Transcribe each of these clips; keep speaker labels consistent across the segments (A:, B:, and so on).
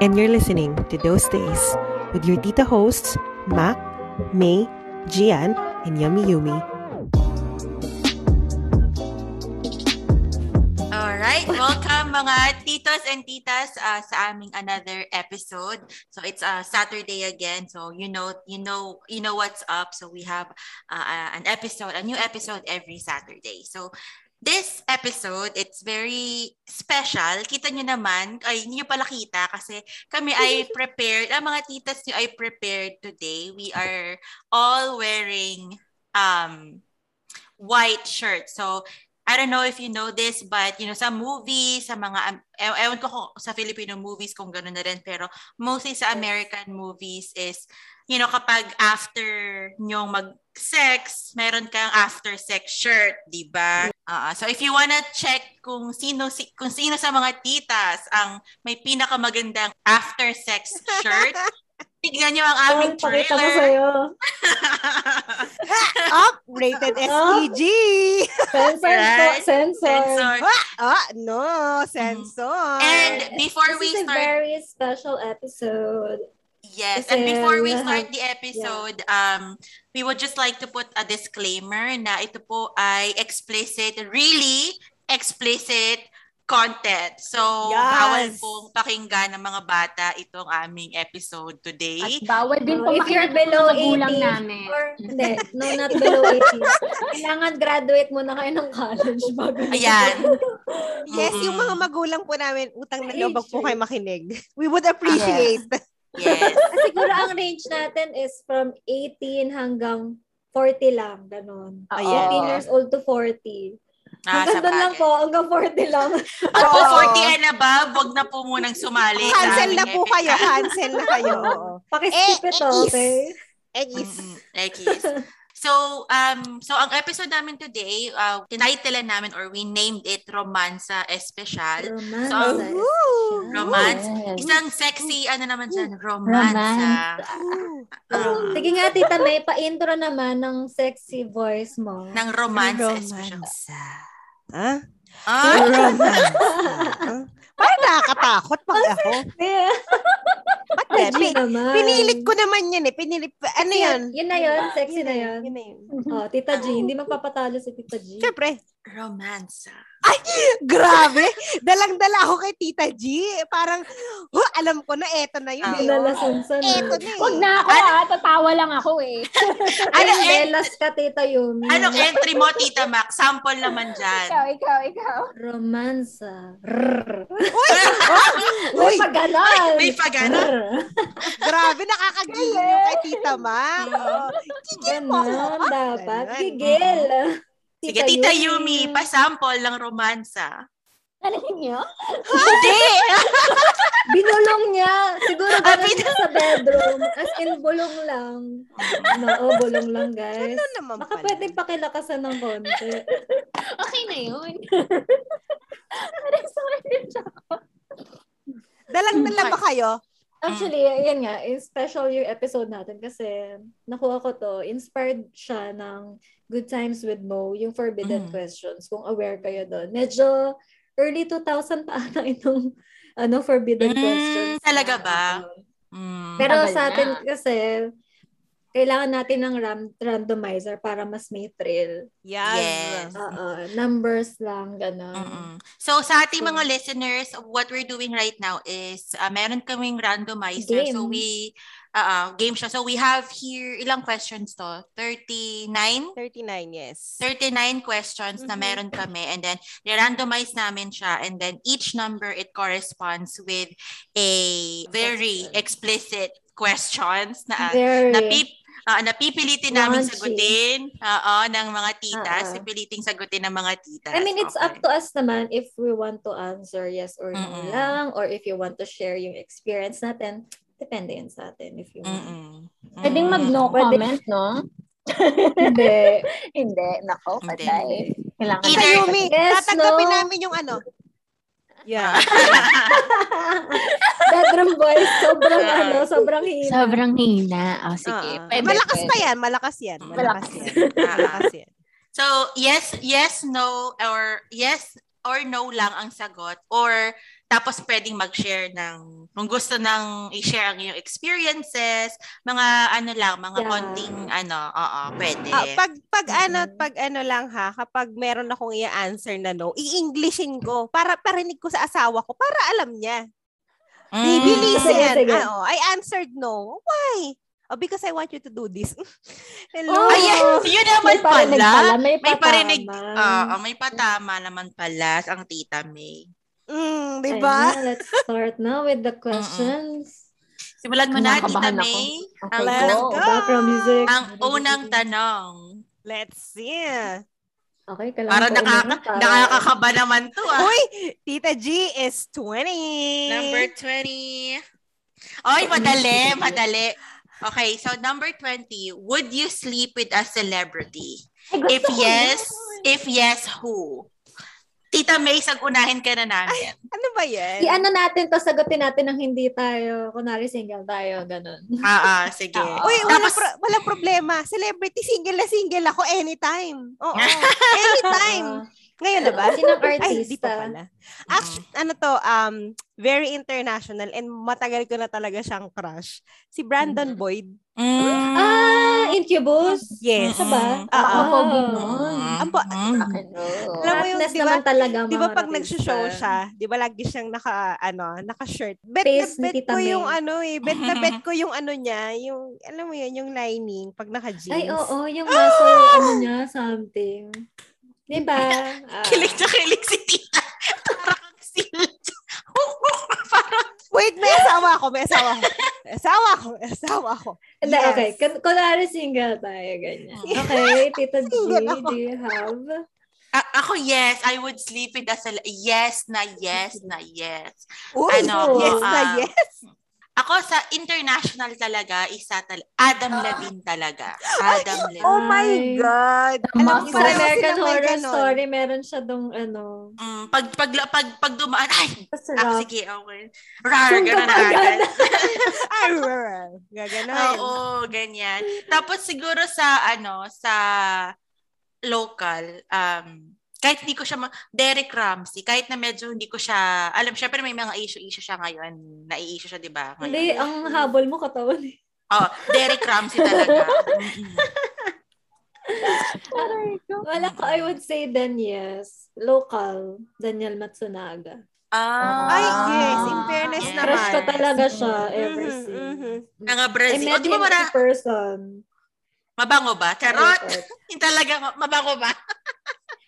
A: and you're listening to Those Days with your tita hosts, Ma, May, Gian, and Yummy Yumi.
B: Alright, welcome mga titos and titas ah, sa aming another episode. So it's uh, Saturday again. So you know, you know, you know what's up. So we have ah, ah, an episode, a new episode every Saturday. So this episode, it's very special. Kita nyo naman, ay hindi nyo pala kita kasi kami ay prepared, ang mga titas nyo ay prepared today. We are all wearing um white shirts. So I don't know if you know this, but you know, sa movies, sa mga, um, ew- ewan ko kung, sa Filipino movies kung gano'n na rin, pero mostly sa American movies is, you know, kapag after nyong mag-sex, meron kang after-sex shirt, di ba? Ah, so if you wanna check kung sino, si, kung sino sa mga titas ang may pinakamagandang after-sex shirt, tignan nyo ang aming
C: Tol, pakita ko
B: trailer.
C: sa'yo.
D: Up! Rated SPG!
C: Sensor,
B: Right?
C: to- sensor.
B: Sensor.
D: Ah, no! Sensor!
B: And before
C: This
B: we
C: is a
B: start
C: very special episode.
B: Yes,
C: Kasi
B: and before we
C: lahat-
B: start the episode, um, we would just like to put a disclaimer na ito po ay explicit, really explicit content. So,
D: Yes.
B: bawal pong pakinggan ng mga bata itong aming episode
E: At
B: today.
E: bawal din
C: Oh,
E: po
C: if you're below
E: sa gulang
C: 80
E: namin.
C: Or, hindi, no, not below 80. Kailangan graduate muna kayo ng college bago.
B: Ayan.
D: Yes, yung
B: Mm-mm.
D: mga magulang po namin, utang na
C: Ay,
D: loob wag po
C: sure.
D: kayo makinig. We would appreciate.
B: Yes.
C: Ah, Siguro ang range natin is from 18 hanggang 40 lang, ganun.
E: Oo.
C: 18
D: Ayan.
C: years old to 40.
B: Ah, sa
C: Hanggang doon lang
B: bagay.
C: po, hanggang 40 lang.
B: Pag po
D: Oo.
B: 40 and above, wag na po munang sumali. sa
D: Cancel
B: aming
D: na po
B: episode.
D: kayo. Cancel na kayo.
C: Pakiskip
D: Eh,
C: ito,
D: eh, is.
C: okay?
D: Eggies.
B: Mm-mm. Like yes. So, um, so ang episode namin today, uh, tinitlean namin or we named it Romansa Especial.
C: Romances.
D: Ooh.
A: Oh.
B: Romance.
E: Yes.
B: Isang sexy, ano naman dyan, romansa.
D: Ooh.
B: Ah,
C: Sige nga, Tita May, pa-intro naman ng sexy voice mo.
B: ng romansa especially.
D: Romansa. Ha?
B: Ah,
D: Romansa. Ha? Parang nakakatakot pag ako.
C: Yeah.
D: Ba't
C: Sexy
D: hindi?
C: naman.
D: Pinilit ko naman yan eh. Pinilit. Ano yun?
C: Yun na yun, sexy na yun.
D: Yun na yun.
C: Oh, Tita G, hindi magpapatalo si Tita G.
D: Siyempre,
B: romansa.
D: Grabe! Dalang-dala ako kay Tita G. Parang, huh, alam ko na, eto na yun.
B: Ah.
D: eh, oh.
C: Nalasansan.
D: Eto na eh.
E: Huwag na ako ah, tatawa lang ako eh.
C: Ano,
B: Ano, eh? en-
C: Belas ka, Tita Yumi.
B: anong entry mo, Tita Mac? Sample naman
E: ikaw,
B: dyan.
E: ikaw, ikaw.
C: Romansa. Rrr.
D: Uy,
C: May pagganon.
B: May pagganon.
C: Rrr.
D: grabe, nakakagigil yung kay Tita Mac.
E: Mm.
D: Oo. Gigil mo ako.
C: Ganon dapat.
D: Ganon.
C: Gigil.
B: Sige, Tita Yumi, pasample ng romansa.
E: Alam niyo?
B: Hindi!
C: Binulong niya. Siguro
B: Ah,
C: ganun siya sa bedroom. As in, bulong lang. Oo, bulong lang, guys.
D: Ano naman
C: Baka
D: pala?
C: pwedeng pakilakasan ng konti.
E: Okay na yun. Parang sumalit siya.
D: Dalang-dala ba kayo?
C: Actually, ayan nga, in special year episode natin kasi nakuha ko to, inspired siya ng Good Times with Mo, yung
B: Mm.
C: Forbidden Questions, kung aware kayo doon. Medyo early 2000 pa ata itong ano, Forbidden
B: Mm,
C: Questions.
B: talaga
C: na,
B: ba?
C: ano.
B: Mm.
C: Pero
E: Tagal
C: sa
E: na.
C: atin kasi, kailangan natin ng ram- randomizer para mas may thrill.
B: Yes.
C: Oo, numbers lang, gano'n.
B: Mm-mm. So sa ating mga listeners, what we're doing right now is uh, meron kaming randomizer. So
C: Game.
B: we uh, uh, game show. So we have here ilang questions to? 39?
D: 39, yes.
B: 39 questions na
C: Mm-hmm.
D: Mhm.
B: meron kami and then randomize namin siya and then each number it corresponds with a very explicit questions na
C: Very.
B: napip ah, napipilitin namin
C: Raunchy.
B: sagutin oo, ng mga titas,
C: Oo.
B: napipiliting sagutin ng mga titas.
C: I mean, it's
B: Okay.
C: up to us naman if we want to answer yes or no
B: Mm-mm.
C: lang or if you want to share yung experience natin. Depende yun sa atin if you want.
B: Mm-mm.
E: Pwedeng mag-no
C: Pwede.
E: comment, no?
C: Hindi.
E: Hindi. Nako,
B: Hindi.
E: patay. Kailangan
D: Tita
B: Either-
D: Yumi,
C: Yes,
D: tatanggapin
C: no?
D: namin yung ano. Yeah.
C: Bedroom boys, sobrang
B: Yeah.
C: ano, sobrang hina.
E: Sobrang hina. O, sige.
D: Oo.
E: Pwede,
D: Ah. malakas
E: pwede.
D: pa yan, malakas yan. Malakas
E: Malakas.
D: yan. Malakas yan.
B: So, yes, yes, no, or yes or no lang ang sagot. Or tapos pwedeng mag-share ng, kung gusto nang i-share ang iyong experiences, mga ano lang, mga
C: Yeah.
B: konting ano, oo, pwede.
D: Ah, pag pag ano,
C: Mhm.
D: pag ano lang ha, kapag meron akong i-answer na no, i-Englishin ko para parinig ko sa asawa ko para alam niya.
B: Mm.
D: Mm.
C: Sige,
D: Bilisen.
C: sige.
D: Ah, oh, I answered no. Why? Oh, because I want you to do this. Hello.
C: Oh,
B: Ayan, yun naman
E: parinig
B: pala.
E: May,
B: May parinig. Ah, um,
E: patama.
B: Oo, may patama naman pala ang tita May.
D: Mm, 'di
C: Ayun
D: ba?
C: na, let's Diba? start now with the questions.
B: Simulan mo na, tita
E: Kinakabahan ako. ano?
B: May. Ang,
E: Okay,
D: Let's
E: go.
D: go.
C: Background music.
B: ang unang tanong.
D: Let's see.
C: Okay, kailangan
B: Para
C: ko
B: nakaka,
C: umangat para-
B: nakakakaba naman to ah.
D: Uy, Tita G is 20.
B: Number 20. Oy, madali, madali. Okay, so number 20, would you sleep with a celebrity?
E: Ay, gusto
B: If
E: ko
B: yes,
E: yun.
B: if yes, who? Tita May, sagunahin ka na namin.
D: Ano ba 'yan?
C: I-ano natin to, sagutin natin ng hindi tayo, kunwari single tayo, ganun.
B: Ah, ah, sige.
E: Oo.
D: Uy, wala
B: Tapos-
D: pro- walang problema. Celebrity, single na single ako anytime. Oo. anytime. Ngayon
B: diba?
D: na ba?
C: Ah, Sinong
D: Ay, di pa
C: artista? Mm.
D: pala. Actually, ano to, um, very international and matagal ko na talaga siyang crush. Si Brandon Boyd.
B: Mm.
C: Ah, Incubus?
D: Yes.
C: Siya ba?
D: Oo.
C: Ang pogi
B: Mm.
C: nun.
D: Ang po-
B: Mm.
E: Akin, oo.
D: Alam mo ah. Oh, yung,
C: Heartless
D: di ba-
C: naman talaga,
D: Di
C: mga
D: ba pag
C: artista.
D: nag-show siya, di ba lagi siyang naka, ano, naka-shirt. Bet
C: Face ni
D: na bet
C: Tita
D: ko
C: May.
D: yung ano eh. Bet na bet ko yung ano niya. Yung, alam mo yun, yung lining pag naka-jeans.
C: Ay, oo, yung muscle,
D: Ah!
C: ano niya, something. Di ba? Ah,
B: Kilig na kilig si tita. Parang sila. Parang,
D: Wait, may asawa ako, may asawa ako. May asawa ako, may asawa ako.
C: Hindi,
D: Yes. Mm.
C: okay. Kun- Kunwari single tayo, ganyan. Okay, Tita G,
D: Single ako.
C: do you have?
B: A- Ah, ako yes, I would sleep with a cele- Yes na yes na yes.
D: Uy,
B: Ano,
D: yes na
B: ah,
D: yes.
B: Ako sa international talaga, isa tal Adam Levine talaga. Adam Levine.
D: Oh my
C: Ah. Ay.
D: God.
E: Alam
D: ko
E: ko
C: Sa
E: Pareho
C: American
D: silang may
C: Horror
D: ganon.
C: Story, meron siya dong ano.
B: Mm, pag, pag, pag, pag dumaan, ay, ah,
C: Sarap.
B: sige, okay. Rar, ganun na
C: Suntok
B: agad.
D: Arr, Gaganon.
B: Oo, ganyan. Tapos siguro sa, ano, sa local, um, kahit hindi ko siya, ma- Derek Ramsey, kahit na medyo hindi ko siya, alam, syempre may mga issue-issue siya ngayon, nai-issue siya, di ba? ngayon?
C: Hindi, ang habol mo katawan eh.
B: Oh, Derek Ramsey talaga. Mm-mm.
E: Aray ko.
C: Wala ko, I would say then yes. Local, Daniel Matsunaga.
B: Ah.
D: Ay, yes. In fairness
B: Yes.
D: naman.
C: Crush ko talaga siya ever
D: Mhm,
C: since.
D: mhm.
B: Mga
C: I
B: Brazil.
C: met
B: O, di ba
C: him in
B: mara-
C: person.
B: mabango ba? Charot! Yung talaga, ma- mabango ba?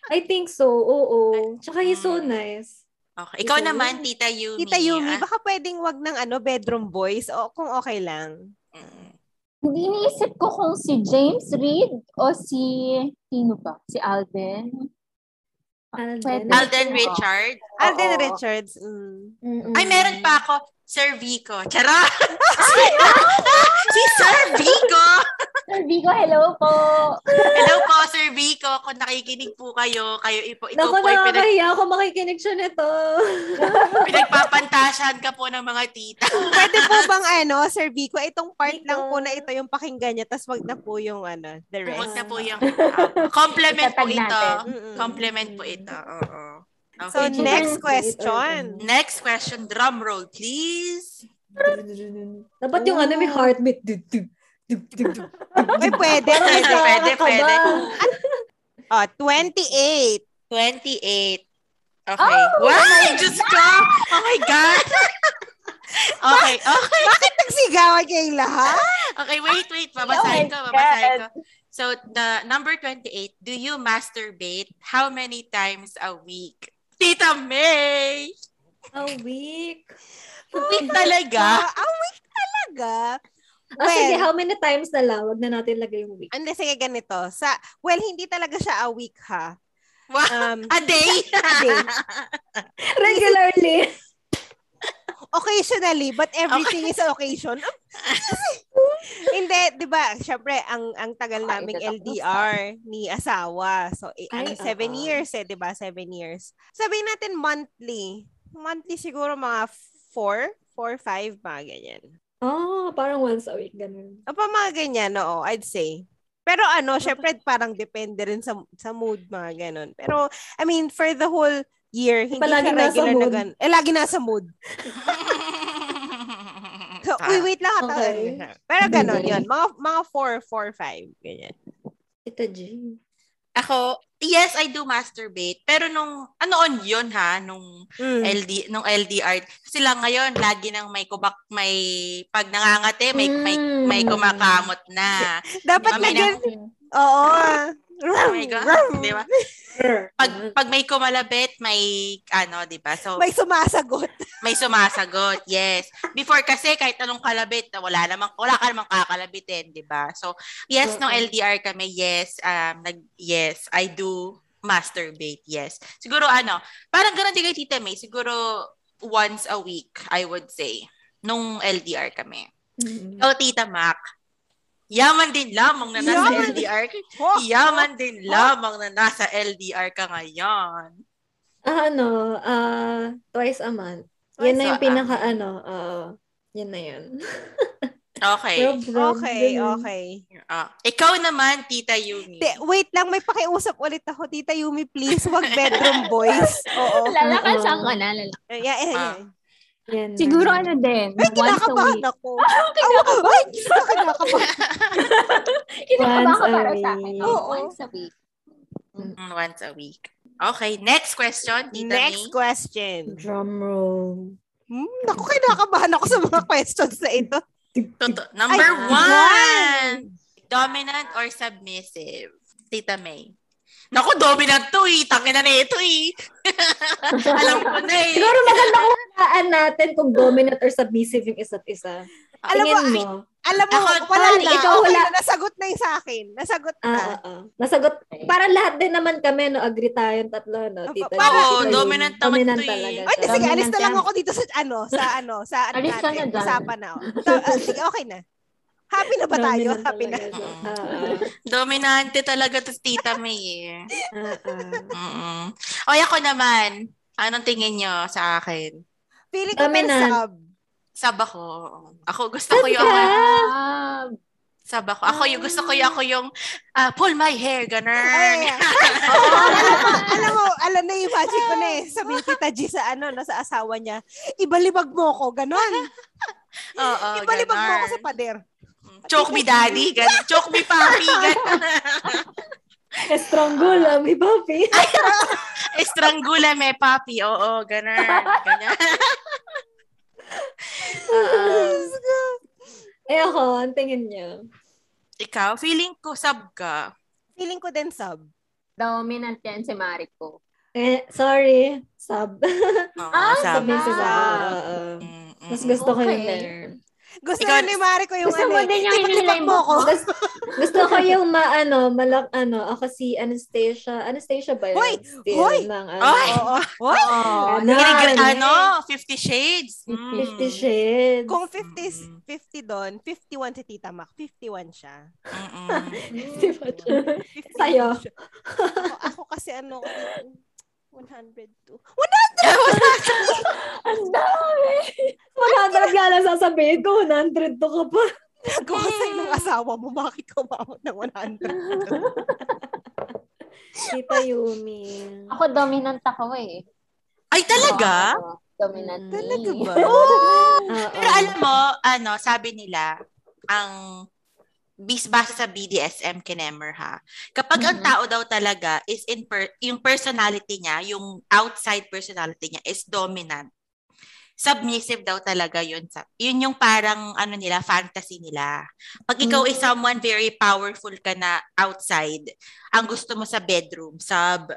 C: I think so, oo. Tsaka he's
B: Mm.
C: so nice.
B: Okay. Ikaw
C: Tita
B: naman, Tita Yumi.
D: Tita Yumi,
B: ah.
D: baka pwedeng wag ng ano, bedroom boys o kung okay lang.
B: Mm.
E: Hindi iniisip ko kung si James Reed o si, sino ba? Si Alden?
C: Alden.
B: Alden
E: Oo.
B: Richard.
D: Alden
E: Oo.
D: Richards. Mm.
C: Mm-mm.
B: Ay, meron pa ako. Sir Vico. Charot! si, si Sir Vico!
E: Sir Vigo, hello po.
B: Hello po, Sir Vico. Kung nakikinig po kayo, kayo ipo, ikaw
C: Naku,
B: po ay pinag,
C: nakakahiya ako makikinig siya nito.
B: pinagpapantasyan ka po ng mga tita.
D: Pwede po bang ano, Sir Vico, itong part
C: Vico.
D: lang po na ito yung pakinggan niya, tas wag na po yung ano, the
B: Huwag
D: rest.
B: na po yung ah, compliment po
E: Itatag
B: ito. Mm.
E: natin.
D: Mm-mm.
B: Compliment po ito. Oo.
D: So,
B: Okay.
D: next question.
B: Next question. Drum roll, please.
C: Dapat yung ano may heartbeat. Dug, dug, dug, dug, dug.
D: Ay, pwede.
B: Pwede,
D: pwede.
B: pwede, pwede.
D: Oh, 28.
B: 28. Okay. Wow! Oh, Diyos ko! Oh my God! okay, okay.
D: Bakit nagsigawan kayong lahat?
B: Okay, wait, wait. Babasahin ko,
E: Oh my
B: babasahin ko.
E: God.
B: So, the number 28, do you masturbate how many times a week? Tita May!
C: A week.
B: Week talaga?
D: Ah, week talaga.
C: Ah, sige,
D: Well-
C: how many times na lang? Huwag na natin lagay yung week.
D: Hindi, sige ganito. Sa, well, hindi talaga siya a week ha.
B: Wow.
D: Um,
B: A day?
D: day.
C: Regularly.
D: occasionally, but everything is an occasion. Ah, hindi, di ba? Siyempre, ang, ang tagal
E: Ay,
D: naming
E: tatapos
D: LDR ni asawa. So, eh,
C: Ay,
D: ang seven
C: oo.
D: years eh, di ba? Seven years. Sabihin natin monthly. Monthly siguro mga four, four, five, mga ganyan.
C: Oh, parang Ah, once a week, ganun.
D: O pa mga ganyan, oo, I'd say. Pero ano, syempre parang depende rin sa sa mood mga ganun. Pero I mean, for the whole year, hindi
C: Palagi
D: siya
C: nasa
D: regular na
C: mood.
D: ganun. Eh, lagi nasa mood. So,
B: Ah.
D: uy, wait lang. ha, tawag.
C: Okay.
D: Pero ganun, yun. Mga, mga four, four, five. Ganyan.
C: Tita G.
B: Ako, yes, I do masturbate. Pero nung, ano on yun ha, nung
D: Mm.
B: LD, nung LDR. Kasi lang ngayon, lagi nang may kubak, may, pag nangangate, may, may, may
D: Mm.
B: kumakamot na.
D: Dapat
B: Mamaya
D: na
B: na-
D: ganun. Oo.
B: Oh my God. Di ba? Pag, pag may kumalabit, may, ano, di ba? So,
D: May sumasagot.
B: May sumasagot, yes. Before kasi kahit anong kalabit, wala namang wala ka namang kakalabitin, 'di ba? So, yes
D: Mm.
B: nung LDR kami, yes, um nag yes, I do masturbate, yes. Siguro ano, parang ganun din kay Tita May, siguro once a week, I would say, nung LDR kami. Oh, Tita Mac, yaman din lamang na nasa
D: Yaman.
B: LDR.
D: Ho!
B: Yaman din lamang na nasa LDR ka ngayon.
C: Ah, ano, ah, twice a month.
B: Twice
C: Yan na
B: a
C: yung pinaka, ano, ah, yan na yun.
B: Okay.
C: Rub, rub,
D: Okay,
C: ganun.
D: okay.
B: Ah, ikaw naman, Tita Yumi.
D: Te, wait lang, may pakiusap ulit ako. Tita Yumi, please, wag bedroom boys. Oo.
E: Lalakasan ka na, lalakasan.
D: Yeah, yeah,
B: Ah.
D: yeah.
C: Yan na.
E: Siguro ano din,
D: Ay,
E: once a
D: kinakabahan
E: week.
D: ako. Kinakabahan. Ay, kinakabahan.
C: Once a
E: Kinakabahan ka para sa akin.
C: week.
E: Oh,
D: Oo.
E: once a week.
B: Mm, Once a week. Okay, next question, Tita
D: Next
B: May.
D: question.
C: Drum roll.
D: Hmm, naku, kinakabahan ako sa mga questions na ito.
B: Toto- number
D: Ay,
B: one! Dominant or submissive? Tita May. Naku, dominant to eh. Tangin na na ito eh. Alam ko na eh.
C: Siguro maganda kung hulaan natin kung dominant or submissive yung isa't isa.
D: Alam mo,
C: Tingin mo.
D: Alam mo,
B: Ako,
D: wala
C: Tol,
D: na.
C: ikaw
D: okay
C: wala.
D: na, nasagot na yung sa akin. Nasagot na.
C: Ah, ah, ah. Nasagot. Para lahat din naman kami, no? Agree tayong tatlo, no? Tita
D: Oo,
C: Jackie, Tita
B: dominant
C: Yumi.
B: naman
C: Dominant
B: to eh.
C: talaga.
D: Ay, di,
C: siya.
D: sige, alis
C: Dominant
D: na lang
C: siya.
D: ako dito sa ano, sa ano, sa ano
E: Alis ka na
D: natin.
E: dyan.
D: Usapan na ako. So, ah, sige, okay na. Happy na ba tayo?
C: Dominant
D: Happy na.
C: talaga siya. Ah,
B: Dominante talaga to si Tita May eh.
C: ah, ah, ah.
B: Mm-mm. Oy, ako naman. Anong tingin nyo sa akin?
D: Feeling ko may
C: Dominant.
D: sub.
B: Sab ako. Ako, gusto ko yung ako.
E: Ah,
B: Sab ako. Ako yung gusto ko yung ako yung ah, pull my hair, ganun.
D: Ay, alam mo, alam mo, alam na yung magic ko na eh. Sabi ni Tita G sa ano, no, sa asawa niya, ibalibag mo ko, ganon.
B: Oo,
D: ibalibag mo ko
B: Oh, ganon.
D: sa pader.
B: Choke me daddy, ganun. Choke me papi, ganun.
C: Estrangulo, ah. may papi.
D: Ah,
B: Estrangula me papi, oo, ganun. Ganyan. Oo.
D: ah, Diyos ko.
C: Eh ako, ang tingin niyo.
B: ikaw, feeling ko sab ka.
D: Feeling ko din sub.
E: dominant yan si Mariko.
C: Eh, sorry, sub.
B: Oo,
E: Ah,
B: sab.
C: Sabihin sa
E: Sub.
C: sub. Oo, oo.
B: Mm, mm,
C: ah. Mas
B: mm.
C: gusto ko
E: Okay.
C: yung ganun.
D: Gusto
B: Ikaw-
D: na ni Mari ko yung
E: Gusto mo
D: ano.
E: din yung
D: ibalibag
E: hinilay
D: mo ko.
E: mo.
C: Gusto, gusto ko yung maano, malak ano, ako si Anastasia. Anastasia ba yun?
D: Hoy!
C: Still
D: Hoy!
C: ng ano.
B: Ay!
D: Oo. Hoy!
E: Oh,
C: Ano?
B: Nire- ano, 50 shades. Mm.
C: Fifty Shades.
D: Kung 50, 50 doon, 51 si Tita Mac. 51 siya.
B: Mm-mm.
E: Hmm.
C: Di ba?
D: 50
C: Sa'yo.
D: siya. Ako, ako kasi ano, 102.
E: ang dami!
C: 100 nga lang sasabihin ko, 100 to ka pa.
D: Nagawa sa ng asawa mo, bakit ka umabot ng 100?
C: Tita Yumi.
E: Ako dominant ako eh.
B: Ay, talaga? Hmm.
E: Oo, dominant.
D: Talaga
E: eh.
D: ba?
C: Oo.
B: Pero alam mo, ano, sabi nila, ang bis base sa BDSM kinemer ha. Kapag ang
C: Mm-hmm.
E: Mhm.
B: tao daw talaga is in per, yung personality niya, yung outside personality niya is dominant. Submissive daw talaga yun. Sa, yun yung parang ano nila, fantasy nila. Pag ikaw
C: Mm-hmm.
B: is someone very powerful ka na outside, ang gusto mo sa bedroom, sub.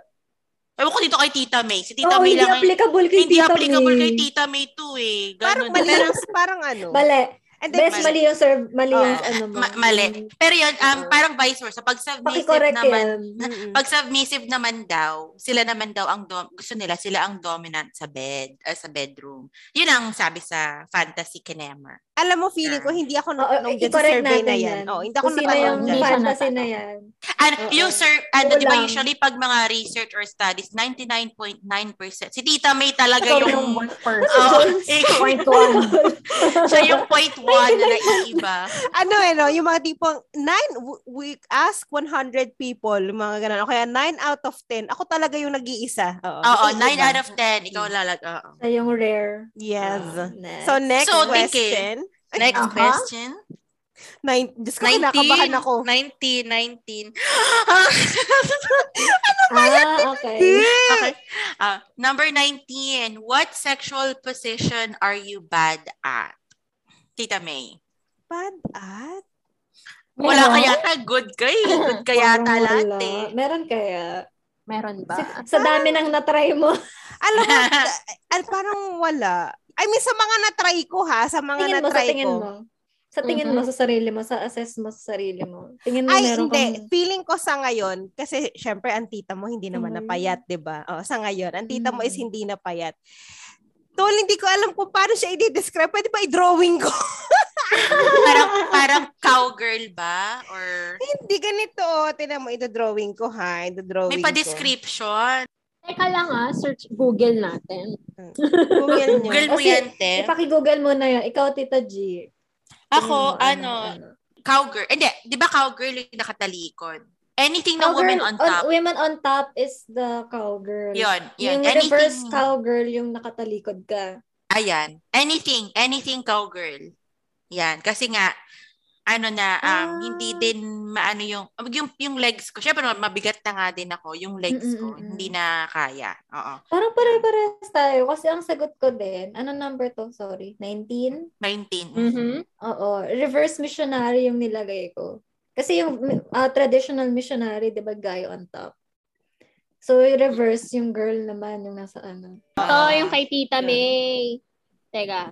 B: Ewan ko dito kay Tita May. Si Tita
C: Oo,
B: May
C: Oh, hindi
B: lang. ay-
C: applicable kay
B: Hindi
C: Tita
B: applicable
C: May.
B: kay Tita May too eh.
D: parang
B: Ganun.
D: mali
B: Pero-
D: yung, parang ano.
C: Mali.
D: And then,
B: mali.
C: Best mali yung serve, mali yung
D: Oo.
C: ano mo.
B: Ma- mali. Pero yun, um,
D: Ah.
C: Oo.
B: parang vice versa. Pag submissive
C: Pakicorrect
B: naman,
C: yan.
D: Mm-mm.
B: pag submissive naman daw, sila naman daw ang dom- gusto nila sila ang dominant sa bed, ah, sa bedroom. Yun ang sabi sa fantasy kinemer.
D: Alam mo, feeling ko, hindi ako
C: Oo,
D: natanong dyan sa
C: i-correct
D: survey na
C: natin
D: yan.
C: yan.
D: Oo, hindi ako
C: Kung sino
D: natanong
C: yung
E: Hindi
D: dyan.
E: siya
C: fantasy
E: natanong.
C: na yan.
B: And
C: Oo.
B: yung sir, ano, di ba
C: Kulang.
B: usually pag mga research or studies, 99.9%. Si Tita May talaga yung... Oo, eh, ano siya yung 0.1 na naiiba.
D: Ano eh, no? Yung mga tipong, nine, w- we ask 100 people, yung mga ganun. O kaya nine out of 10. Ako talaga yung nag-iisa. Oo,
B: Oo, 9 out of 10.
D: Mm.
B: Ikaw lalag. Oo.
C: Siya yung rare.
D: Yes.
C: Next.
D: So, next
B: So, think
D: question.
B: Next
E: Aha.
B: question.
D: Nine, Diyos ko,
F: 19,
D: kinakabahan ako.
F: 19, 19.
C: ah, okay.
D: Okay.
B: Okay. Ah, number 19. What sexual position are you bad at? Tita May.
D: Bad at?
B: Wala ka yata. Good ka eh. Good ka yata
C: Parang wala.
B: lahat eh.
C: Meron kaya.
E: Meron ba?
C: Sa, sa dami ng natry mo.
D: Alam mo, al parang wala. I mean, sa mga na-try ko ha, sa mga
C: tingin mo, sa
D: na-try
C: tingin
D: ko.
C: mo. Sa tingin mo, sa sarili mo, sa assess mo, sa sarili mo. Tingin mo,
D: Ay,
C: meron
D: hindi.
C: kang...
D: Feeling ko sa ngayon, kasi syempre ang tita mo hindi naman
C: Mhm.
D: napayat, di ba? O, sa ngayon, ang tita mo
C: Mhm.
D: is hindi napayat. Tol, hindi ko alam kung paano siya i-describe. Pwede ba i-drawing ko?
B: Parang, parang cowgirl ba? Or
D: hindi ganito. Oh. Tinan mo, i-drawing ko ha. I-drawing
B: may
D: ko.
B: pa-description?
E: Teka lang ah, search Google natin.
D: Google nyo.
B: Girl mo
C: Kasi
B: yan, te.
C: Ipaki-google mo na yun. Ikaw, Tita G. Tingin mo,
B: Ako, ano, cowgirl. Hindi, di ba cowgirl yung nakatalikod? Anything na woman on top.
C: women on top is the cowgirl.
B: Yun, yun.
C: Yung
B: Anything,
C: reverse cowgirl, yung nakatalikod ka.
B: Ayan. Anything, anything cowgirl. Yan. Kasi nga, ano na, um,
D: Ah.
B: hindi din maano yung, yung, yung legs ko. Siyempre, mabigat na nga din ako. Yung legs
C: Mm-mm,
B: ko,
C: mm-mm.
B: hindi na kaya. Oo.
C: Parang pare-parehas tayo. Kasi ang sagot ko din, ano number to? Sorry. 19?
B: 19.
D: Mm-hmm.
E: Mhm.
C: Oo. Reverse missionary yung nilagay ko. Kasi yung ah, traditional missionary, di ba, guy on top. So, yung reverse yung girl naman yung nasa ano.
E: Ito
B: Ah.
E: yung kay Tita May. Teka.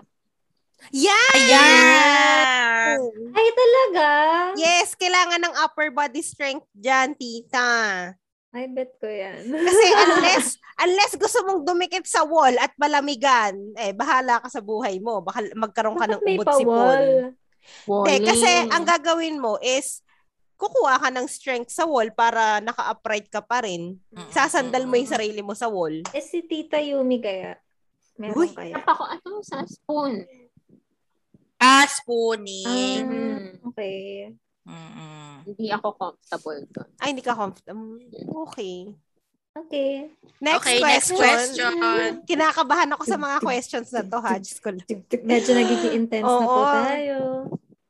D: Yeah!
B: Ayan!
C: Ay, talaga?
D: Oh, Yes, kailangan ng upper body strength dyan, tita.
C: I bet ko yan.
D: Kasi unless unless gusto mong dumikit sa wall at malamigan, eh bahala ka sa buhay mo. Baka magkaroon ka ng
C: Bakit may
D: ubod sipon.
C: pawal?
D: Eh,
E: Warning.
D: kasi ang gagawin mo is kukuha ka ng strength sa wall para naka-upright ka pa rin. Ah! Sasandal mo yung
B: Mm.
D: sarili mo sa wall.
C: Eh, si Tita Yumi kaya. Meron
D: Uy.
C: kaya.
E: Tapa ko, ano sa spoon?
B: Ah, spooning.
E: Hmm.
C: Okay.
D: Ah.
B: Mm-mm.
E: Hindi ako comfortable doon.
D: Ay, hindi ka comfortable. Okay.
C: Okay.
D: Next
B: Okay, next
D: question.
B: question.
D: Kinakabahan ako sa mga questions na to, ha? Diyos ko.
C: Medyo nagiging intense na po
D: Oo.
C: tayo.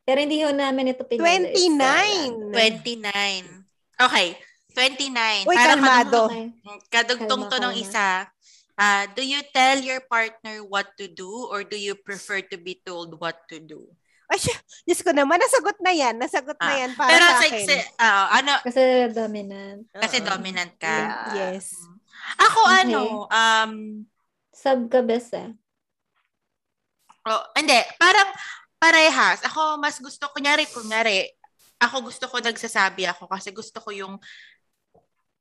C: Pero hindi ho namin ito pinili.
D: 29.
B: 29. Okay. 29.
D: Uy,
B: Para
D: kalmado.
C: So, okay.
B: Kadugtong
C: Kalma,
B: to ng
C: kalma.
B: isa. Ah, do you tell your partner what to do or do you prefer to be told what to do?
D: Ay, siya. Diyos ko naman. Nasagot na yan. Nasagot na
B: Ah,
D: yan para
B: Pero
D: sa
B: sa,
D: akin.
B: sa ah, ano,
C: Kasi dominant.
B: kasi
D: Oo.
B: dominant ka.
D: Yes.
B: Ako
C: Okay.
B: ano, um,
C: Sub ka best eh.
B: oh, hindi, parang parehas. Ako mas gusto, kunyari, kunyari, ako gusto ko nagsasabi ako kasi gusto ko yung,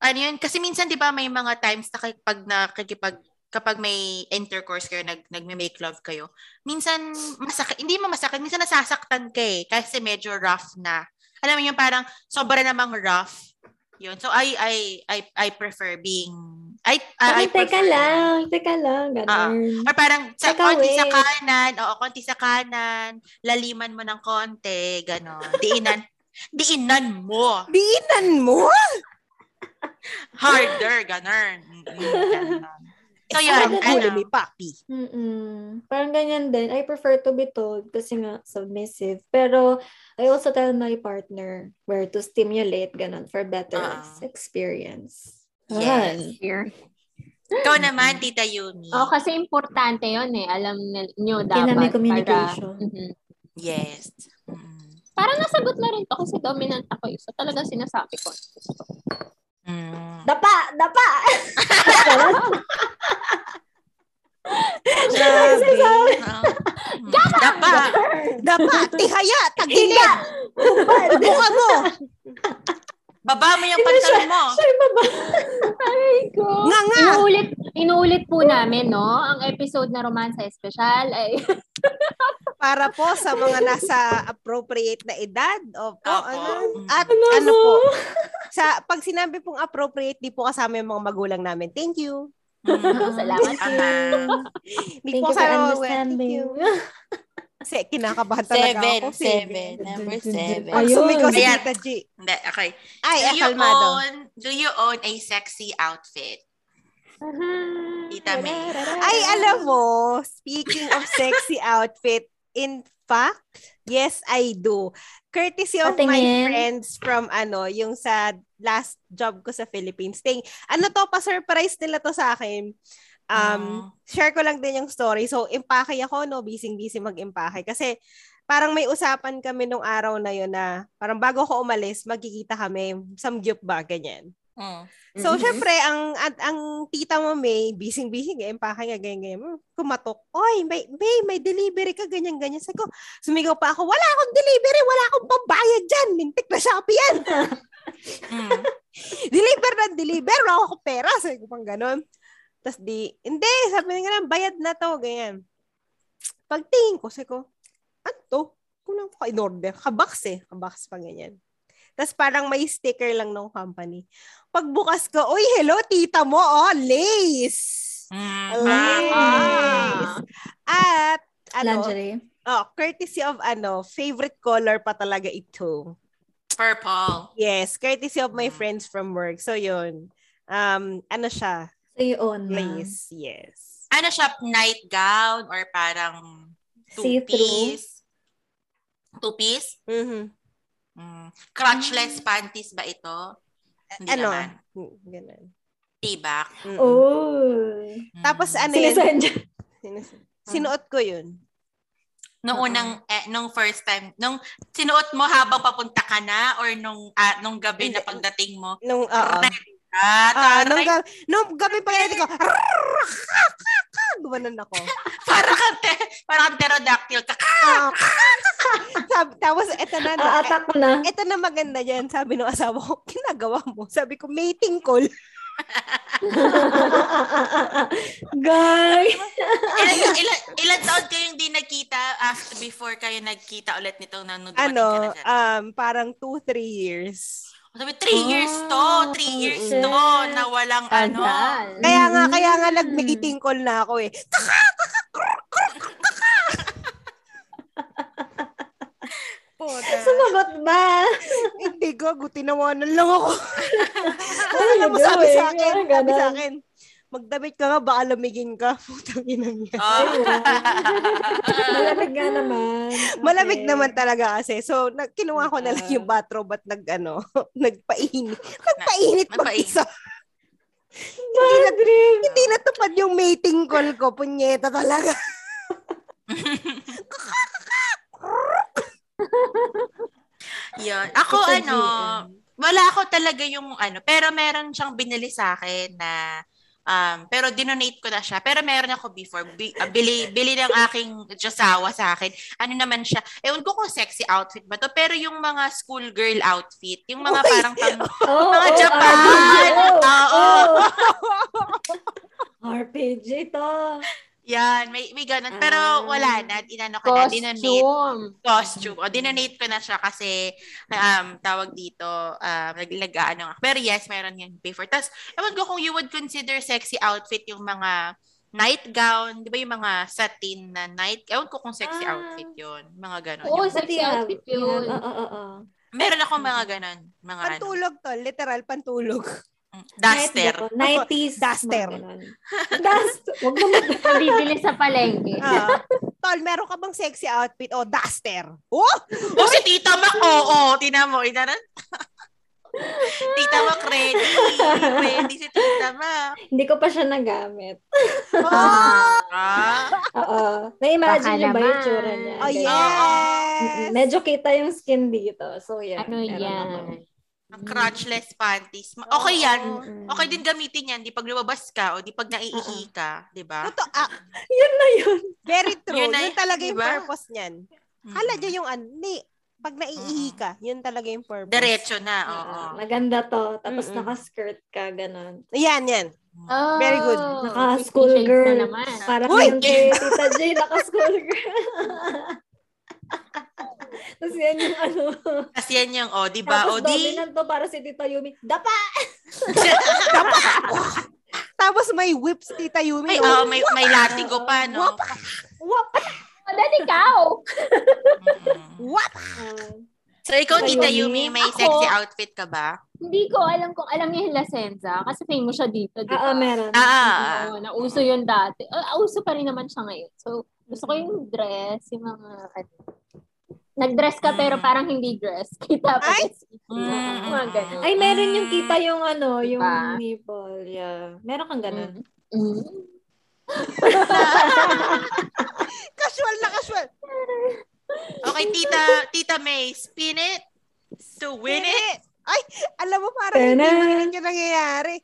B: ano yun, kasi minsan di ba may mga times na kay- pag nakikipag, kapag may intercourse kayo, nag, nagme-make love kayo, minsan masakit, hindi mo masakit, minsan nasasaktan ka eh, kasi medyo rough na. Alam mo yung parang sobra namang rough. Yun. So I I I I prefer being I Ah, I, I
C: Ay, teka
B: prefer- Ah,
C: lang. Teka lang. Ganun.
B: Or parang sa
C: Ikaw
B: konti sa
C: eh.
B: kanan, oo, konti sa kanan, laliman mo ng konti, gano'n. Diinan, diinan mo.
D: Diinan mo?
B: Harder, gano'n. So, yun,
D: Sarap
B: ano.
D: ulo ni Papi.
C: Mm-mm. Parang ganyan din. I prefer to be told kasi nga submissive. Pero I also tell my partner where to stimulate ganun for better
B: Ah.
C: experience.
B: Yes.
C: Yan.
E: Here.
B: Ikaw naman, Tita Yumi.
E: Oh, kasi importante yon eh. Alam ni- nyo dapat.
C: Kailangan may
E: para-
C: communication.
E: Mhm.
B: Yes. Mm.
E: Parang nasagot na rin to kasi dominant ako eh. So talagang sinasabi ko.
B: Mm.
C: Dapa! Dapa!
D: Grabe.
B: Oh. Mm. Dapa.
D: Dapat, tihaya, tagilid. Buka mo.
B: Baba mo yung pantalon mo.
E: Ay, ko.
D: Nga nga.
E: Inuulit, inuulit po namin, no? Ang episode na Romansa Espesyal ay
D: Para po sa mga nasa appropriate na edad. Opo.
B: Opo.
D: Ano, at
C: Ano
D: ano
C: mo?
D: po? Sa pag sinabi pong appropriate, di po kasama yung mga magulang namin. Thank you.
E: Salamat.
B: Tama.
D: Di
C: Thank
D: po
C: you for
D: kasama mga-
C: understanding.
D: Kasi kinakabahan talaga
B: Seven,
D: ako.
B: seven. Number seven.
D: Pag
C: Ayun.
D: sumigaw si
B: Ayan.
D: Tita G.
B: Hindi, okay.
D: Ay,
B: Do
D: eh,
B: you,
D: kalmado.
B: own, do you own a sexy outfit? Tita May.
D: Ay, alam mo, speaking of sexy outfit, in fact, yes, I do. Courtesy of my
C: Patingin.
D: friends from ano, yung sa last job ko sa Philippines. Thing, ano to, pa-surprise nila to sa akin.
B: Ah.
D: Um, Share ko lang din yung story. So, impake ako, no? Busy-busy mag-impake. Kasi, parang may usapan kami nung araw na yun na parang bago ko umalis, magkikita kami. Samgyup ba? Ganyan.
B: Mm.
D: So,
C: Mhm.
D: syempre, ang, at, ang tita mo may bising-bising, ganyan, pakay nga, ganyan, ganyan. Mm, Kumatok. Oy, may, may, may delivery ka, ganyan, ganyan. Sabi ko, sumigaw pa ako, wala akong delivery, wala akong pambayad dyan. Mintik na Shopee yan.
B: Mm.
D: deliver na deliver, wala akong pera. Sabi ko pang ganun. Tapos di, hindi, sabi nga lang, bayad na to, ganyan. Pagtingin ko, sabi ko, ano to? Kulang ko in-order. Kabox eh. Kabox pa ganyan. Tapos parang may sticker lang ng company. Pagbukas ko, uy, hello, tita mo, oh, lace!
B: Mm.
E: Ah!
D: Lace! At, ano,
C: Lingerie.
D: oh, courtesy of ano, favorite color pa talaga ito.
B: Purple.
D: Yes, courtesy of my
B: Mm.
D: friends from work. So yun. Um, ano siya?
C: So, you own na.
D: Lace, yes.
B: Ano siya, nightgown or parang
C: See-through.
B: two-piece? Two-piece?
D: Mhm.
B: Mm. Crotchless panties ba ito? Hindi
D: Ano?
B: naman.
D: Mm, Ganun.
B: T-back.
D: Mm.
C: Oh.
B: Mm.
D: Tapos ano yun?
C: Sinasadya.
D: Sinas- Sinuot ko yun.
B: Nung
C: Oo.
B: unang, eh, nung first time, nung sinuot mo habang papunta ka na or nung, ah, nung gabi na
D: Hindi.
B: pagdating mo?
D: Nung, oo.
B: Ah,
D: Ah, nung,
B: taray,
D: gabi, nung gabi pa yun, ko, gumanon ako.
B: parang kang, te- parang kang pterodactyl ka.
D: Ah, Sabi- Tapos, eto na. na
C: Aatak ko na.
D: eto na maganda dyan, sabi ng asawa ko, ginagawa mo. Sabi ko, mating call.
C: Guys.
B: ilan, ilan, ilan taon kayong di nagkita after, before kayo nagkita ulit nitong nanonood ka na
D: Ano,
B: dyan?
D: um, parang two, three years.
B: Sabi, three
C: Ah,
B: years to, three years to,
C: shit.
B: na walang ano.
E: Tagal.
D: Kaya nga, kaya nga
C: Mm.
D: nag-meeting call na ako eh.
B: Oh,
D: Puta.
C: Sumagot ba?
D: Hindi ko, gutinawanan lang ako.
C: Ano
D: Alam mo, sabi sa akin, sabi sa akin, magdamit ka nga, baka lamigin ka. Putang ina niya.
B: Oh.
C: Malamig nga naman. Okay.
D: Malamig naman talaga kasi. So, na- kinuha ko na lang yung bathrobe at nag, ano, nagpainit. Nagpainit
B: Nagpainit.
D: mag-isa.
C: Bad dream.
D: Hindi natupad yung mating call ko. Punyeta talaga.
B: Yun. Ako
C: Ito,
B: ano,
C: GM.
B: wala ako talaga yung ano, pero meron siyang binili sa akin na um, pero dinonate ko na siya. Pero meron ako before, bi- ah, bili, bili ng aking josawa sa akin. Ano naman siya, ewan ko kung sexy outfit ba to, pero yung mga schoolgirl outfit, yung mga
D: Uy!
B: parang pang,
C: Oh,
B: mga
C: oh,
B: Japan!
C: RPG,
B: Oo.
C: oh. RPG to.
B: yan, may, may ganun. Pero wala na, inano ko na, dinonate.
E: Costume.
B: costume. O, dinonate ko na siya kasi um, tawag dito, um, naglagaan ako. Pero yes, meron yan before. Tapos, ewan ko kung you would consider sexy outfit yung mga nightgown, di ba yung mga satin na night, ewan ko kung sexy
C: Ah. Oh.
B: outfit yun, mga ganon.
E: Oo,
B: Yung-
E: sexy outfit
C: Yan,
E: yun.
C: Oo, oo, oo.
B: meron ako mga ganon, mga ano,
D: Pantulog to. Literal, pantulog.
B: mm, duster.
C: Night gown, 90s.
D: Duster.
C: mga ganun. Dust. Huwag mo mag-
E: Nabibili sa palengke.
D: Ah. Tol, meron ka bang sexy outfit? O, duster. Oh!
B: O si Tita Mac, oo, tina mo, inaran. Tita Mac, ready. Ready si Tita Mac.
C: Hindi ko pa siya nagamit.
D: Oh,
B: Ah.
C: Oo. Na-imagine
E: Baka
C: niyo ba yung
E: naman.
C: tsura niya?
D: oh
C: Ganyan. Mm-mm.
D: yes!
C: Medyo kita yung skin dito. So, yeah.
E: Ano
C: meron ako.
E: yan?
B: Ang crotchless panties. Ma- Okay
D: Oo.
B: yan.
C: Mm-mm.
B: Okay din gamitin yan. Di pag lumabas ka o di pag naiihi ka. Di ba?
D: Totoo, ah,
C: Yun na yun.
D: very true.
B: Yun
D: Yun,
B: na-
D: talaga yung
B: diba?
D: purpose niyan. Hala dyan yung ano, ni, pag naiihi
B: Mm.
D: ka, yun talaga yung purpose.
B: Diretso na. Oo.
C: Oo, Ah, Maganda to. Tapos
D: Mm-mm.
C: naka-skirt ka, ganun.
D: Yan, yan.
E: Oh,
D: Very good.
C: Naka-school
E: Fifty Shades
C: girl.
E: Na naman.
C: Para
D: Uy!
C: kayong kay Tita J, naka-school girl. Tapos yan yung ano.
B: Tapos yan yung, oh, di ba?
C: Tapos
B: O, di,
C: dominant to para si Tita Yumi. Dapa!
D: Tapos may whips, Tita Yumi.
B: may,
D: no?
B: oh, may, may latigo pa, no?
D: Wap!
E: Oh, dahil ikaw.
B: Mm-mm.
D: Wap!
C: Uh,
B: So, ikaw, Tita Yumi,
C: Ayun.
B: may
E: Ako.
B: sexy outfit ka ba?
E: Hindi ko alam kung alam niya yung Lasenza kasi famous siya dito. Di
C: Oo,
E: ba?
C: meron.
B: Ah,
E: Oo, nauso yun dati. Ah, uso pa rin naman siya ngayon. So, gusto ko yung dress, yung mga, ano, nag-dress ka pero
B: Mm.
E: parang hindi dress. Kita pa.
D: Ay!
E: kasi- Mga ganun.
C: Ay, meron yung kita
E: Ah,
C: yung ano, yung
E: Diba?
C: nipple. Yeah. Meron kang ganun.
E: Mm.
D: Casual na casual.
B: Mm. Okay, Tita, Tita May, spin it to win it.
D: Ay, alam mo, parang hindi
C: Tana.
D: mo na yung nangyayari.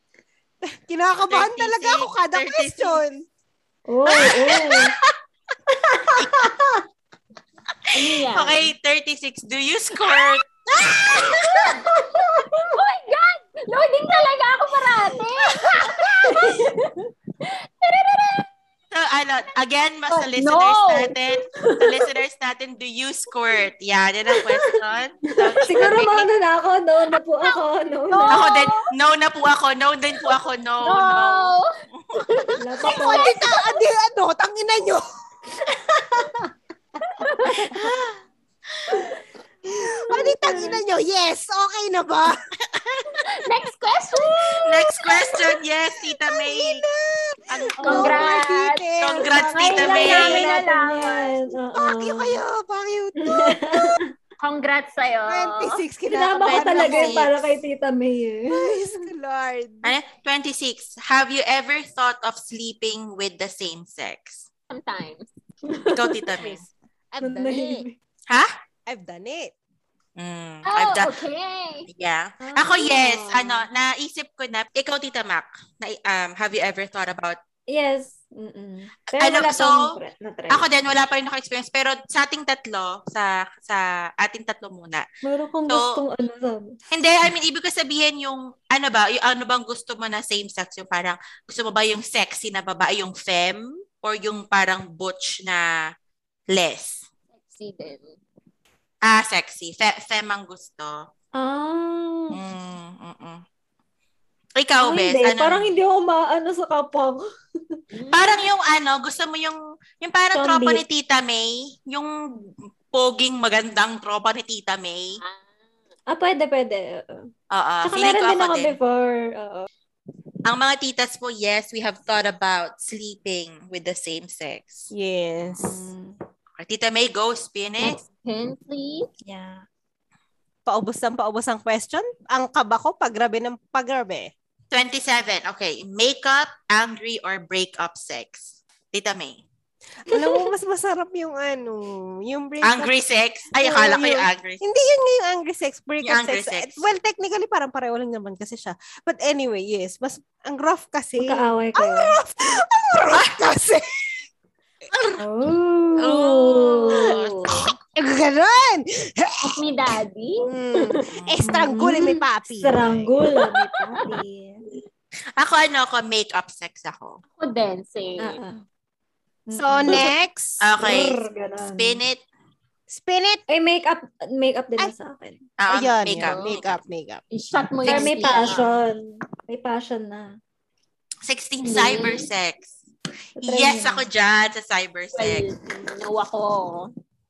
D: Kinakabahan
B: 36,
D: talaga ako kada
B: 36.
D: question.
C: Oo, oo.
E: Ano yan?
B: Okay, 36. Do you score?
E: Oh my God! Loading talaga ako parati!
B: So, ano, again, mas sa
E: Oh,
B: listeners
E: no.
B: natin, sa listeners natin, do you squirt? Yan, yan ang question. So, Tita
C: Siguro
B: May-
C: mauna na ako. No, na po ako. No, no.
B: Ako din, no na po ako, no din po ako, no,
E: No!
B: Oh, no.
C: Wala
E: Oh,
C: pa po.
D: Hindi ka, hindi ano, tangina nyo. Hindi Oh, tangina nyo, yes, okay na ba?
E: Next question!
B: Next question, yes, Tita May. Ang,
C: Oh.
E: Congrats.
B: Oh, Congrats, Tita
E: Kailan
B: May.
E: namin nalaman?
B: Oh.
D: Pakyo kayo, pakyo.
E: Congrats sa'yo!
D: 26,
C: Kinama ko
D: kinakabahan
C: talaga
D: ako.
C: eh, para kay Tita May eh.
D: Praise the Lord.
B: Ano? 26. Have you ever thought of sleeping with the same sex?
E: Sometimes.
B: Ikaw, Tita May.
D: I've
C: Nung
D: done it.
C: nahimik.
B: Ha?
D: I've done it.
B: Mm,
E: Oh,
B: I've done,
E: okay.
B: yeah.
C: Ah.
B: Ako, yes. Ano, naisip ko na, ikaw, Tita Mac, na, um, have you ever thought about
C: Yes. Mm-mm. Pero
B: Ano,
C: wala
B: so,
C: pang pre- na-try.
B: Ako din, wala pa rin ako experience. Pero sa ating tatlo, sa sa ating tatlo muna.
C: Meron kong
B: So,
C: gustong ano sabi.
B: Hindi, I mean, ibig ko sabihin yung, ano ba, yung ano bang gusto mo na same sex? Yung parang, gusto mo ba yung sexy na babae, yung femme? Or yung parang butch na less?
E: Sexy din.
B: Ah, sexy. Fe- femme ang gusto.
C: Ah.
B: Mm, mm-mm. Ikaw,
C: Ay,
B: Bes,
C: Oh, hindi.
B: ano?
C: Parang hindi ako maano sa kapwa ko.
B: Parang yung ano, gusto mo yung, yung parang
C: Zombie.
B: tropa ni Tita May, yung poging magandang tropa ni Tita May.
E: Ah.
C: Ah, pwede, pwede. Oo.
B: Oo,
C: Tsaka
B: Ah, feeling
C: meron
B: ko
C: din
B: ako
C: ako
B: din.
C: before. Oo.
B: Ang mga titas po, yes, we have thought about sleeping with the same sex.
D: Yes.
B: Okay, Tita May, go spin it.
E: Next pin, please.
B: Yeah.
D: Paubos ng paubos ang question. Ang kaba ko, pagrabe ng pagrabe.
B: 27. Okay. Makeup, angry, or breakup sex? Tita May.
D: Alam mo, mas masarap yung ano, yung breakup.
B: Angry sex? Ay, akala ko yung
D: Yun.
B: angry.
D: Hindi yun nga yung angry sex, breakup
B: Yung angry
D: sex.
B: sex.
D: Well, technically, parang pareho lang naman kasi siya. But anyway, yes, mas, ang rough kasi.
C: Kaaway kayo.
B: Ah!
D: Ang rough kasi.
C: Oh.
D: Ganon!
E: Kiss me, daddy.
D: Mm. Eh, stranggulin ni papi.
C: Stranggul. ni Papi.
B: Ako ano ako, makeup sex ako.
E: Ako din, same.
C: Ah, ah.
D: So, next.
B: Okay.
C: Brr, ganun.
B: Spin it.
D: Spin it.
C: Ay, makeup, makeup din
D: Ay.
C: na sa akin.
B: Ah,
D: Ayan,
B: makeup.
D: yun, makeup, makeup.
E: I-shot mo
C: Pero
E: yung
C: may
E: speaker.
C: passion. May passion na.
B: 16.
E: Hmm.
B: Cyber sex.
C: Mm. Try
B: Yes,
C: mo.
B: ako dyan sa cyber
E: Well,
B: sex.
E: no ako.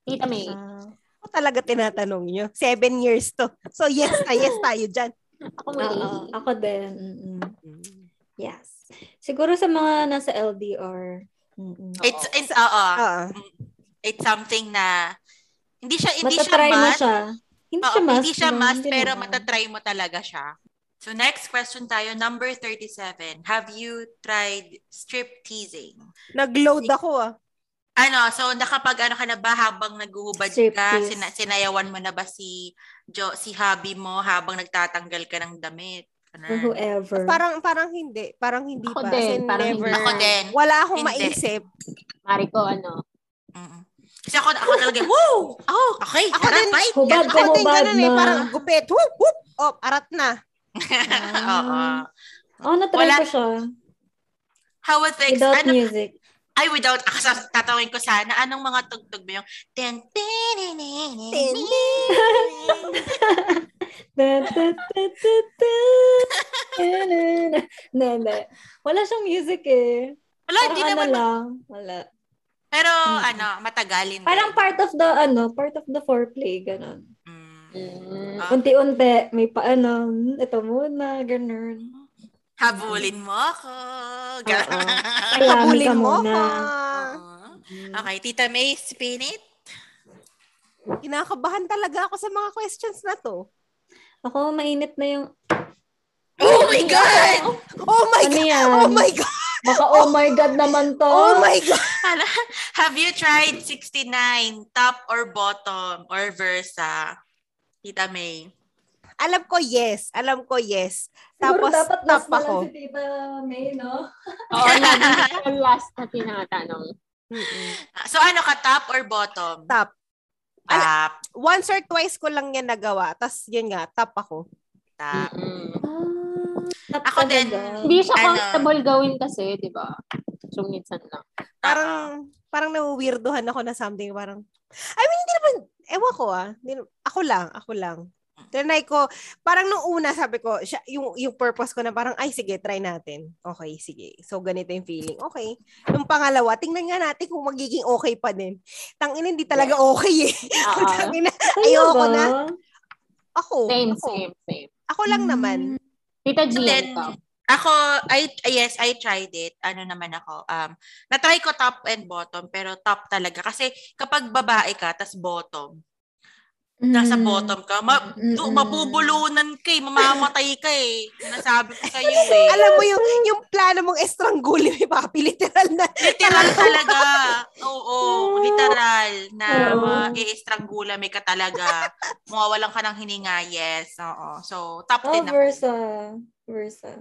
E: Tita May.
C: Ah.
D: Ako talaga tinatanong nyo. Seven years to. So, yes na, yes tayo dyan.
E: Ako muli.
C: Oo, ako din. Mm-mm. Yes. Siguro sa mga nasa LDR. Mm-mm.
B: It's, it's, oo.
C: Ah.
D: Oo.
B: It's something na, hindi siya, hindi
C: Matatry
B: siya
C: mo
B: must.
C: siya. Hindi
B: Oo,
C: siya must.
B: Hindi siya
C: no?
B: must,
C: Hindi
B: pero
C: naman.
B: matatry mo talaga siya. So next question tayo, number 37. Have you tried strip teasing?
D: Nag-load ako ah.
B: Ano, so nakapag ano ka na ba habang naguhubad ka,
C: Striptease.
B: sina- sinayawan mo na ba si Jo, si hubby mo habang nagtatanggal ka ng damit?
C: For
B: Ganun.
C: whoever.
D: Parang parang hindi, parang hindi
E: Ako
D: pa.
E: din,
D: As in,
E: parang
D: never.
E: hindi.
B: Ako din.
D: Wala akong
B: Hindi.
D: maisip.
E: Mari ko, ano.
B: Mm-mm. Kasi ako, ako talaga, woo! Oh, okay,
D: Ako
B: tara,
D: din.
B: fight!
C: Hubad
B: Ganun.
C: ko,
D: Ako din
C: hubad
D: ganun eh,
C: na.
D: parang gupit. Whoop, whoop. Oh, arat na.
B: Oo.
C: Oh, natry
B: Wala-
C: ko siya.
B: How was the ex-
C: Without
B: ano,
C: music.
B: ay without ako sa- tatawin ko sana anong mga tugtog ba yung ten ten
D: Tin,
C: Da, da, da, da, da. Na, na, na. Na, na. Wala siyang music eh.
B: Wala,
C: Parang
B: di
C: ano
B: naman.
C: lang. Wala.
B: Pero
C: Mm.
B: ano, matagalin.
C: Parang part of the, ano, part of the foreplay, ganun.
B: Mm.
E: Mm.
B: Ah.
C: Unti-unti, may paano, ito muna, ganun.
B: Habulin mo ako. Ganun.
C: Oo.
B: Ah,
C: Lamig ka
D: Pabulin mo Ah,
C: muna.
D: ka.
B: Oo. Okay, Tita May, spin it.
D: Kinakabahan talaga ako sa mga questions na to.
C: Ako, mainit na yung,
B: Oh my God!
D: Oh my
C: Ano
D: God!
C: yan?
D: Oh my God!
C: baka oh my God naman to.
D: Oh my God!
B: Hala, Have you tried 69, top or bottom, or versa? Tita May.
D: Alam ko yes. Alam ko yes.
C: Siguro
D: Tapos
C: dapat
D: tap
C: last na lang
D: ako.
C: si Tita May, no?
E: Oo, lagi yung last na tinatanong.
D: Mm-mm.
B: So ano ka, top or bottom?
D: Top.
B: Top.
D: Once or twice ko lang yan nagawa. Tapos yun nga, tap ako.
B: Top.
E: Mm.
C: Tap
B: Ako din.
C: talaga.
E: Hindi siya
B: Ano?
E: comfortable gawin kasi, di ba? So, minsan lang.
D: Parang, parang nawiwirduhan ako na something. Parang, I mean, hindi naman, ewan ko ah. Hindi na- ako lang, ako lang. Trinay ko, parang nung una sabi ko, siya, yung, yung purpose ko na parang, ay sige, try natin. Okay, sige. So, ganito yung feeling. Okay. Nung pangalawa, tingnan nga natin kung magiging okay pa din. Tangin, hindi talaga okay eh.
E: Oo.
D: Tangina,
C: Sa'yo
D: Ayoko
C: ba?
D: na. ako.
E: ah. Same,
D: ako,
E: same, same.
D: Ako lang naman.
E: Tita G,
B: And then,
E: ano ka?
B: ako, I, yes, I tried it. Ano naman ako. Um, natry ko top and bottom, pero top talaga. Kasi kapag babae ka, tas bottom. Nasa
C: Mm.
B: bottom ka, ma-
C: Mm-mm.
B: do, mapubulunan ka eh. Mamamatay ka eh. Nasabi ko sa'yo eh.
D: Alam mo yung, yung plano mong estrangulo ni Papi, literal na.
B: Literal talaga. Oo, literal na
C: Oo.
B: ma-estrangula may ka talaga. Mawawalan ka ng hininga, yes. Oo. So, top Ah,
C: Oh,
B: 10 na
C: Versa. Versa.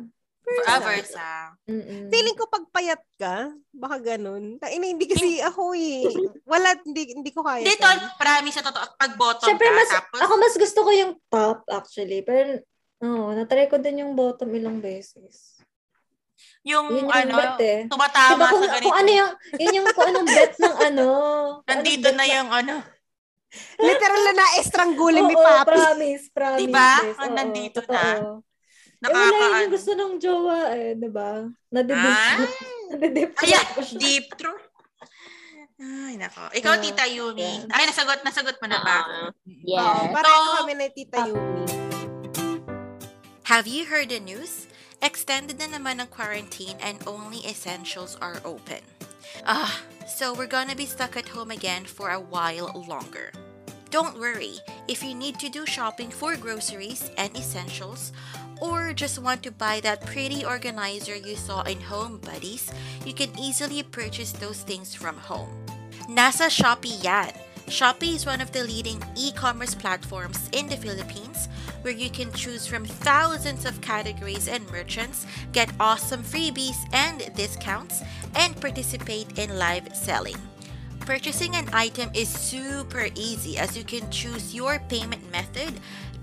B: forever sa.
C: Mm-mm.
D: Feeling ko pagpayat ka, baka ganun. Tangina, hindi kasi ako eh. Wala, hindi, hindi ko kaya.
B: Hindi,
D: to.
B: Ton, promise sa totoo. Pag bottom
C: Siyempre,
B: ka,
C: mas,
B: tapos,
C: ako mas gusto ko yung top actually. Pero, oo, natry ko din yung bottom ilang beses.
B: yung,
C: Yun yung
B: ano,
C: bet eh.
B: tumatama
C: diba kung,
B: sa ganito.
C: kung ano yung, yun yung kung anong bet ng ano. kung anong
B: Nandito
C: bet
B: na yung ano.
D: Literal na na-estrangulo ni
C: Oo,
D: Papi.
C: promise, promise.
B: Diba?
C: yes,
B: Ah,
C: oo,
B: nandito
C: totoo.
B: na.
C: Eh, wala yun
B: Nakakaano.
C: yung gusto ng jowa eh, diba? Nadidip.
B: Ah?
C: Nadidip.
B: Ayan, deep throat. Ay, nako. Ikaw,
C: Ah,
B: Tita Yumi.
C: yeah.
B: Ay, nasagot, nasagot mo na ba?
D: Oo,
E: Ah, Yes.
D: pareho
B: So-
D: kami na Tita Yumi.
B: Have you heard the news? Extended na naman ang quarantine and only essentials are open. Ah, so we're gonna be stuck at home again for a while longer. Don't worry, if you need to do shopping for groceries and essentials, or just want to buy that pretty organizer you saw in Home Buddies, you can easily purchase those things from home. Nasa Shopee yan. Shopee is one of the leading e-commerce platforms in the Philippines where you can choose from thousands of categories and merchants, get awesome freebies and discounts, and participate in live selling. Purchasing an item is super easy as you can choose your payment method,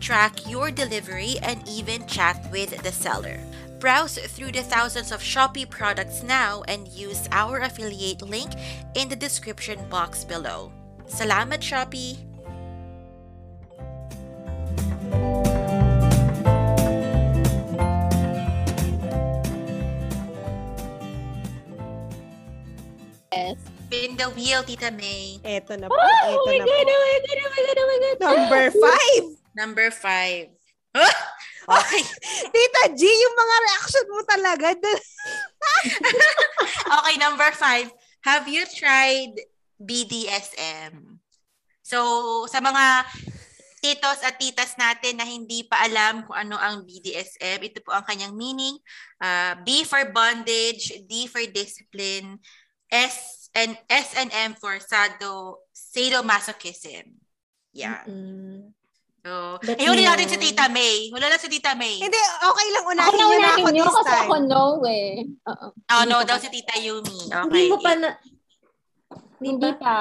B: track your delivery, and even chat with the seller. Browse through the thousands of Shopee products now and use our affiliate link in the description box below. Salamat Shopee!
E: yes.
B: Spin the wheel, Tita May.
D: Eto na po.
E: Oh,
D: eto
E: my
D: na
E: God,
D: po.
E: oh my God, oh my God, oh my God.
D: Number five.
B: Number five. Huh? Okay.
D: Tita G, yung mga reaction mo talaga. dal-
B: Okay, number five. Have you tried BDSM? So, sa mga titos at titas natin na hindi pa alam kung ano ang BDSM, ito po ang kanyang meaning. Ah, B for bondage, D for discipline, S and S and M for sado, sadomasochism. Yeah.
C: Mm.
B: So,
C: But
B: eh, huli
C: no.
B: natin si Tita May. Huli lang si Tita May.
D: Hindi, okay lang.
E: Ako
D: Unahin
E: na
D: niyo
E: una
D: na ako
E: niyo
D: this
E: kasi
D: time.
E: ako no eh. Oo.
B: Oh,
E: Hindi
B: no,
E: ko
B: daw
E: pa-
B: si Tita Yumi. Okay. Mm.
C: Hindi mo pa na...
E: Hindi pa.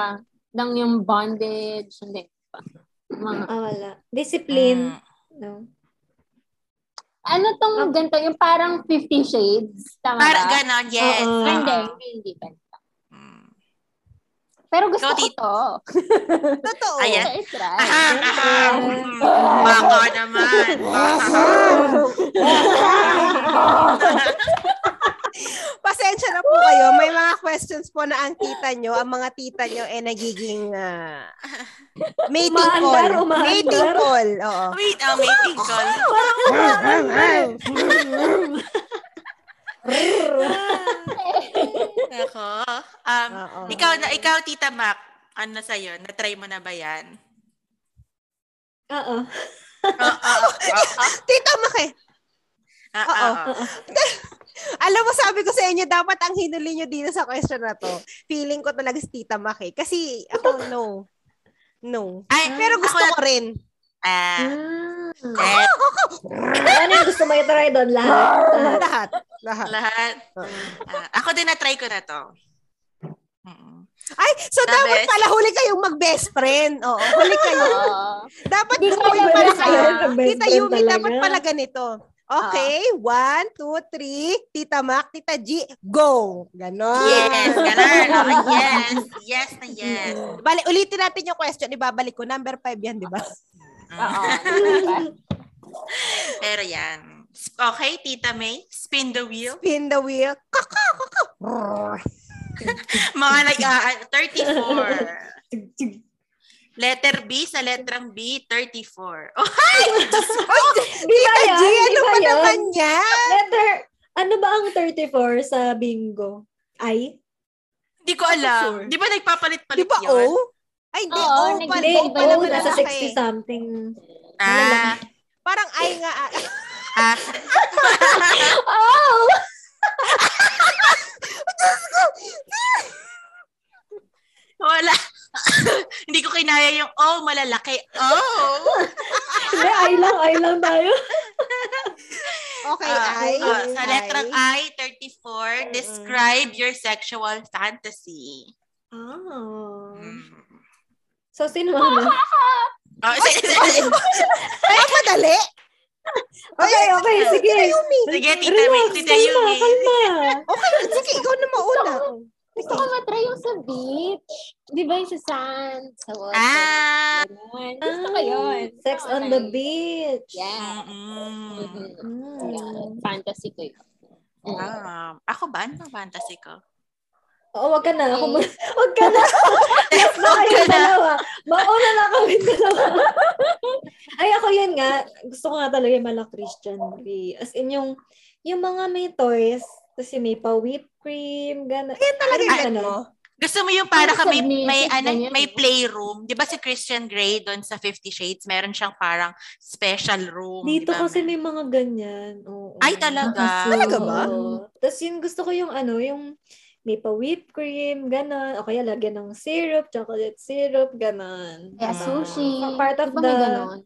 E: Lang yung bondage. Hindi pa. Mga,
C: Ah, wala. Discipline.
B: Mm.
C: No.
E: Ano tong ganito? Yung parang 50 shades. Tama
B: Parang
E: ba?
B: ganon, yes.
D: Oo.
E: Ah, Hindi,
B: Oo.
E: hindi, hindi pa.
B: Mm.
E: Pero gusto
B: Go,
E: ko
B: tita.
E: to.
D: Totoo.
B: Ayan.
E: Gusto i-try.
B: Aham, aham. Mm, Baka naman. Baka.
D: Pasensya na po kayo. May mga questions po na ang tita nyo, ang mga tita nyo, eh, nagiging ah, mating
C: Umaandar,
D: call.
C: umaandar.
D: Mating call. Oo.
B: Wait, ah, may tingkol. Ako. Um,
D: Oo.
B: ikaw, na, ikaw, Tita Mac, ano sa'yo? Na-try mo na ba yan?
C: Oo.
B: Oo, oo, oo,
D: Tita Maki,
B: oo,
D: Oo.
B: oo.
D: alam mo, sabi ko sa inyo, dapat ang hinuli nyo dito sa question na to. Feeling ko talaga si Tita Maki. Kasi ako, no. No.
B: ah. Ay,
D: Pero gusto
B: ako,
D: ko rin.
B: Ah,
E: Mm.
B: eh,
C: Ano yung gusto mo i-try doon? Lahat. Lahat.
D: Lahat. Lahat.
B: lahat.
D: Oo.
B: Ah, ako din na-try ko na to. Mm.
D: Ay, so
B: The
D: dapat
B: best.
D: pala huli kayong mag-best friend. Oo, huli kayo.
E: Oo.
D: Dapat
E: Hindi
D: huli
E: kayo
D: pala
E: best
D: kayo.
E: friend.
C: Best
D: Tita
C: friend
D: Yumi, dapat
C: talaga.
D: pala ganito. Okay, one, two, three. Tita Mac, Tita G, go! Ganon.
B: Yes, ganun. Oo, yes. Yes na yes.
D: Bali, ulitin natin yung question. Ibabalik ko. Number five yan, di ba?
E: Oo.
B: Mm.
E: Di ba?
B: Pero yan. Okay, Tita May, spin the wheel.
D: Spin the wheel. Kaka, kaka.
B: Mga like, ah, 34. Letter B sa letrang B, 34. Oh,
C: Di ba
D: Tita
C: yan?
D: G,
C: Di
D: ano
C: ba
D: ba
C: yan?
D: naman yan?
C: Letter, ano ba ang 34 sa bingo? Ay?
B: hindi ko alam.
D: Sure.
B: Di ba
D: Di
B: nagpapalit-palit
D: ba oh?
B: yun?
D: O? Ay, di
E: Oo,
D: O. pa-
E: Hindi,
C: Hindi,
D: O
E: iba
D: pa
E: na
C: oh,
D: naman
E: wala.
C: nasa
D: lalaki.
C: 60 something.
B: Ah,
D: Parang I nga. ah.
B: ah,
E: Oh!
B: wala. hindi ko kinaya yung oh, malalaki. Oh.
C: Hindi, ay lang, ay lang tayo.
D: Okay,
B: Ah,
D: I.
B: ah, sa letrang
D: I.
B: I, 34, describe your sexual fantasy.
C: Oh.
B: Mm.
D: Mm-hmm.
C: So, sino ang
B: Oh, sige, sige,
D: Ay, madali.
C: Okay, okay, sige.
D: Yumi.
B: sige, Tita May, Tita
C: kalma,
B: Yumi.
C: kalma.
D: Okay, sige, ikaw na mauna.
E: Gusto ko matry yung sa beach. Di ba yung sa sand? Sa water?
B: Ah.
E: Ganun. Gusto ko yun.
C: Ah, Sex
E: Gusto ko
C: on the
E: matry.
C: beach.
E: Yeah.
B: Mm-mm.
E: Mhm. Yeah,
C: Mm.
E: Fantasy ko yun. Mm.
B: Ah, ako ba? Ano ang fantasy ko?
C: Oo, wag ka na. Ako muna. Wag ka na. Yes na kayo dalawa. Mauna na kami dalawa. Ay, ako yun nga. Gusto ko nga talaga yung mga Christian movie. As in, yung, yung mga may toys, tapos yung may pa-whipped cream, gano'n.
D: Kaya talaga
C: Ano ba
D: yan
C: ganun?
D: mo.
B: Gusto mo yung para
E: Yung
B: kami
E: submissive,
B: may ano,
E: ganyan.
B: may playroom, 'di ba si Christian Grey doon sa 50 Shades, meron siyang parang special room, 'di
C: Dito
B: ba?
C: kasi may mga ganyan. Oo.
B: Ay, talaga?
D: Talaga ba?
C: Tapos yun, gusto ko yung ano, yung may pa-whipped cream, gano'n. O kaya lagyan ng syrup, chocolate syrup, gano'n.
E: Kaya sushi.
C: Ah, part of
E: Mm-hmm. Di ba may
C: the-
E: ganon?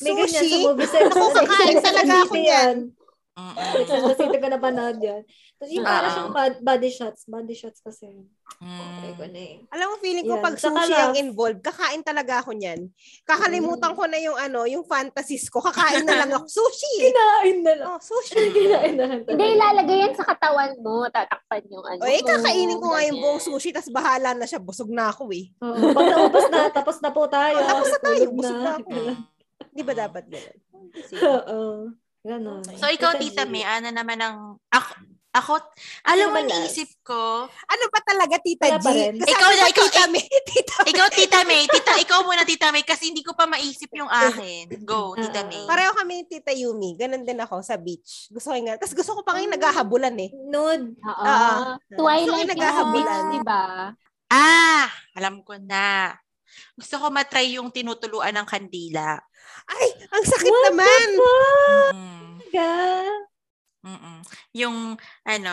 C: May ganyan
D: Sushi?
C: sa movie set.
D: Naku, kakain talaga ako niyan.
B: Mm-mm.
C: Sa city ko napanood yan. Tapos yung para
B: Ah.
C: siyang bod- body shots. Body shots kasi. Try
D: Hmm.
C: ko
B: Mm.
C: na eh.
D: Alam mo, feeling ko
C: Yan,
D: pag
C: saka
D: sushi ang
C: love. Mm.
D: involved, kakain talaga ako niyan. Kakalimutan ko na yung ano, yung fantasies ko. Kakain na lang ako. Sushi!
C: Kinain na lang.
D: Oh, sushi.
C: Kinain na lang.
E: Hindi, ilalagay yan sa katawan mo. Tatakpan yung ano.
D: O, eh,
E: mo,
D: kakainin ko nga yung
E: ganyan.
D: buong sushi, tas bahala na siya. Busog na ako eh.
C: Oo. Pag naubos na, tapos na po tayo.
D: Tapos na tayo.
C: Tulog
D: Busog na ako. Di ba dapat ganun? Sige.
C: Oo. Ganon.
B: So ikaw Tita May, ano naman ang ako ako alam mo
C: naman
B: iniisip ko,
D: Ano ba talaga, Tita
C: Wala
D: G?
C: pa rin.
D: Kasama
B: Ikaw na,
D: ba
B: ikaw,
D: Tita May. Tita May.
B: ikaw Tita May, Tita ikaw muna Tita May kasi hindi ko pa maisip yung akin. Go Tita
C: Ah.
B: May.
D: Pareho kami ni Tita Yumi. Ganun din ako sa beach. Gusto ko yung Tapos gusto ko pa ngayon naghahabulan eh.
C: Nude.
E: Oo.
D: Ah, Gusto ko
E: Twilight
D: yung
E: yung
D: naghahabulan.
E: beach, di ba?
B: Ah, alam ko na. Gusto ko matry yung tinutuluan ng kandila.
D: Ay, ang sakit naman!
B: Mm.
C: Ka.
B: Mm-mm. Yung ano,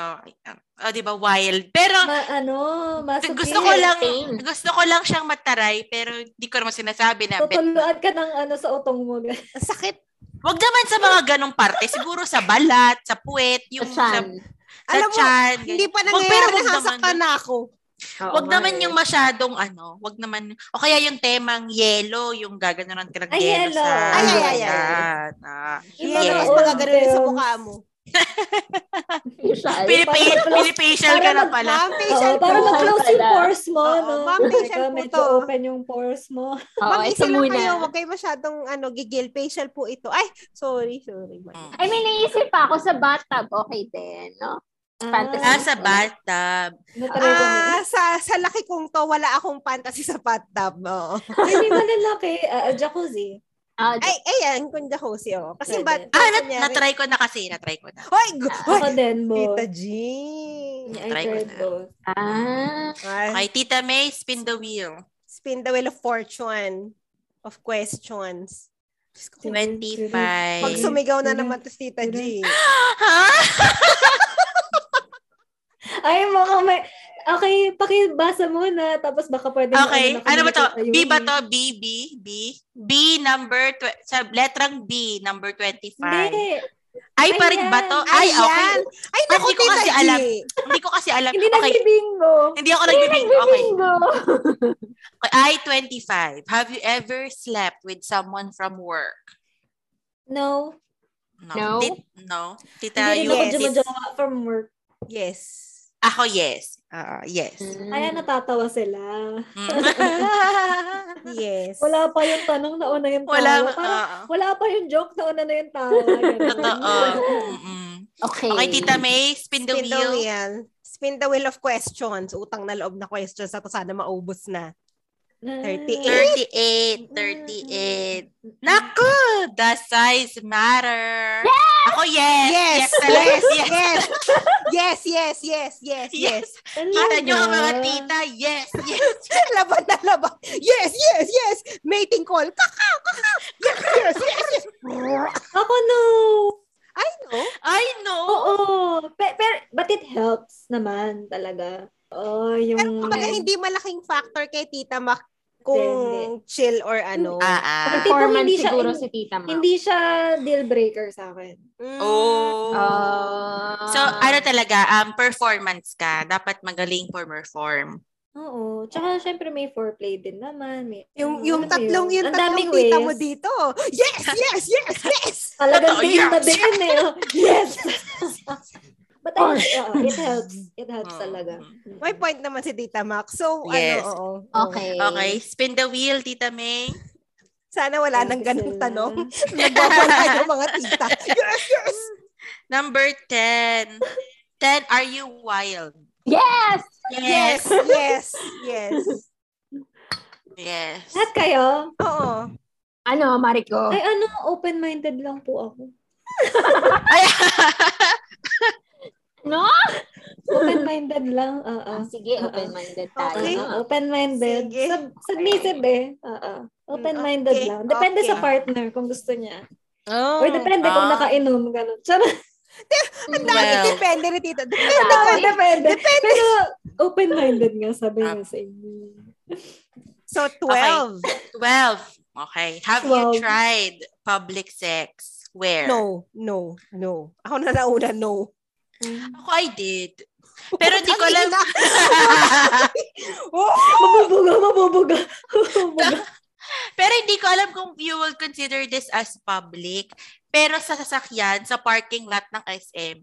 B: oh, 'di ba wild. Pero
C: Ma, ano, masupin.
B: gusto ko lang
E: Same.
B: gusto ko lang siyang mataray pero di ko naman sinasabi na bet.
C: Tutuluan ka ng ano sa utong mo.
D: Ang sakit.
B: Wag naman sa mga ganong parte, siguro sa balat, sa puwet, yung sa,
E: Chan.
B: sa
D: Alam mo,
B: tiyan,
D: Hindi
B: ganyan. Wag,
D: pa
B: pero
D: nangyayari
B: wag
D: nasasaktan
B: naman.
D: na ako.
C: Oo
B: Wag
C: nga
B: naman
C: eh.
B: yung masyadong ano, wag naman, o kaya yung temang yellow, yung gaganoran ka ng
C: Ay,
B: yellow
C: yellow.
B: sa...
D: Ay, ay, ay, ay.
B: Ayan, ah.
C: Yung
D: Yes.
C: mga
D: Mas
C: old
D: magagano'n yun sa
C: films.
D: mukha mo.
E: Facial.
B: Pinipi-
C: parang-
B: Pinifacial ka na pala.
D: Ma'am
C: Oo,
D: Ah, facial
C: para
E: po.
C: mag-close yung
E: Pala.
C: pores mo,
D: Oo,
C: no?
D: ma'am, facial
C: Teka,
D: po
C: medyo
D: to. Ah.
C: open yung pores mo.
E: Oo, ito
D: Mag-facial lang
E: muna.
D: kayo. Huwag kayo masyadong ano, gigil. Facial po ito. Ay, sorry, sorry. ma'am.
B: Mm.
E: I mean, naisip pa ako sa bathtub. Okay din, no? Fantasy.
B: Ah, sa bathtub.
C: Natry ko na.
D: Ah, sa sa laki kong to, wala akong fantasy sa bathtub. Oo.
C: Hindi man lalaki, ah, jacuzzi.
E: Ah,
D: Ay, ayan, kung jacuzzi, oh. Kasi ba,
C: Pwede.
B: Ah,
D: kunyari-
B: na- natry ko na kasi, natry ko na.
D: Hoy, gu- hoy,
C: Ako din, Bo.
D: Tita G.
C: I
B: Try ko
C: tried
B: na.
C: both.
E: ah.
D: Ay,
B: Okay, Tita May, spin the wheel.
D: spin the wheel of fortune of questions. Diyos ko,
B: 25.
D: Pag sumigaw na naman to si Tita G.
B: Ha?
C: Ay, baka may... Okay, pakibasa muna. Tapos baka pwede...
B: Okay,
C: na kung
B: ano ba to?
C: nakita yun
B: B ba
C: eh.
B: to? B, B, B? B number, tw- sa letrang B, number 25.
C: Hindi.
B: Ay, pa rin ba to? Ay, okay.
D: Ayan. Ay, naku,
B: Hindi ko
D: Tita
B: kasi
D: G.
B: alam. Hindi ko kasi alam.
C: Hindi
B: okay,
C: nagbibingo.
B: hindi ako nagbibingo. Okay.
E: Bingo!
B: okay. I, 25. Have you ever slept with someone from work?
C: No.
B: No.
E: No.
B: Tit- no. Tita,
C: Hindi rin
B: you
C: ako
D: yes,
C: jumajawa from work.
D: Yes.
B: Ako, yes. Ah, yes.
C: Kaya natatawa sila.
B: Hmm. Mm.
D: Yes.
C: Wala pa yung tanong na una yung tawa.
B: Wala.
C: Parang,
B: oo.
C: wala pa yung joke na una na yung tawa. ganun. Ah.
B: Totoo. Mm-mm.
E: Okay.
B: Okay, Tita May, spin the wheel.
D: Spin the wheel of questions. Utang na loob na questions. Ato sana maubos na.
B: 38,
D: 38.
B: 38. Naku! The size matter. Ako, yes.
D: Eh, Yes,
B: talaga,
D: yes, yes. Yes, yes, yes, yes, yes.
C: Ano
B: Kita nyo
C: ba?
B: ang mga tita, yes, yes.
D: laban na laban. Yes, yes, yes. Mating call. Kaka, kaka. Yes, yes, yes, yes.
C: Ako no.
D: I know.
B: I know.
C: Oo. Pe- pero, but it helps naman talaga. Oo, yung...
D: Pero kumbaga hindi malaking factor kay Tita Mac kung chill or ano.
B: Ah, ah.
C: Hindi po,
E: Performance
C: hindi siya-
E: siguro
C: hindi-
E: si Tita Mau.
C: Hindi siya deal breaker sa akin.
D: Mm.
B: Oh.
E: Ah.
B: so, ano talaga, um, performance ka. Dapat magaling perform.
C: Oo. Tsaka, syempre, may foreplay din naman. May, ano,
D: Yung, yung
C: ano
D: tatlong,
C: yun?
D: yung
C: Ang
D: tatlong
C: daming
D: tita
C: ways.
D: mo dito. Yes, yes, yes, yes.
C: Talagang
B: Totoo,
C: din na
B: yes.
C: din eh. oh. Yes! But I, oo, it helps. It helps
B: Mm.
C: talaga.
D: May point naman si Tita Mac. So,
B: Yes.
D: ano, oo.
E: Okay.
B: Okay, spin the wheel, Tita May.
D: Sana wala
C: Thank
D: nang
C: you,
D: ganong
C: sir.
D: tanong. Nagwawala yung mga tita. Yes, yes.
B: Number 10. 10, are you wild?
E: Yes!
D: Yes, yes, yes.
B: Yes.
C: Lahat kayo?
D: Oo.
E: Ano,
D: Oh.
E: Mariko?
C: Ay ano, open-minded lang po ako.
B: Ay,
E: No?
C: Open-minded lang, oo.
E: Ah, sige, open-minded tayo.
D: Okay.
C: Oo, open-minded.
D: Ah, Sige. Hmm,
C: Sub- submissive eh. Oo. Open-minded
D: okay,
C: lang. Depende sa
D: okay.
C: partner kung gusto niya.
D: Oh.
C: Or depende kung
B: Ah.
C: nakainom. Ganun. Charot.
D: Ang dami
B: Well.
D: depende ni Tita. Depende
E: Tama.
D: ka
C: Depende. depende. Pero open-minded nga sabi
B: Ah.
C: niya sa inyo.
D: So, 12.
B: 12. Okay. Have you
C: 12.
B: tried public sex? Where?
D: No, no, no. Ako na nauna, no.
C: Ah.
D: Ano
B: Ako, I did. Pero di
C: Ano
B: ko alam.
C: Mabubuga, mabubuga. mabubuga.
B: Pero hindi ko alam kung you will consider this as public. Pero sa sasakyan, sa parking lot ng SM.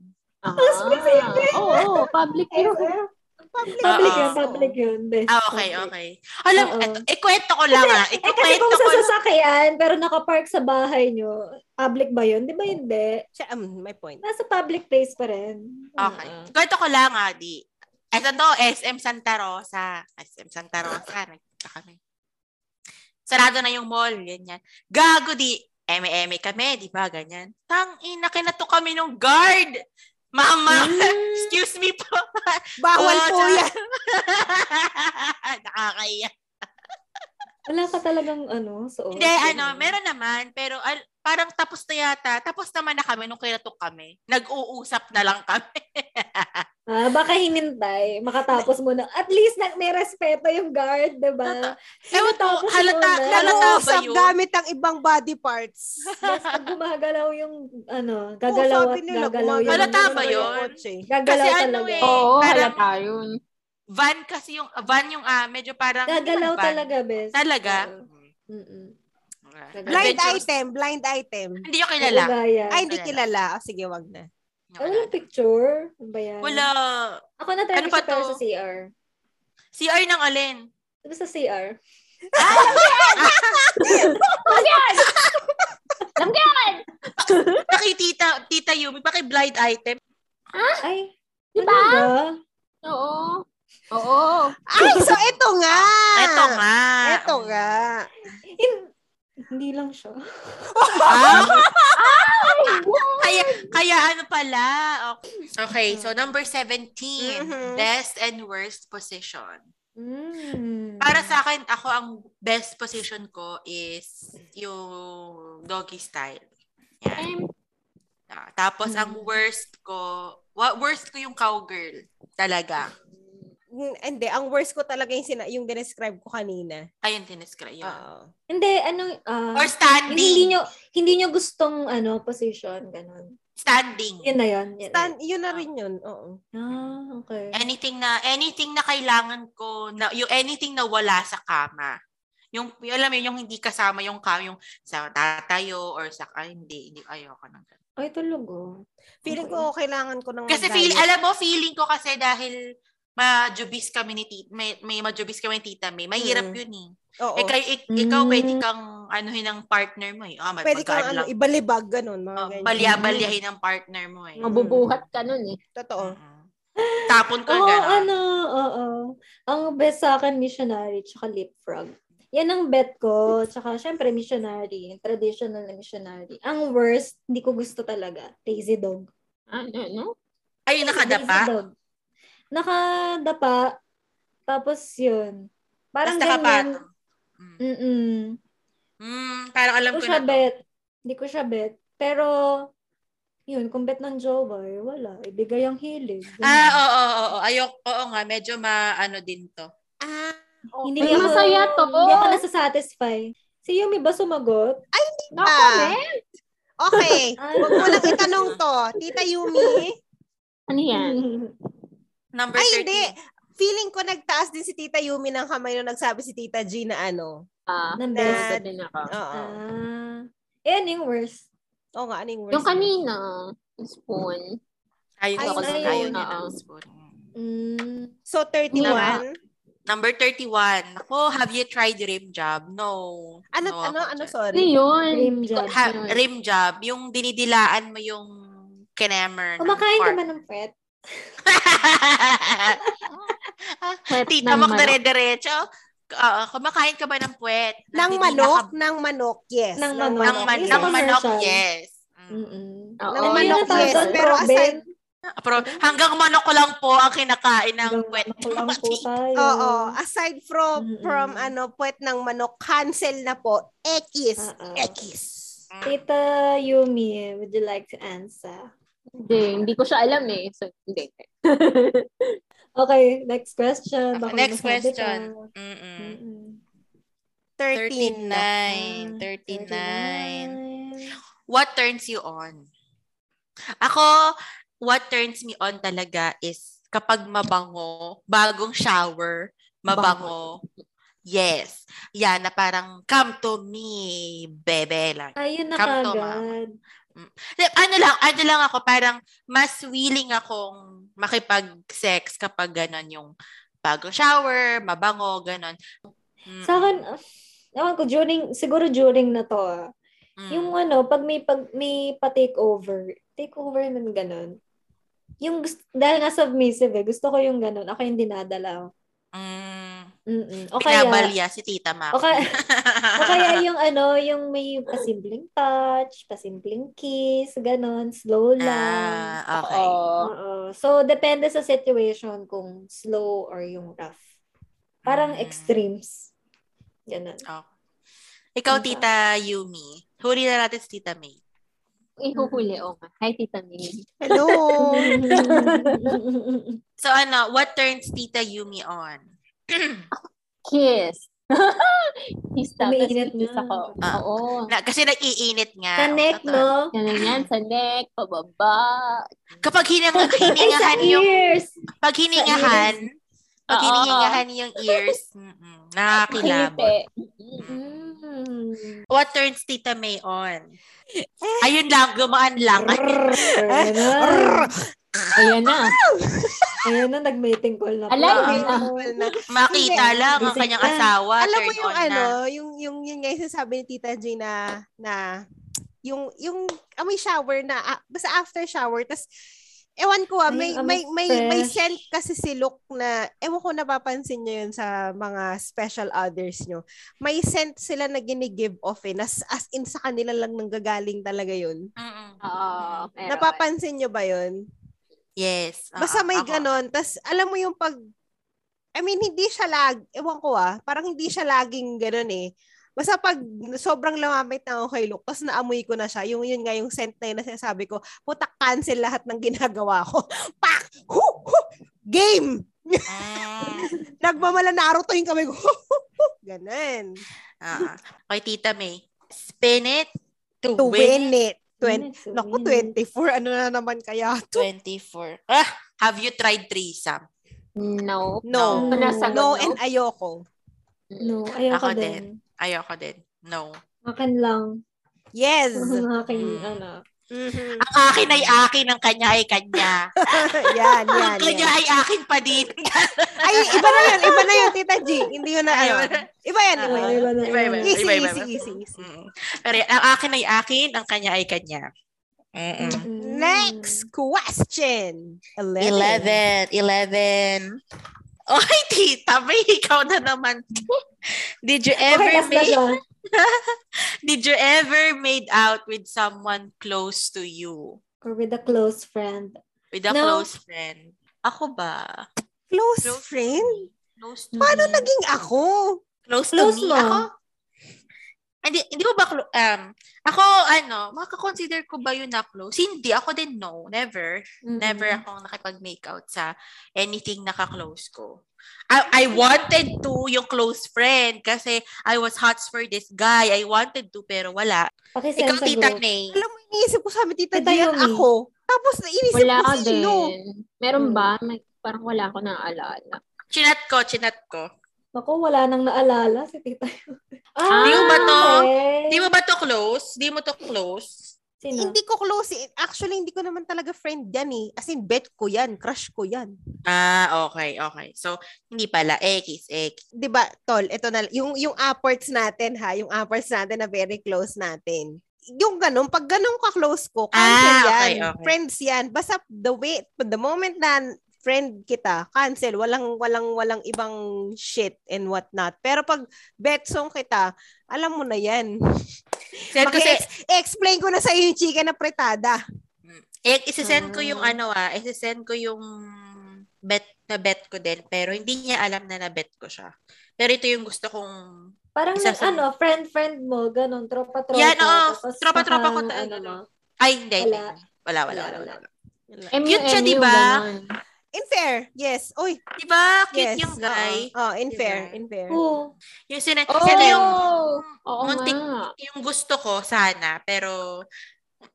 E: Ah.
C: specific.
E: Oo, oh, public yun.
D: Ah.
C: Public
B: Oo.
C: yun, public yun. Best.
B: Ah, okay, okay. Alam,
C: Oo.
B: eto, ikwento ko lang ah.
C: Eh kasi
B: Ikwento
C: kung
B: ko
C: sa
B: lang.
C: sasakyan, pero nakapark sa bahay nyo, public ba yun? Di ba hindi?
D: Siya, um, my point.
C: Nasa public place pa rin.
B: Okay.
C: Oo.
B: Kwento ko lang ah, di. Eto to, SM Santa Rosa. SM Santa Rosa. Nagkita kami. Sarado na yung mall, ganyan. Gago di. Eme-eme kami, di ba? Ganyan. Tang ina, kinato kami nung guard. Mama,
C: Hmm.
B: excuse me po.
D: Mm.
B: Oh,
D: Bawal
B: Oo,
D: po
B: tsaka-
D: yan.
B: Nakakaiyak.
C: Wala ka talagang ano, so
B: Hindi, ano, meron naman, pero al- parang tapos na yata. Tapos naman na kami nung kinatok kami. Nag-uusap na lang kami.
C: Ah, baka hinintay, makatapos mo na. At least nag may respeto yung guard, di ba?
B: Ewan ko,
C: Tapos
B: halata,
C: yun,
B: halata
C: ah.
B: ba
D: Nag-uusap
B: yun?
D: gamit ang ibang body parts.
C: Mas pag gumagalaw yung, ano,
D: Oo,
C: gagalaw
D: sabi
C: at
D: nila,
C: gagalaw
D: gumagalaw
C: yung...
B: Halata ba
D: yung
B: yun?
D: kotse.
C: Gagalaw
B: Kasi ano
C: talaga.
B: eh.
E: Oo,
B: Parang-
E: halata yun.
B: van kasi yung, van yung, ah, medyo parang,
C: Gagalaw
B: van.
C: talaga, bes.
B: Talaga? Mm-hmm.
C: Mm-mm.
D: Blind
B: Adventurous.
D: item, blind item.
B: Hindi ko kilala.
C: Ulayan.
D: Ay, hindi
B: Kilala.
D: kilala. O, sige, wag na.
B: Hindi ko
C: Ay,
B: kilala.
C: walang picture. Ano ba yan?
B: Wala.
C: Ako na try
B: Ano
C: ano
B: pa
C: siya pero
B: to?
C: sa CR.
B: CR ng alin?
C: Diba sa CR?
E: Damgan!
B: Paki tita, tita Yumi, paki blind item.
C: Ay,
E: Diba?
C: ano ba?
E: Oo. Oo.
D: Ay, so ito nga!
B: Ito Ah, nga.
D: Ito nga.
C: Hin- Hindi lang siya.
B: Ah,
E: Wow!
B: kaya, kaya ano pala. Mm-hmm. Okay, Okay, so number 17.
D: Mhm.
B: Best and worst position.
C: Mm.
B: Para sa akin, ako ang best position ko is yung doggy style. Yan.
E: I'm
B: Ah, Tapos ang worst ko, wa- worst ko yung cowgirl. Talaga.
D: Mm, Hindi, ang worst ko talaga yung, sina- yung describe ko kanina.
B: Ayun, tinescribe yun.
D: Oo.
C: Hindi, ano, ah,
B: Or
C: yung hindi
B: standing.
C: nyo, hindi nyo gustong, ano, position, ganun.
B: Standing.
C: Yun na yun. yun na
D: Tan, yun na rin yun. Oo.
C: yun. Ah, okay.
B: anything na anything na kailangan ko na yung anything na wala sa kama yung yung- alam mo yun, yung hindi kasama yung kama yung sa tatayo or sa ay, hindi hindi ayoko ng ganun.
C: Ay, tulog oh.
D: Feeling ko kailangan ko ng
B: kasi feel alam mo feeling ko kasi dahil majubis kami ni tita, may, may majubis kami ni tita May. Mahirap
D: Mm.
B: yun eh.
D: Oo.
B: Eh, kay- ik- ikaw
C: Mm.
B: pwede kang anuhin ng partner mo eh. Ah, may
D: Pwede kang
B: pagkaan
D: ano,
B: lang.
D: ibalibag, ganun. Mga
B: Ah,
D: ganyan.
B: balya-balyahin ng partner mo eh.
E: mabubuhat ka nun eh.
D: Totoo.
B: Mm. Tapon ko
C: Oo,
B: oh, gano'n.
C: ano, oo. Ang best sa akin, missionary, tsaka leapfrog. Yan ang bet ko. Tsaka, syempre, missionary. Traditional na missionary. Ang worst, hindi ko gusto talaga. Lazy dog.
E: Ano, ano?
B: Ayun, nakadapa.
C: Lazy dog. Nakadapa. Tapos, yun.
B: Tapos
C: Parang ganyan.
B: nakapato. Mm.
C: Mm-mm.
B: Mm, parang alam ko
C: Hindi ko
B: na
C: siya
B: to.
C: bet. Hindi ko siya bet. Pero, yun, kung bet ng jowa, eh, wala. Ibigay ang hilig. Ganun.
B: Ah, oo, oo, oo, oo. Ayok, oo nga, medyo maano din to.
D: Ah,
C: Hindi
E: Ay,
C: ako,
E: masaya to.
C: Hindi ako nasasatisfy. Si Yumi ba sumagot?
E: No
D: Ah.
E: comment.
D: okay.
C: Ay,
D: Huwag mo lang itanong to. Tita Yumi,
E: Ano yan?
B: Number 13.
D: Ay, hindi. Feeling ko nagtaas din si Tita Yumi ng kamay nung nagsabi si Tita G na ano.
E: Ah,
C: Ng
E: nasa
D: best.
E: din ako.
D: Oo.
C: Ah. Eh, ano yung worst?
D: Oo nga, ano yung worst?
E: Yung kanina, yung spoon.
B: Ayun,
D: Ayun,
B: ako ayun,
C: ayun,
B: ayun,
C: ayun.
B: yun ang
E: Oo.
B: spoon.
C: Mm.
D: So, 31.
B: Number 31. Ako, have you tried rim job? No.
D: Ano,
B: no,
D: ano,
B: ako
D: ano,
B: dyan.
E: Ano
D: sorry.
E: yun?
C: Dream job.
B: Ha,
E: yun?
B: rim job, yung dinidilaan mo yung kinemer. ng
C: Kumakain ka
B: pork.
C: ba ng pet?
E: Kwet
B: Tita
E: ng
B: Mok,
E: manok.
B: dere-derecho. Oo, kumakain ka ba ng puwet?
D: Nang manok, nang manok, yes.
C: Nang
B: Ng,
C: manok.
D: Nang manok.
B: man-
C: Yung
D: yes.
C: sa
B: ng manok,
C: commercial.
B: yes. Mm.
C: Mm-mm.
E: Oo,
D: Nang
E: yun
D: manok,
E: ang tawag
D: yes.
E: doon.
D: Pero
C: Proben.
D: asan?
B: Pero hanggang manok ko lang po ang kinakain ng
C: Hanggang
B: puwet.
C: ako lang po tayo. Ah,
D: Oo. Aside from,
C: Mm-mm.
D: from ano, puwet ng manok, cancel na po. Ekis.
C: Oo.
D: Ekis.
C: ah. Tita Yumi, would you like to answer?
E: Hindi, hindi ko siya alam eh. So, hindi.
C: Okay, next question. Baka
B: Okay,
C: may
B: next
C: masabi ka.
B: question. Mm-mm.
C: Mm-mm.
D: 13 na.
B: 39.
C: Ah,
B: 39. What turns you on? Ako, what turns me on talaga is kapag mabango, bagong shower, mabango. Yes. Yan, na parang, come to me, bebe. Like,
C: Ayun na
B: Come to,
C: kagad.
B: Like, ano lang, ano lang ako, parang mas willing akong makipag-sex kapag ganon yung bago shower, mabango, ganon. Mm,
C: Sa akin, ah, ewan ko, during, siguro during na to ah.
B: mm.
C: Yung ano, pag may, pag may pa-takeover, takeover naman ganun. Yung, gust- dahil nga submissive eh, gusto ko yung ganun. Ako yung dinadala. oh.
B: Mm,
C: Mm-mm. O kaya,
B: binabalya si Tita Mac.
C: o kaya, o kaya yung ano, yung may pasimpleng touch, pasimpleng kiss, ganun, slow lang.
B: Ah, okay.
E: Oo.
C: Oo. So, depende sa situation kung slow or yung rough. Parang
B: Mm.
C: extremes. Ganun.
B: Ikaw, Tita Yumi. Huli na natin si Tita May.
E: Ihuhuli, o nga. Hi, Tita Mimi.
D: Hello.
B: So ano, what turns Tita Yumi on?
E: Kiss. kiss tapos
C: Umiinit
E: kiss
C: na.
E: ako.
B: Ah.
E: Oo.
B: Na, kasi nag-iinit nga.
C: Connect,
B: Oo, totoo.
C: no?
E: Ganun yan, sa neck, pababa.
B: Kapag hinang,
C: Ay, sa
B: hiningahan yung
C: ears!
B: Pag hiningahan, Pag
E: Oo.
B: hinihingahan yung ears, mm-mm, nakakilabot.
E: Kilite. Mm-mm.
C: Mm.
B: What turns Tita May on?
D: Eh.
B: Ayun lang, gumaan lang.
C: Ayan na.
E: Ayan na.
C: Ayan na, nag-mating call na.
E: Alay,
C: pala.
E: may
D: Ayun, wala na.
B: Makita
C: Hindi,
B: lang ang
C: busy
B: kanyang
C: na.
B: asawa.
D: Alam mo
B: turn
D: yung
B: on
D: ano,
B: Na.
D: yung yung yung nga yung sabi ni Tita J na na yung yung amoy shower na ah, basta after shower tas ewan ko
C: Ay,
D: ah, may
C: yung
D: may
C: amoy
D: may may
C: fresh.
D: scent kasi si Luke na ewan ko napapansin niyo yun sa mga special others nyo. May scent sila na gini-give off eh. Nas, as in sa kanila lang nanggagaling talaga yun.
B: Mm-mm.
E: Oo, meron.
D: Napapansin nyo ba yun?
B: Yes. oo,
D: Basta may
B: ako.
D: ganon. Tapos, alam mo yung pag... I mean, hindi siya lag... Ewan ko ah. Parang hindi siya laging ganon eh. Basta pag sobrang lamamit na ako kay Luke, tapos naamoy ko na siya, yung yun nga yung scent na yun na sinasabi ko, putak cancel lahat ng ginagawa ko. Pak! Hu! Hu! Game!
B: Mm.
D: Nagmamala Naruto yung kamay ko. Ganon.
B: Ah. Okay, Tita May. Spin it to,
D: To
B: win,
D: win Mm. it. Twen-
E: Minutes to
D: Naku,
E: win.
D: 24. Ano na naman kaya to?
B: 24. Ah, have you tried threesome?
E: No.
D: No.
E: Wala sagot,
D: No
E: no?
D: and ayoko.
C: No, ayoko
B: Ako
C: din.
B: din. Ayoko din. No.
C: Akin lang.
D: Yes.
C: Ang aking,
B: Mm.
C: ano.
D: Mhm.
B: Ang akin ay akin, ang kanya ay kanya.
D: yan, yan,
B: Ang
D: yan.
B: kanya ay akin pa din.
D: Ay, iba na yun. Iba na yun, Tita G. Hindi yun na, ano.
B: Ayun.
D: Iba yan, iba
C: Ah,
D: yan.
C: iba na,
B: Iba,
C: iba
B: iba.
C: na.
D: Easy, easy, easy, easy.
B: Mm. Pero yan, ang akin ay akin, ang kanya ay kanya. Mm-mm.
C: Mm-mm.
D: Next question. Eleven.
B: Eleven. Eleven. Okay, tita. May ikaw na naman. Did you ever
C: Okay, last na
B: make,
C: siya.
B: did you ever made out with someone close to you?
C: Or with a close friend.
B: With a
C: No.
B: close friend? Ako ba?
D: Close
B: Close
D: friend?
B: Close to
D: Paano
B: me?
D: naging ako?
B: Close,
C: Close
B: to me?
C: mo.
B: Ako? Hindi, hindi ko ba, clo- um, ako, ano, makakonsider ko ba yun na close? Hindi, ako din, no. Never.
C: Mm-mm.
B: Never akong nakipag-makeout sa anything naka-close ko. I, I
C: Mm-hmm.
B: wanted to yung close friend kasi I was hot for this guy. I wanted to pero wala.
C: Pakisend
B: Ikaw,
C: sa
B: Tita
C: group.
B: May.
D: Alam mo, iniisip ko sa amin, Tita
C: Tita
D: G, at
C: Yumi.
D: ako. Tapos, nainisip
E: Wala
D: ko
E: ka
D: si
E: din.
D: Luke.
E: Meron
C: Mm.
E: ba?
B: Hmm.
E: May, parang wala ko naaalala.
B: Chinat ko, chinat ko.
C: Naku, wala nang naalala si Tita Yumi. Ah,
E: Di mo
B: Ano ba to?
C: okay.
B: Di mo ba to close? Di mo to close?
C: Sino?
D: Hindi ko close. eh. Actually, hindi ko naman talaga friend yan eh. As in, bet ko yan. Crush ko yan.
B: Ah, okay, okay. So, hindi pala. X, X.
D: 'Di ba tol? Ito na, yung, yung upwards natin ha. Yung upwards natin na very close natin. Yung ganun, pag ganun ka-close ko, cancel
B: Ah, okay,
D: yan.
B: okay.
D: Friends yan. Basta the way, the moment na friend kita, cancel. Walang, walang, walang ibang shit and what not. Pero pag betsong kita, alam mo na yan.
B: Send ko sa,
D: explain ko na sa yung chicken na pretada.
B: eh, isisend ko yung
C: Ah.
B: ano ah, isisend ko yung bet na bet ko din, pero hindi niya alam na na-bet ko siya. Pero ito yung gusto kong,
C: Parang
B: Isa
C: nag,
B: sa-
C: ano, friend-friend mo, ganun, tropa-tropa.
B: Yan, oo,
C: tapos
B: tropa-tropa ko eh,
C: naka-
B: tayo,
C: Ano,
B: ganun. ay, hindi, hindi.
C: Wala.
B: Wala, wala,
C: wala,
B: wala.
C: wala.
B: wala.
E: MU,
B: Cute siya,
E: MU,
B: diba?
E: ganun.
D: In fair, yes. Uy,
B: Diba? Cute
D: yes.
B: yung guy.
D: Oo. Oo, in
B: Diba?
D: fair, in fair.
C: Oo.
B: Yung sina,
D: Oh!
B: sino yung,
E: Oo
B: muntik,
E: nga.
B: yung gusto ko sana, pero,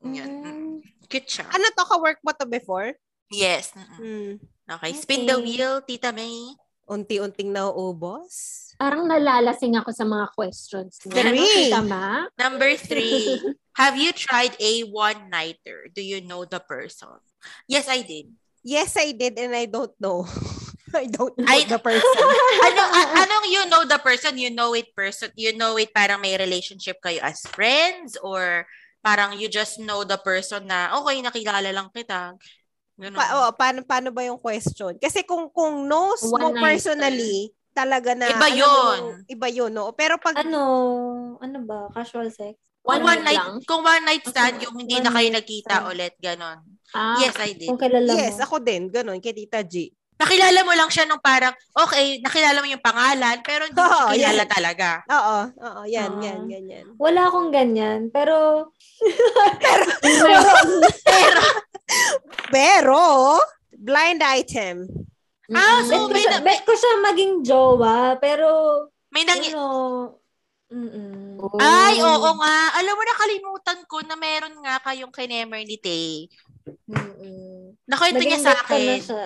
B: yun, mm,
C: Mm.
B: cute siya.
D: Ano to, ka-work mo to before?
B: Yes. mm, mm.
D: Hmm.
B: Okay, spin the
C: Okay.
B: wheel, Tita May.
D: Unti-unting nauubos.
E: Parang nalalasing ako sa mga questions mo. Ano,
D: Three.
E: Tita Ma?
B: Number three, have you tried a one-nighter? Do you know the person? Yes, I did.
D: Yes, I did and I don't know. I don't know
B: I-
D: the person.
B: Ano, a- anong you know the person? You know it person. You know it parang may relationship kayo as friends or parang you just know the person na okay, nakilala lang kita. Ganun.
D: Pa- oh, paano, paano ba yung question? Kasi kung kung knows mo
E: One nighter.
D: personally, talaga na
B: Iba
D: alam mo
B: yun.
D: yung- iba yun, no? Pero pag
C: Ano, ano ba? Casual sex?
B: kung
E: One
B: one
E: night
B: night,
E: lang?
B: kung one night stand,
C: Okay,
B: yung hindi
C: one
B: na kayo
C: night
B: nagkita
C: stand.
B: ulit, ganon.
E: Ah,
B: Yes, I did.
C: Kung kilala
D: yes,
C: mo.
D: ako din, ganun, kay Tita G.
B: Nakilala mo lang siya nung parang, okay, nakilala mo yung pangalan, pero hindi mo siya
D: Oo,
B: kilala
D: yan.
B: talaga.
D: Oo, oo, yan,
C: Ah.
D: yan, ganyan.
C: Wala akong ganyan, pero
D: Pero, blind item.
B: Ah,
E: Mm-mm.
B: so
C: bet ko,
B: may,
C: siya,
B: na-
C: bet ko siya maging jowa, pero,
B: may nang,
C: ano, mm
E: Oh.
B: Ay, oo nga. Alam mo, nakalimutan ko na meron nga kayong kinemer ni Tay.
C: mm
B: Nakwento niya
C: Naging
B: sa
C: bet ko na
B: akin.
C: siya.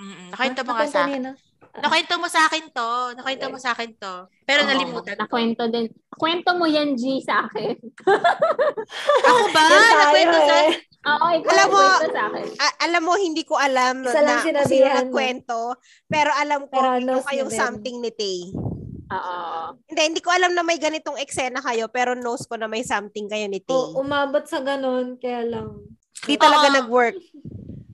B: Mm, Nakwento
C: Ah,
B: mo nga sa
C: nakwento
B: akin.
C: niya na?
B: Nakwento mo sa akin to. Nakwento mo sa akin to. Pero
E: Oo,
B: nalimutan. ko.
E: Nakwento din. Kwento mo yan, G, sa akin.
B: Ako ba?
C: Yan tayo
B: Ah, Nakwento sa...
C: eh.
E: Oo, ikaw
D: Alam mo-
E: kwento sa akin.
D: A- alam mo, hindi ko alam
C: Isa lang
D: na kung sino
C: sinabihan mo.
D: nagkwento. Pero alam ko,
C: Pero
D: ikaw
C: nose na
D: kayong
C: din.
D: something ni Tay.
E: Oo.
D: Hindi, hindi ko alam na may ganitong eksena kayo, pero knows ko na may something kayo ni Tay.
C: O, umabot sa ganun, kaya lang.
D: Hindi talaga
B: Oo.
D: nag-work.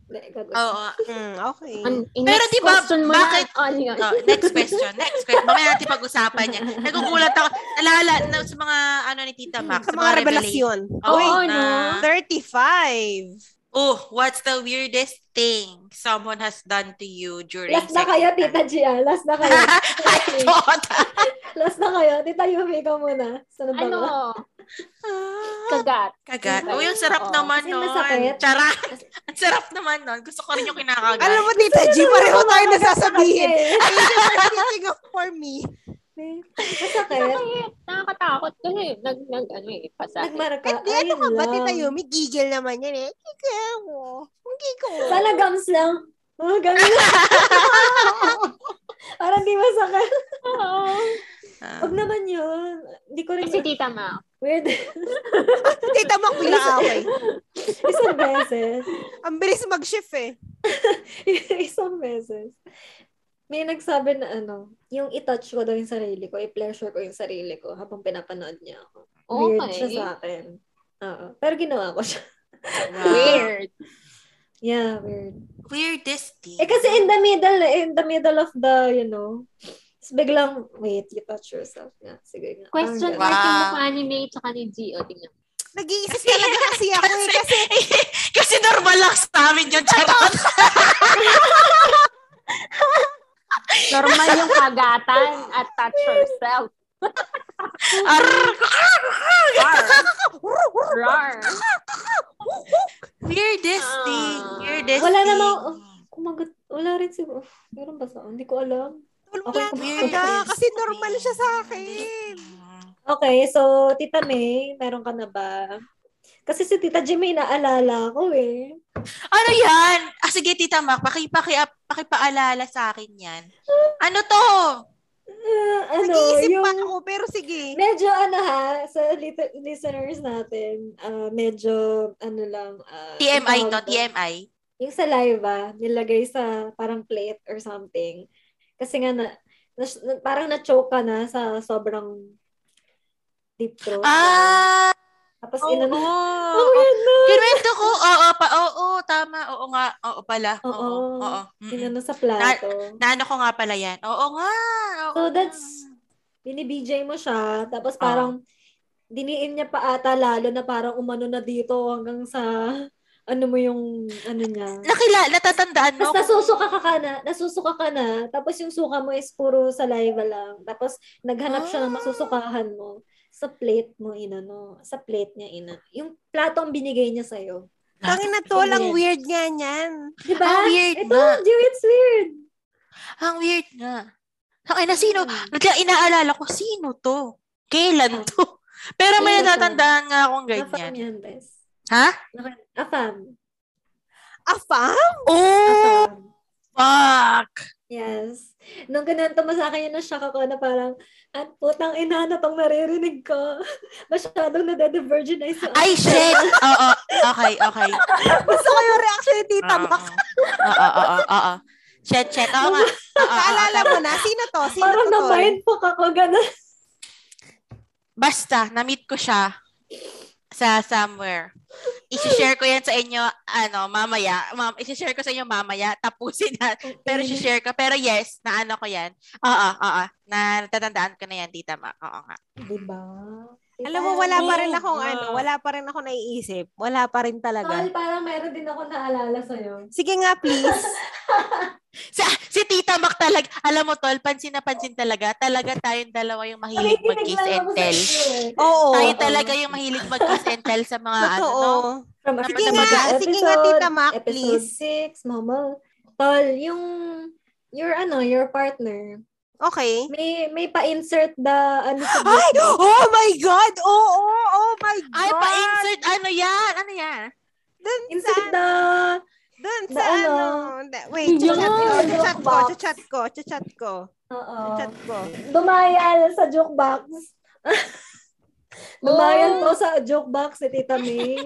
C: Oh.
B: Oo.
D: Mm, okay.
E: An-
B: Pero
E: next
B: di ba,
E: question mo
B: bakit-
E: Na, oh, yun.
B: Oh, next question. Next question. Mamaya natin pag-usapan yan. Nagugulat ako. Alala na, sa mga ano ni Tita Mac.
D: Sa mga
B: revelation.
D: revelasyon.
B: Oo,
D: Uy,
E: Oo,
B: na,
E: no?
D: 35.
B: Oh, what's the weirdest thing someone has done to you during
C: Last na
B: sex?
C: kayo, Tita Gia. Last na kayo.
B: I thought.
C: Last na kayo. Tita Yumi, ikaw muna. Sunod ba
E: Ano?
C: ako?
B: Ah.
E: Kagat.
B: Kagat. Oh, yung sarap
E: Oo.
B: naman
C: Kasi
B: nun.
C: masakit.
B: Tara. Ang sarap naman nun. Gusto ko rin yung kinakagat.
D: Alam mo, Tita G, pareho tayo nasasabihin.
C: Masakit.
D: Thinking of for me.
C: Masakit.
E: Nakakaya- Nakakatakot kasi nag, nag, ano eh, pasahe.
C: Nagmaraka.
D: Hindi, ano
C: Ayun
D: ka ba,
C: lang.
D: Tita Yumi? Gigil naman yan eh. Gigil mo. Ang gigil.
C: Sana gums lang. Oh, ganun. Parang di masakit.
E: Oo.
B: Ah.
C: Huwag naman yun. Hindi ko rin
E: Kasi tita ma.
C: weird.
D: Tita Mac, bigla away.
C: Isang beses.
D: Ang bilis mag-shift eh.
C: Isang beses. May nagsabi na ano, yung itouch ko daw yung sarili ko, i-pleasure ko yung sarili ko habang pinapanood niya ako. Weird
E: Okay.
C: siya sa akin. Oo. Pero ginawa ko siya.
B: Wow.
E: Weird.
C: Yeah, weird.
B: Weirdest thing.
C: Eh kasi in the middle, eh, in the middle of the, you know, tapos biglang, wait, you touch yourself nga. Sige nga.
E: Question
C: Parang
E: mark
C: ganun.
E: yung
B: Wow.
E: mukha ni May tsaka ni Gio. Tingnan. mo.
D: Nag-iisip talaga kasi ako eh. Kasi
B: Kasi normal lang sa amin yun. Charot.
E: Normal yung kagatan at touch yourself.
B: Arr.
E: Rar. Rar.
B: Weirdest
E: Ah.
B: thing. Weirdest
C: Wala
B: thing.
C: namang- Kumagat, wala rin siguro. Meron ba sa Hindi ko alam.
D: tulong
C: Okay,
D: lang
C: weird.
D: talaga. Kasi normal siya sa akin.
C: Okay, so, Tita May, meron ka na ba? Kasi si Tita Jimmy, naalala ko eh.
B: Ano yan? Ah, sige, Tita Mac, paki, paki, pakipaalala sa akin yan. Ano to?
C: Ah, ano,
D: Nag-iisip
C: yung...
D: pa ako, pero sige.
C: Medyo ano ha, sa lit- listeners natin, ah, medyo ano lang. ah,
B: TMI
C: ang
B: to,
C: tawag doon,
B: TMI.
C: Yung saliva, nilagay sa parang plate or something. Kasi nga, na, nas- na- parang na-choke ka na sa sobrang deep throat.
B: Ah!
C: Tapos
B: Oo.
C: inano.
B: Oh,
C: Oh, yun na.
B: Kinuwento ko. Oo, pa, oo, tama. Oo nga. Oo pala. Oo.
C: Oo.
B: Oo. Mm-mm.
C: Inano sa plato.
B: Naano ko nga pala yan. Oo nga. Oo
C: So
B: nga.
C: that's- Binibijay mo siya. Tapos
B: Ah.
C: parang diniin niya pa ata lalo na parang umano na dito hanggang sa ano mo yung ano niya.
B: Nakila, natatandaan mo.
C: Tapos nasusuka ka, ka na, nasusuka ka na, tapos yung suka mo is puro saliva lang. Tapos naghanap
B: Ah.
C: siya ng masusukahan mo sa plate mo inano, sa plate niya ina. Yung platong binigay niya sa'yo.
D: Tangin na to, lang weird nga niyan.
C: Di ba?
B: Ang Ah, weird
C: I
B: na.
C: told you, it's weird.
B: Ang weird na. Ang ina, sino?
C: Mm.
B: Bigla inaalala ko, sino to? Kailan to? Pero may
C: Ah. Sino to?
B: natatandaan nga akong ganyan.
C: Afam yan, bes.
B: Ha?
C: Naka- Afam.
D: Afa? Ah.
B: Oh,
C: Afam.
B: fuck!
C: Yes. Nung kinanta mo sa akin yun, na-shock ako na parang, at putang ina na tong naririnig ko. Masyadong nade-divergenize yung
B: Ay, shit! Oo, okay, okay.
D: Gusto ko yung reaction ni Tita
B: Oo,
D: Mac.
B: oo, oo, oo. Shit, shit. Oo nga. Oo,
D: ah,
B: oo,
D: Naalala
B: oo.
D: mo na, sino to? Sino
C: Parang
D: to? Tol?
C: na-mindfuck ako, gano'n.
B: Basta, na-meet ko siya sa somewhere. I-share ko yan sa inyo, ano, mamaya. Mam, i-share ko sa inyo mamaya. Tapusin na. Pero i-share ko. Pero yes, na ano ko yan. Oo, oo. Na natatandaan ko na yan, tita ma. Oo nga.
C: Diba?
D: Alam mo, wala pa rin
B: Oh,
D: akong
B: wow.
D: ano, wala pa rin ako naiisip. Wala pa rin
C: Tol,
D: talaga.
C: parang meron din ako naalala sa'yo.
D: Sige nga, please.
B: Si, ah, si Tita Mac talaga, alam mo tol, pansin na pansin talaga, talaga tayong dalawa yung mahilig mag-kiss
C: lang
B: and
C: ako sa
B: tell.
C: inyo eh.
D: Oo.
B: Tayo talaga yung mahilig mag-kiss and tell sa mga ano,
D: Totoo.
B: no?
C: From
B: Sige
C: Africa
B: nga,
C: Baga
D: sige nga,
C: episode,
D: Tita Mac,
C: Episode
D: please.
C: 6, Mama. Tol, yung, your ano, your partner,
D: Okay.
C: may, may pa-insert the, ano sa
D: Ay! Oh my God! Oo! Oh, oh, my God!
B: Ay, pa-insert, ano yan? Ano yan?
D: Dun
C: Insert
D: sa-
C: the
D: Doon
C: Na
D: sa ano.
C: ano?
D: Hindi, Wait,
E: Yung
D: chat ko,
E: mga
D: chat ko,
C: box.
D: chat ko, chat ko,
C: Oo.
D: chat ko.
C: Dumayan sa joke box. Dumayan
E: Oh.
C: po sa joke box si Tita May.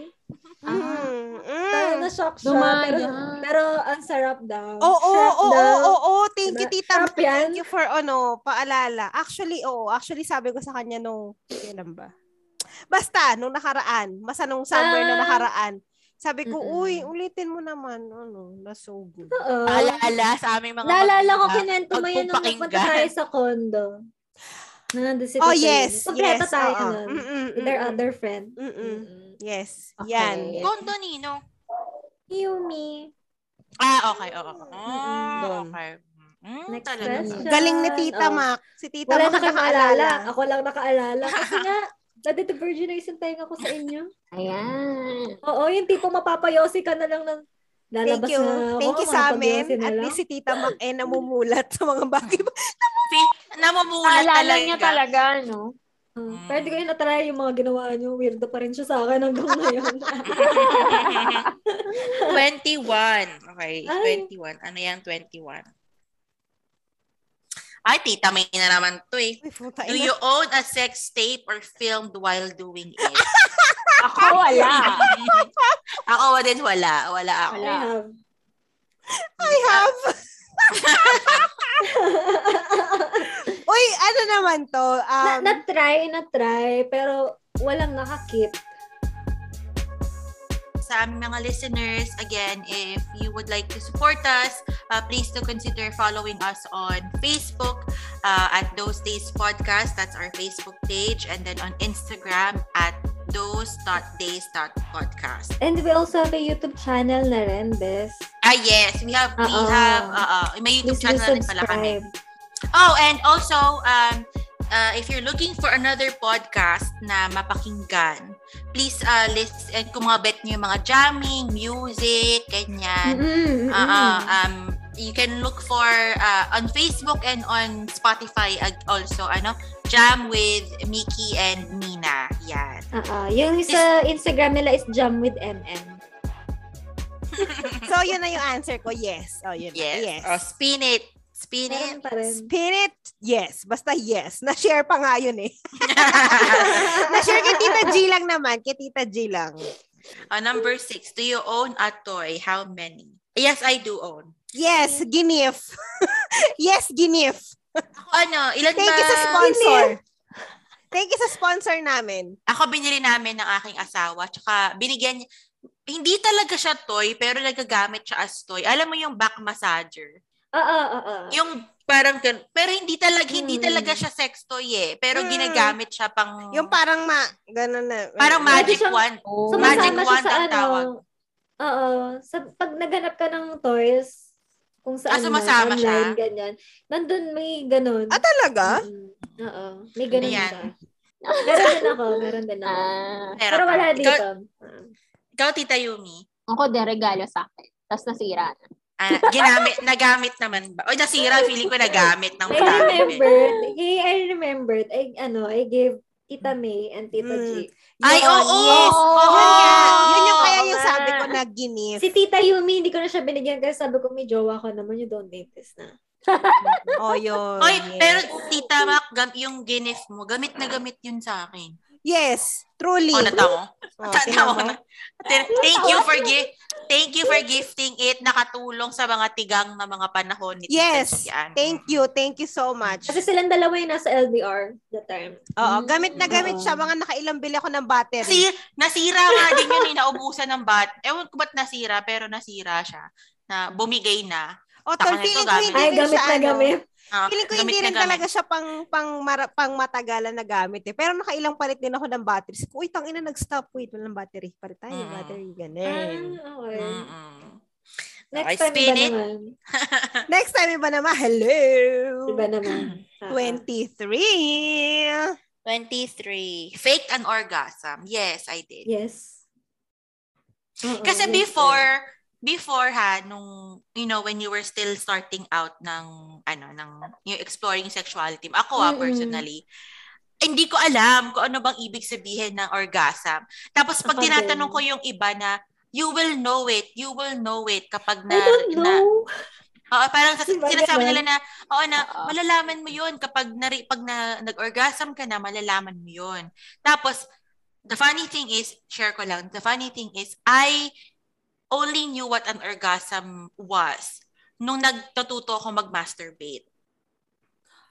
E: Ah.
D: Mm,
C: Tayo
D: mm.
C: na shock siya. Pero,
E: Dumayan.
C: pero ang sarap daw.
D: Oo,
C: Sarap
D: oo,
C: Oh, daw.
D: oo, oo, oh, thank you,
C: Diba?
D: tita.
C: Sarap yan.
D: Thank you for, ano, paalala. Actually, oo, actually, sabi ko sa kanya nung, kailan ba? Basta, nung nakaraan, basta nung summer na
C: Ah.
D: nakaraan, sabi ko,
B: Mm-mm.
D: uy, ulitin mo naman, ano, na so good.
C: Oo.
B: Alala sa aming mga
C: Naalala ko
B: magulang.
C: kinento mo yun nung
B: Pagpupakinggan.
C: nagpunta tayo sa condo. Na nandun si
D: Oh,
C: Tita Yun.
D: yes,
C: Kompleto
D: yes.
C: tayo
D: oo. Mm,
C: nun.
D: Mm-mm,
C: With their
D: mm-mm,
C: other friend.
D: mm-mm.
C: Mm-mm.
D: Yes,
C: Okay.
D: yan.
B: Kondo Nino.
C: Yumi.
B: Ah, okay, oo. Oh,
D: Doon.
B: okay. Mm,
C: Mm, Next
B: talaga.
C: question.
D: Ano Galing ni Tita
C: Oh.
D: Mac. Si Tita
C: Wala
D: Mac
C: na
D: ang
C: kayo
D: nakaalala.
C: maalala. Ako lang nakaalala. Kasi nga, nandito virginize yung tenga ko sa inyo.
E: Ayan.
C: Oo, yung tipo mapapayosi ka na lang ng
D: Thank
C: lalabas
D: you.
C: na ako.
D: Thank you sa amin.
C: makapagyosi na
D: At
C: lang.
D: least si Tita Mac eh namumulat sa mga bagay.
B: Fi- Namumulat
E: Alala
B: talaga. Hmm.
E: niya talaga, no?
C: Uh, pero hindi ko yun natry yung mga ginawa niyo. Weirdo pa rin siya sa akin hanggang ngayon.
B: 21. Okay,
C: Ay.
B: 21. Ano yung 21? Ay, tita, may na naman to eh.
D: Uy, puta
B: Do
D: ina.
B: you own a sex tape or filmed while doing it?
E: Ako, wala.
B: ako din wala. Wala ako.
E: Wala.
C: I have.
D: I have. Uy, ano naman to? Um,
C: na, na-try, na-try. Pero walang nakakip.
B: sa aming mga listeners, again, if you would like to support us, uh, please do consider following us on Facebook uh, at Those Days Podcast. That's our Facebook page. And then on Instagram at those.days.podcast.
C: And we also have a YouTube channel na rin, bes.
B: Ah, yes. We have, we
C: Oo.
B: have, uh, uh, may YouTube
C: Please do
B: channel na rin pala kami.
C: subscribe.
B: Oh, and also, um, uh, if you're looking for another podcast na mapakinggan, please uh, list, and kung mga bet nyo yung mga jamming, music, ganyan,
C: Mm-mm,
D: Ah,
C: mm-mm.
B: Uh, um, you can look for uh, on Facebook and on Spotify ag- also ano Jam with Mickey and Mina. Yan.
C: Oo. Ah, Yung sa Instagram nila is jam with MM.
D: so, yun na yung answer ko. Yes. Oh, yun na.
B: Yes.
D: Yes.
B: Oh, spin it. Spin it.
C: Meron pa rin.
D: Spin it. Yes. Basta yes. Na-share pa nga yun eh. Na-share kay Tita G lang naman. Kay Tita G lang.
B: oh, number six. Do you own a toy? How many? Yes, I do own.
D: Yes, ginif. yes, ginif.
B: Ako ano, ilan
D: Thank
B: ba?
D: you sa sponsor. Thank you sa sponsor namin.
B: Ako binili namin ng aking asawa. Tsaka binigyan niya. Hindi talaga siya toy, pero nagagamit siya as toy. Alam mo yung back massager?
C: Oo, oo, oo.
B: Yung parang gan- pero hindi talaga hindi
C: Mm.
B: talaga siya sex toy eh pero
D: Mm.
B: ginagamit siya pang
D: Hmm. Yung parang ma... Ganun na. Ah,
B: parang
C: Pwede
B: magic
C: siyang-
B: wand
E: Oh.
B: Magic
C: Sumasama siya
B: wand
C: sa
B: ang
C: ano.
B: tawag.
C: Oo. Sa, pag naghanap ka ng toys, kung saan
B: Ah,
C: man,
B: sumasama siya?
C: online, ganyan. Nandun may ganun.
D: Ah, talaga?
C: Mm-mm. Oo. May ganun
B: Ayan.
C: siya. Meron din ako. Meron din ako.
E: Ah,
B: Meron
C: Pero
B: ka.
C: wala
B: ikaw,
C: dito.
B: ikaw tita Yumi
E: ako, de regalo sa akin. Tapos nasira na.
B: ah, ginamit nagamit naman ba o nasira feeling ko nagamit ng
C: I
B: marami.
C: remembered. Hey, I remembered. I, ano, I gave Tita May and Tita
D: Mm.
C: G.
B: ay oo Ah.
D: Yun. Yes.
E: Oo.
D: Yun nga. Yun yung
B: Oo
D: kaya yung
E: nga.
D: sabi ko na ginif.
C: Si Tita Yumi, hindi ko na siya binigyan kasi sabi ko may jowa ko naman. You don't need this na.
D: Oh, yun.
B: Oy,
D: yes.
B: pero tita Mac, gam- yung ginif mo, gamit na gamit yun sa akin.
D: Yes, truly.
B: O, natawa.
D: Oh,
B: Tatawa
D: tingnan mo.
B: na. Tin- Thank you for gi- Thank you for gifting it. Nakatulong sa mga tigang na mga panahon ni Tita
D: Yes.
B: Gian.
D: Thank you. Thank you so much.
C: Kasi silang dalawa yung nasa LDR that time.
D: Oo, gamit na gamit
C: Oo.
D: siya. Mga nakailang bili ako ng battery.
B: Kasi nasira nga din yun eh, naubusan ng bat. Ewan ko ba't nasira, pero nasira siya. Na bumigay na.
D: o,
B: Taka
D: tol,
B: nito,
D: feeling ko
B: gamit.
D: hindi
C: Ay,
D: rin
C: gamit
D: siya,
C: na
D: ano,
C: gamit.
B: Ah,
D: Feeling ko
B: gamit
D: hindi
B: na
D: rin
B: gamit.
D: talaga siya pang, pang, mara, pang matagalan na gamit eh. Pero nakailang palit din ako ng battery. Sabi ko, uy, tangina, nag-stop. Wait, walang battery. Palit tayo,
B: Mm.
D: battery.
C: Ah,
D: Ganun.
C: okay.
B: Mm-mm.
C: Next
B: Okay,
C: time,
B: spin
C: iba
B: it.
C: naman.
B: Ah.
D: Next time, iba naman. Hello!
C: Iba naman. Ah,
D: 23.
B: 23. Fake an orgasm. Yes, I did.
C: Yes. Oo,
B: Kasi
C: yes,
B: before, before ha, nung, you know, when you were still starting out ng, ano, ng, yung exploring sexuality, mo. ako ha,
C: Mm-mm.
B: personally, hindi ko alam kung ano bang ibig sabihin ng orgasm. Tapos pag
C: Ako din.
B: tinatanong ko yung iba na, you will know it. You will know it kapag na...
C: I don't
B: na
C: know.
B: Oo, parang sa,
C: Diba,
B: sinasabi
C: ganun?
B: nila na, oo na,
D: Ah.
E: Oo.
B: malalaman mo yun kapag nari, pag na, nag-orgasm ka na, malalaman mo yun. Tapos, the funny thing is, share ko lang, the funny thing is, I only knew what an orgasm was nung nagtatuto ako mag-masturbate.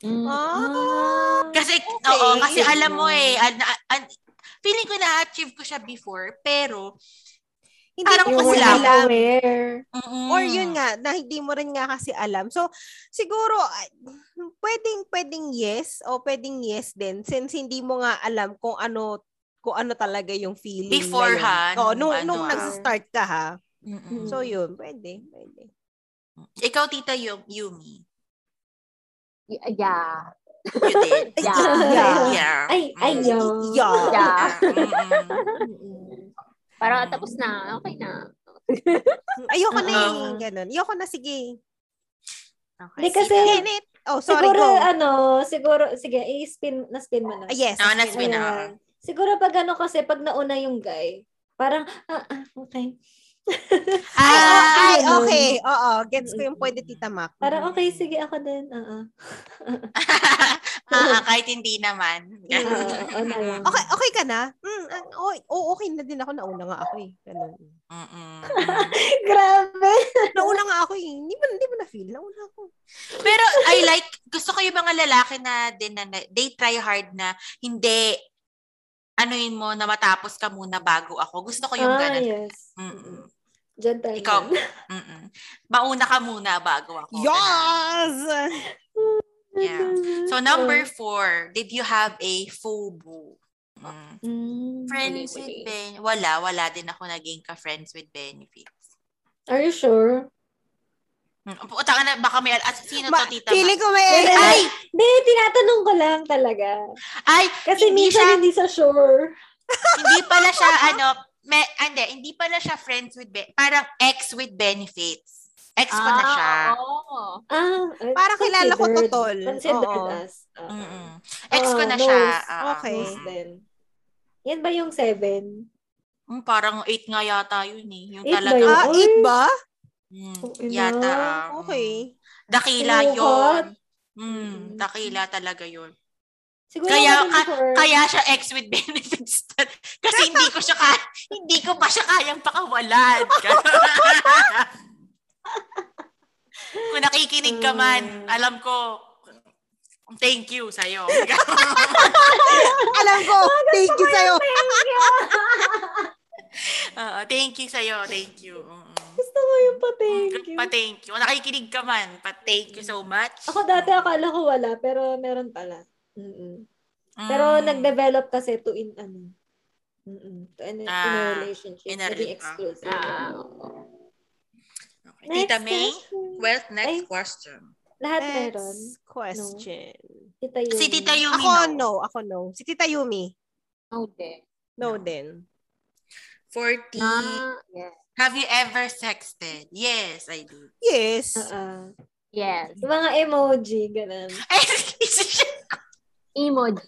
E: Mm.
D: Ah.
B: Kasi,
D: Okay. Mm.
B: oo, kasi alam mo eh, an, an, feeling ko na-achieve ko siya before, pero,
D: Hindi
B: Parang
D: mo
C: You
D: kasi
C: were
B: kulang.
C: not
D: alam.
C: aware.
B: mm-mm.
D: Or yun nga, na hindi mo rin nga kasi alam. So, siguro, ay, pwedeng, pwedeng yes o pwedeng yes din since hindi mo nga alam kung ano kung ano talaga yung feeling. na yun.
B: Before, ha?
D: Oo,
B: Nung
D: nung,
B: ano,
D: nung
B: ah. Hmm.
D: nag-start ka ha.
B: Mm-mm.
D: So, yun, pwede, pwede.
B: Ikaw, Tita Yu- Yumi,
E: Y- Yeah.
B: you did.
E: Yeah.
D: Yeah.
B: Yeah.
C: Ay, ay,
B: Mm.
C: yo.
D: Yeah.
E: Yeah.
B: Ah, mm-mm.
C: Mm-mm.
E: Para tapos na. Okay na.
D: Ayoko na
B: Oo.
D: yung ganun. Ayoko na, sige.
B: Okay,
C: Hindi kasi,
B: sige.
D: Kinit. Oh, sorry,
C: siguro,
D: go.
C: ano, siguro, sige, i-spin, na-spin mo na.
D: Ah, yes.
B: Oo, na-spin na,
C: Ayan. Siguro pag ano kasi, pag nauna yung guy, parang, ah, ah okay.
B: Ah!
D: Ay, oh, ay,
C: Ganun.
D: okay. Oo, gets ko yung pwede, Tita Mac.
C: Parang,
B: Mm.
C: okay, sige, ako din. ah ah
B: ah, ah, kahit hindi naman.
C: Ah, oo na yan.
D: Okay, okay ka na? Mm, ah, oh, oh, okay na din ako. Nauna nga ako eh. Ganun.
B: Mm-mm.
C: Grabe.
D: Nauna nga ako eh. Hindi mo, hindi mo na-feel. Nauna ako.
B: Pero I like, gusto ko yung mga lalaki na din na na- they try hard na hindi anuin mo na matapos ka muna bago ako. Gusto ko yung
C: Ah,
B: ganun.
C: yes.
B: Mm-mm.
C: Gentleman.
B: Ikaw. Mm-mm. Mauna ka muna bago ako. Ganun.
D: Yes!
B: Yeah. So number four, did you have a FUBU? Mm.
C: Mm.
B: Friends with
E: Wait,
B: ben
E: wait.
B: Wala, wala din ako naging ka-friends with benefits.
C: Are you sure?
B: Mm, Puta ka na, baka may, at sino
D: Ma-
B: to, tita?
D: feeling
B: Ma?
D: ko may
C: Wait,
D: AI.
B: Ay!
C: Hindi, tinatanong ko lang talaga.
B: Ay,
C: Kasi
B: Hindi
C: minsan
B: siya-
C: hindi sa sure.
B: hindi pala siya, ano, me, ah, hindi, hindi pala siya friends with, be- parang ex with benefits. Ex ko na siya.
E: Ah, oo.
C: Ah, eh,
D: Parang kilala ko
C: considered.
D: to, tol.
C: Considered
D: Oo.
C: as. oo.
B: Mm-mm. Ex ko
C: Oo,
B: na siya.
C: knows.
B: ah, ah.
D: Okay.
C: Knows then. Yan ba yung seven?
B: Mm, parang 8 nga yata yun eh. Yung
C: Eight ba
B: talaga.
C: yun?
D: Ah,
C: Oy.
D: eight ba?
B: Mm,
C: Oh, ina.
B: yata. ah,
D: Um,
B: mm.
D: Okay.
B: Dakila yun.
C: Sinukat.
B: Mm,
C: Mm.
B: dakila talaga yun.
C: Siguro
B: Kaya-
C: ako din before.
B: Kaya siya ex with benefits. Kasi hindi ko siya ka, hindi ko pa siya kayang pakawalan. Kung nakikinig ka man, alam ko, thank you sa'yo.
D: Alam ko. Thank you sa'yo.
B: Oo, thank you sa'yo, thank you. Mm-mm.
C: Gusto ko yung pa-thank you.
B: Mm, Pa-thank you. Kung nakikinig ka man, pa-thank you so much.
C: Ako dati akala ko wala, pero meron pala. Mm-mm. Pero
B: Mm.
C: nag-develop kasi to in, ano, mm-mm, to in, in a
B: Ah,
C: relationship.
B: in a
C: Naging
B: re- ah.
C: exclusive.
E: Ah,
B: Okay. Tita
C: Next
B: May,
C: question.
B: well, next
C: Ay.
B: question.
C: Lahat meron.
D: Next question.
C: Tita Yumi.
B: Si Tita Yumi,
D: Ako,
C: ano?
B: no.
D: no. Ako, no. Si Tita Yumi.
E: no din.
D: No,
B: No.
D: din.
B: 40.
E: Ah, yes.
B: Have you ever sexted? Yes, I did.
D: Yes.
C: Ah, ah.
E: Yes.
C: Yung mga emoji, ganun.
B: Ay, isi-share-
E: Emoji.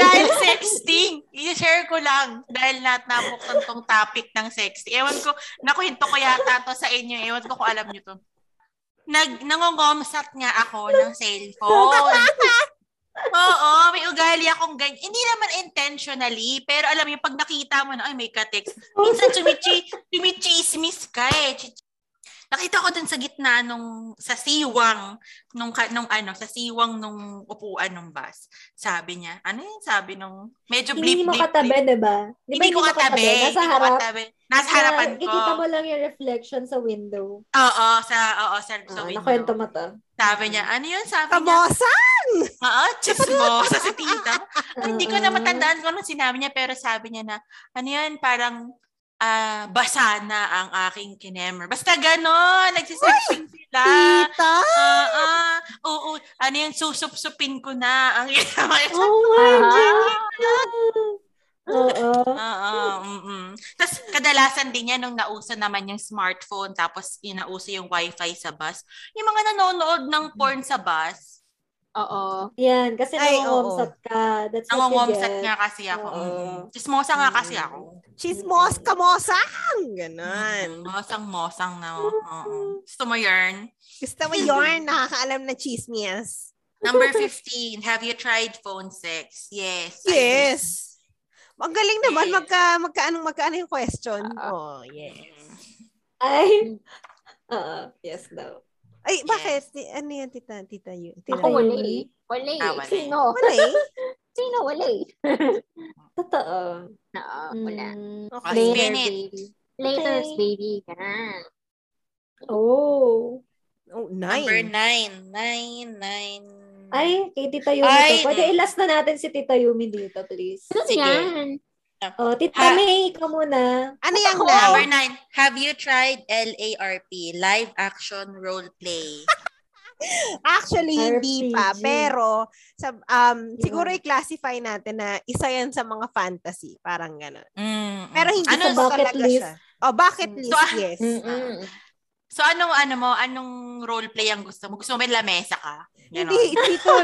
B: dahil sexting. I-share ko lang. Dahil nat nabuksan tong topic ng sexting. Ewan ko, nakwento ko yata to sa inyo. Ewan ko kung alam nyo to. Nag, nangongomsat nga ako ng cellphone. Oo, may ugali akong ganyan. Hindi naman intentionally, pero alam mo, yung pag nakita mo na, ay, may ka-text. Minsan tumichi, tumichismis ka eh. Chi- Nakita ko dun sa gitna nung, sa siwang, nung, ka- nung ano, sa siwang nung upuan nung bus. Sabi niya, ano yun sabi nung, medyo
C: Hindi
B: blip,
C: mo
B: blip,
C: katabi,
B: blip.
C: di ba? Di ba
B: Hindi ko katabi.
C: Nasa
B: Hindi ko
C: harap.
B: katabi. Nasa harapan
C: Na-
B: ko.
C: Kikita mo lang yung reflection sa window.
B: Oo, sa, oo, sa, sa
C: Ah,
B: window.
C: nakwento mo to.
B: Sabi niya, ano yun sabi niya?
D: Kamosa?
B: Oo, chismosa si tita.
C: Ah,
B: Hindi ko na
C: ah.
B: matandaan kung anong sinabi niya, pero sabi niya na, ano yun, parang ah, basa na ang aking kinemer. Basta gano'n, nagsisexting sila.
D: Tita?
B: Ah, ah, oo, ano yun, susup-supin ko na. Ang ginawa niya.
C: Oh my
E: Ah.
C: God! Oo.
B: Oo, mm Tapos kadalasan din yan nung nauso naman yung smartphone, tapos inauso yung wifi sa bus. Yung mga nanonood ng porn sa bus,
E: Oo.
C: Yan, kasi
D: Ay, oo.
C: nangongomsat ka. That's what you
B: Nangongomsat
C: get.
B: nga kasi ako.
C: Oo.
B: Mm. Chismosa nga kasi ako.
D: Chismos, kamosang! Ganon.
B: Mosang-mosang na. oh. Oo. Gusto mo yarn?
D: Gusto mo yarn, nakakaalam na chismias.
B: Number 15, have you tried phone sex? Yes. I did.
D: Yes. Ang galing naman,
B: Yes.
D: magka, magka, anong, magka, ano yung question? oh, yes.
C: Ay. Oo, yes daw.
D: Ay, bakit? Ti- Ano yan, tita, tita yun? Tita
E: Ako wala
D: Yuli?
E: eh. Wala eh.
B: Ah, wala eh.
E: Sino?
D: Wala eh.
E: Sino wala eh?
C: Totoo.
E: Oo, wala.
C: Mm.
D: Okay.
B: Lay- Oh, Spin
E: Later,
B: it.
E: baby. Later,
C: Okay.
E: baby. Ganun.
C: Oh.
D: Oh,
B: Number
D: nine.
B: 9. 9, 9.
C: Ay, kay Tita Yumi
B: Ay. eh.
C: to. Pwede ilas na natin si Tita Yumi dito, please.
E: Ano
B: Sige.
E: yan?
C: Oh, Tita
B: Ah.
C: May, ikaw muna.
D: Ano yung
E: Ako.
B: Number
D: nine?
B: 9, have you tried LARP? Live action role play.
D: Actually, hindi pa.
C: RPG.
D: Pero, sa, um,
C: Yun.
D: siguro i-classify natin na isa yan sa mga fantasy. Parang gano'n.
B: Mm.
D: Pero hindi
B: ano,
C: Sa
D: ano, ko
C: bucket
D: talaga
C: list.
D: siya. Oh, bucket
C: Mm.
D: list,
B: So, ah,
D: yes.
E: Mm-mm.
B: So ano ano mo, anong role play ang gusto mo? Gusto mo may lamesa ka? Ganon.
D: Hindi, dito.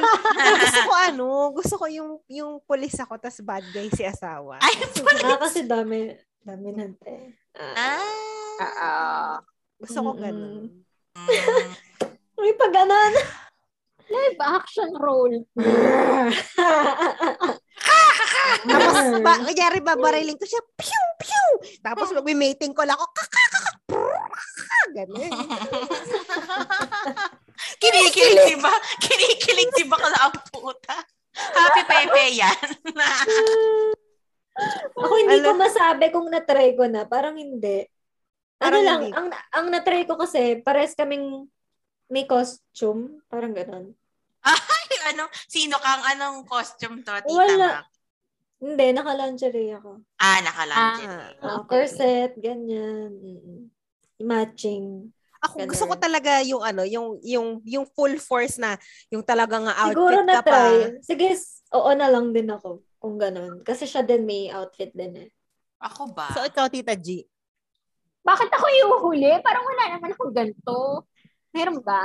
D: gusto ko ano, gusto ko yung yung pulis ako tas bad guy si asawa.
B: Ay,
C: Ah, kasi dami. Dami nante. Ah.
B: ah.
E: Oo.
D: Gusto ko
C: Mm-mm.
D: ganun.
B: Mm.
C: May pag-anan.
E: Live action role.
D: Tapos, ba, kanyari Ah, babariling ko siya, pew, pew! Tapos, mag-mating ko lang ako, kakakakak, ganun.
B: Kinikilig si ba? Kinikilig si bakla ang puta. Happy Pepe yan.
C: Ako hindi ko
D: Alam-
C: masabi kung natry ko na. Parang hindi. Ano
D: Parang
C: lang,
D: hindi.
C: ang, ang natry ko kasi, pares kaming may costume. Parang ganun.
B: Ay, ano, sino kang anong costume to, tita?
C: Wala.
B: Mac?
C: Hindi, naka-lingerie ako.
B: Ah, nakalanjit.
D: Ah.
C: Ah,
E: Okay.
C: corset, ganyan. Mm-mm. Matching.
D: Ako
C: Ganun.
D: gusto ko talaga yung ano, yung yung yung full force na yung talaga nga outfit
C: Siguro
D: ka pa.
C: na-try. Sige, s- oo na lang din ako. Kung ganun. Kasi siya din may outfit din eh.
B: Ako ba?
D: So ikaw tita G.
E: Bakit ako yung huli? Parang wala naman akong ganito. Meron ba?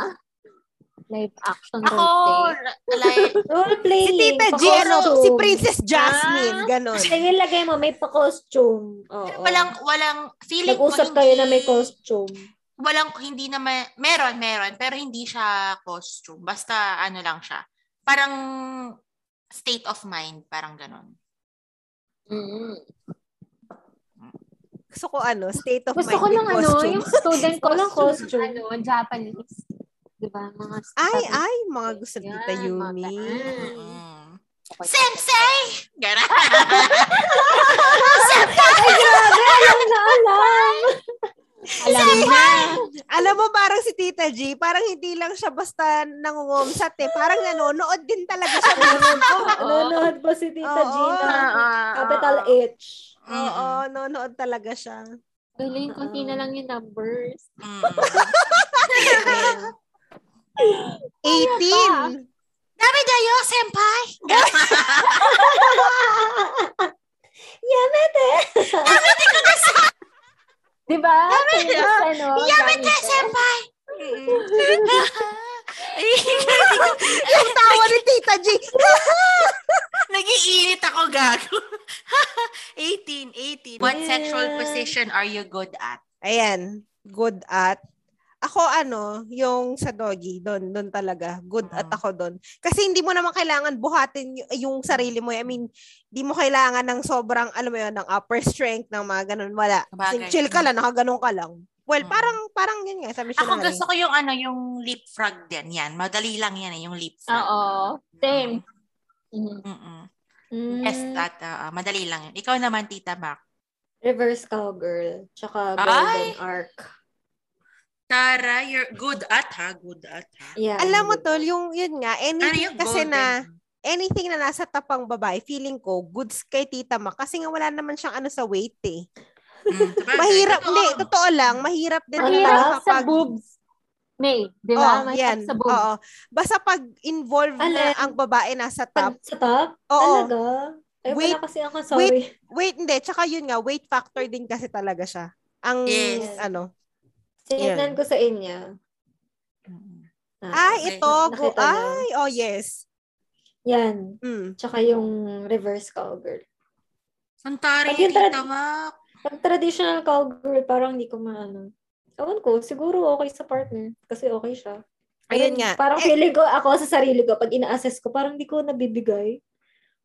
E: Live action
B: ako, eh,
E: role.
B: like,
C: Role
D: Si
C: playing.
D: tita G
C: pa-costume.
D: ano, si Princess Jasmine,
E: Ah.
D: ganun.
C: Sige, lagay mo, may pa-costume. Oo.
B: walang, walang, feeling ko
C: Nag-usap
B: hindi-
C: kayo na may costume.
B: walang hindi naman meron meron pero hindi siya costume basta ano lang siya parang state of mind parang ganon
E: Mm.
D: Gusto ko ano, state of
E: Gusto
D: mind
E: ko
D: with
E: lang ano,
D: costume.
E: yung student
C: Gusto ko lang
E: costume.
C: costume.
E: Ano, Japanese. Diba? Mga
D: Ay,
E: Japanese
D: ay, mga ah. gusto ni Tita
E: Yan, mga
D: Yumi.
E: ganun.
B: mm
E: Okay.
B: sensei ganon
C: Ay, naalam!
E: Alam na.
D: Alam mo, parang si Tita G, parang hindi lang siya basta nangungumsat eh. Parang nanonood din talaga siya.
E: Oo.
C: Nanonood po si Tita
D: Oo.
C: Gina. Capital
D: A.
C: H.
D: Oo, nanonood talaga siya.
E: Galing, konti na lang yung numbers.
B: Mm.
C: Ayun.
D: 18!
B: dami dayo senpai ganon
C: Yamete!
E: Diba? Tapos ano,
B: yamete
E: gamit eh.
B: senpai
D: Yung tawa ni Tita G!
B: Nagiinit ako, gago. 18, 18. What sexual position are you good at?
D: Ayan, good at. Ako ano, yung sa doggy, doon, doon talaga. Good at
B: Mm.
D: ako doon. Kasi hindi mo naman kailangan buhatin y- yung sarili mo. I mean, hindi mo kailangan ng sobrang, alam mo yun, ng upper strength, ng mga ganun. Wala. Kasi
B: Bagay.
D: chill ka lang, nakaganon ka lang. Well,
B: Mm.
D: parang, parang yun nga, sabi siya
B: Ako gusto ko yung ano, yung leapfrog din. Yan, madali lang yan eh, yung leapfrog.
E: Oo. Same. Mm.
B: Mm-mm.
C: Mm,
B: Yes, that, ah, ah, madali lang yun. Ikaw naman, Tita Mac.
C: Reverse cowgirl. Tsaka
B: Ay!
C: golden arc.
B: Tara, you're good at ha? Good at ha?
C: Yan.
D: Alam mo, Tol, yung, yun nga,
B: Ano
D: anything
B: yung
D: kasi
B: golden?
D: na, anything na nasa tapang babae, feeling ko, goods kay tita ma. Kasi nga wala naman siyang ano sa weight eh.
B: Mm, sabagay.
D: Mahirap,
B: Totoo.
D: hindi, totoo lang, mahirap din
C: Ang
D: talaga
E: Mahirap Ano sa
D: kapag-
E: boobs. Oh, May, di ba?
D: Oo,
E: Mahirap sa boobs.
D: Oo. Basta pag involved na
C: Alin?
D: ang babae nasa
C: Pag
D: top,
C: sa top?
D: oo.
C: Talaga? Ay,
D: Wait,
C: wala kasi ako, sorry.
D: Wait, hindi. Tsaka yun nga, weight factor din kasi talaga siya. Ang,
B: Yes.
D: ano,
C: Sinignan ko sa inya.
B: Mm.
C: Ah,
D: Ay,
B: okay.
D: ito. Go,
C: Nakita na.
D: ay, oh yes.
C: yan.
D: Mm.
C: Tsaka yung reverse cowgirl.
B: Santari,
C: Pag yung
B: Tita
C: trad-
B: Mac.
C: Pag traditional cowgirl, parang hindi ko maano. Ewan ko, siguro okay sa partner. Kasi okay siya. Ayun,
D: Ayun nga.
C: Parang
D: Eh,
C: feeling ko ako sa sarili ko, pag ina-assess ko, parang hindi ko nabibigay.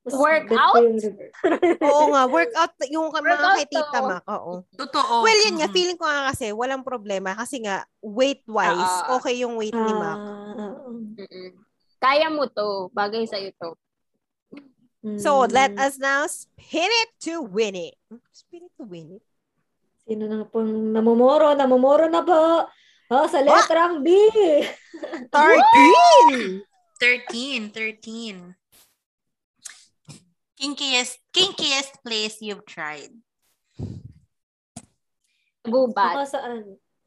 C: Mas
E: Workout?
C: bet ko yung reverse.
D: oo nga, workout yung mga
E: Workout
D: kay Tita
E: to. Oh,
D: Mac. Oo.
B: Totoo.
D: Well, yun nga,
B: Mhm.
D: feeling ko nga kasi, walang problema. Kasi nga, weight-wise,
E: Oo.
D: okay yung weight ni Mac.
C: Ah, oo.
E: Mm-mm. Kaya mo to. Bagay sa to.
C: Mm.
D: So, let us now spin it to win it. Spin it to win it?
C: Sino na pong namomoro? Namomoro na po. Oh, sa letrang B.
D: 13!
B: 13, 13. Kinkiest, kinkiest place you've tried.
E: Gubat.
C: Ako saan?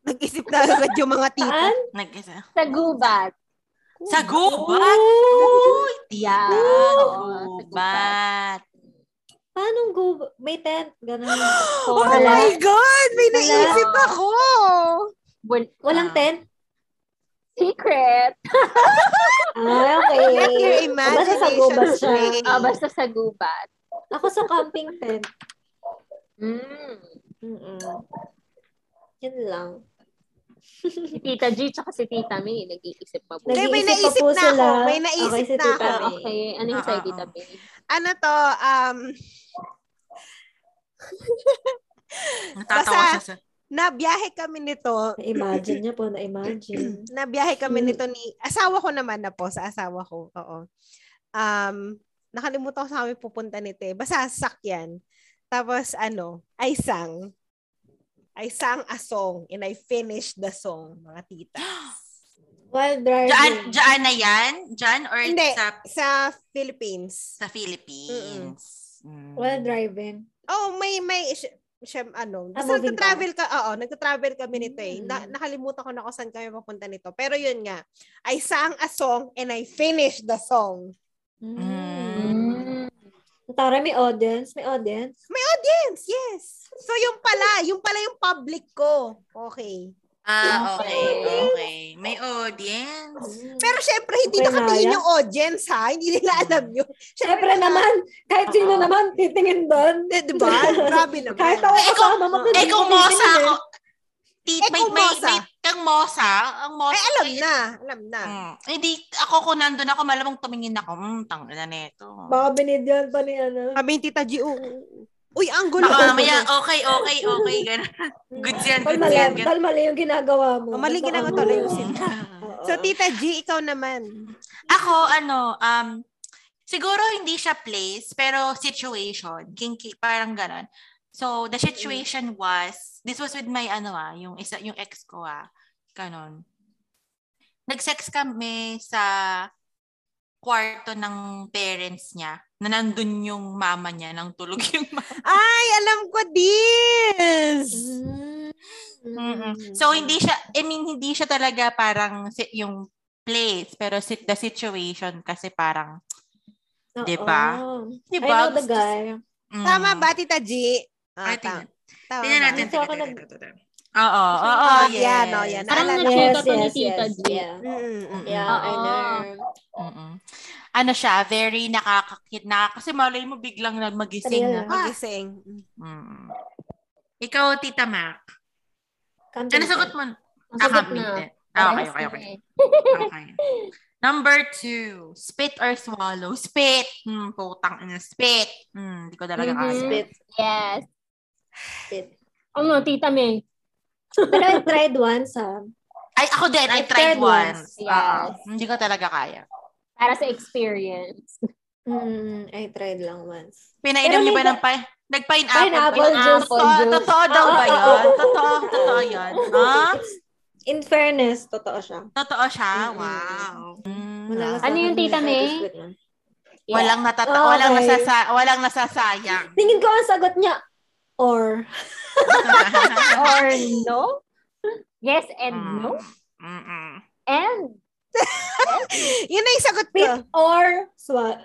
D: Nag-isip na agad yung mga tita.
C: Saan?
B: Nag-isa.
E: Sa gubat.
B: Sa gubat!
C: Oh!
B: Uy,
E: Yeah.
B: tita,
E: Oo, sa
B: gubat.
C: Paano go? May tent. Ganun.
D: Oh
C: Wala.
D: my God! May
C: Wala.
D: naisip ako!
E: Wal-
C: Walang
B: Ah.
C: tent?
E: secret.
C: Ah,
D: Let your
C: okay. Basta sa
D: imagination
C: gubat siya.
D: play.
E: Ah, basta sa gubat.
C: Ako sa camping tent.
E: Mm.
C: Mm-mm. Yan lang.
E: Si Tita G tsaka si Tita May, nag-iisip pa po.
D: Hindi, may
C: Nag-iisip pa
D: naisip
C: po
D: na
C: sila.
D: ako. May naisip
C: Okay, si
D: na
C: Tita
E: Ah,
C: May.
E: okay. Ano yung
B: Ah,
E: sa'yo,
B: ah,
E: Tita
B: ah.
E: May?
D: Ano to, um,
B: Natatawa
D: Basta-
B: siya sa...
D: nabiyahe kami nito,
C: Na-imagine niya po, na-imagine.
D: nabiyahe
C: Mm.
D: kami nito ni, asawa ko naman na po, sa asawa ko, oo. Um, nakalimutan ko sa kami pupunta nito eh. Basta sakyan. Tapos ano, I sang. I sang a song and I finished the song, mga tita.
C: While
B: Diyan,
C: driving.
B: diyan na yan? Diyan or
D: Hindi.
B: sa,
D: Sa Philippines.
B: sa Philippines? Mm.
C: While driving.
D: Oh, may may siya, siya- ano,
C: Ah,
D: basta
C: moving
D: nagta-travel ka. Oo, nagta-travel kami nito eh. Na,
C: Mm.
D: nakalimutan ko na kung saan kami mapunta nito. Pero yun nga, I sang a song and I finished the song.
C: Mm.
E: Mm.
C: Tara, may audience. May audience.
D: May audience, yes. So yung pala, yung pala yung public ko. Okay.
B: Ah, okay,
E: Okay.
B: okay. May audience.
C: Mm.
D: Pero syempre,
C: Okay,
D: hindi nakatingin
C: Naya. Mm.
D: yung audience ha. Hindi nila alam yun.
C: Siyempre naman, kahit sino naman, titingin doon.
D: Eh, Di ba? Grabe naman.
C: kahit ako
B: Eh, kung-
C: kasama mo.
B: Eh, kung mosa ako... Tit,
D: Eh,
B: may,
D: kung
B: may,
D: mosa.
B: may, kang mosa. Ang mosa.
D: Ay, Eh, alam na. Alam na.
B: Mm. Eh, di, ako kung nandun ako, malamang tumingin ako. Hmm, tang na nito.
C: Baka binidyan pa ni ano.
D: Kami yung tita G. oo. Uy, ang gulo.
B: Baka mamaya, okay, okay, okay. Ganun. Goods yan,
C: Pag
B: goods
C: mali,
B: yan. ganun.
C: pag mali yung ginagawa mo.
D: Oh, mali ginagawa
C: Tandaan mo.
D: tuloy yung sin-
C: Oo.
D: So, tita G, ikaw naman.
B: Ako, ano, um, siguro hindi siya place, pero situation. Kinky, parang ganun. So, the situation was, this was with my, ano ah, yung, isa, yung ex ko ah. Ganun. Nag-sex kami sa kwarto ng parents niya na nandun yung mama niya nang tulog yung mama.
D: Ay, alam ko this!
C: Mm.
B: Mm-mm. So, hindi siya, I mean, hindi siya talaga parang si- yung place, pero sit the situation kasi parang,
C: Oo.
B: Diba? di
C: I
B: ba?
C: know the
B: Gusto-
C: guy.
B: Mm.
D: Tama ba, Tita G? Ah,
B: Ah,
D: tama.
B: tingnan.
D: Tama
B: Tingnan
D: ba?
B: natin.
C: Gusto ako
B: tingnan,
C: nag-
B: tingnan, tingnan. Oo, oo, oo,
D: Yan,
B: yes.
D: oh, yan.
E: Parang
D: Naalala ko.
E: nag-shoot
C: Yes,
E: out to ni
C: yes,
E: Tita
C: yes.
E: G.
C: Yeah.
D: Mm, mm,
C: Yeah,
D: mm.
C: I
E: Oo.
C: know.
B: Mm-mm. Ano siya, very nakakakit na, kasi malay mo biglang na magising na.
C: Real.
B: Ha?
D: Magising.
B: Mm. Ikaw, Tita Mac. Ano sagot mo?
E: Ang
B: Ah,
E: sagot
B: camping
E: na.
B: tent. Ah, okay,
E: Parehas
B: okay,
E: na
B: okay.
E: eh.
B: Okay. Number two, spit or swallow? Spit. Hmm, putang ina. Spit. Hmm, hindi ko talaga
E: Mhm.
B: kaya.
C: Spit,
E: Yes.
C: spit.
E: Ano, Tita May?
C: Pero I tried once, ah. ha?
B: Ay, ako din. I
C: I've
B: tried
C: tried
B: once.
E: once,
B: Oo.
E: yes.
B: Hindi ko talaga kaya.
E: Para sa experience.
C: Mm, I tried lang once.
B: Pinainom
C: Pero
B: niyo ba
C: may-
B: ng pine? Nag-pineapple ba
C: Pineapple
B: yun? Ah,
C: juice.
E: Apple
B: Totoo,
E: juice.
B: totoo daw
C: Oo,
B: ba
C: oo,
B: yun?
C: oo.
B: Totoo, totoo yun. Huh?
C: In fairness, totoo siya.
B: Totoo siya?
C: Mm-mm.
B: Wow. Mm,
C: Mm-hmm. Wala
B: ah.
C: sa
E: Ano
C: akin
E: yung tita
C: may
E: May?
C: spit na.
E: Yeah.
B: Walang natata
C: Okay.
B: walang nasasa walang nasasayang.
C: Tingin ko ang sagot niya, or.
E: Or no? Yes and no?
B: Mm, mm-mm.
E: And?
D: Yun na yung sagot ko.
C: Spit or swat.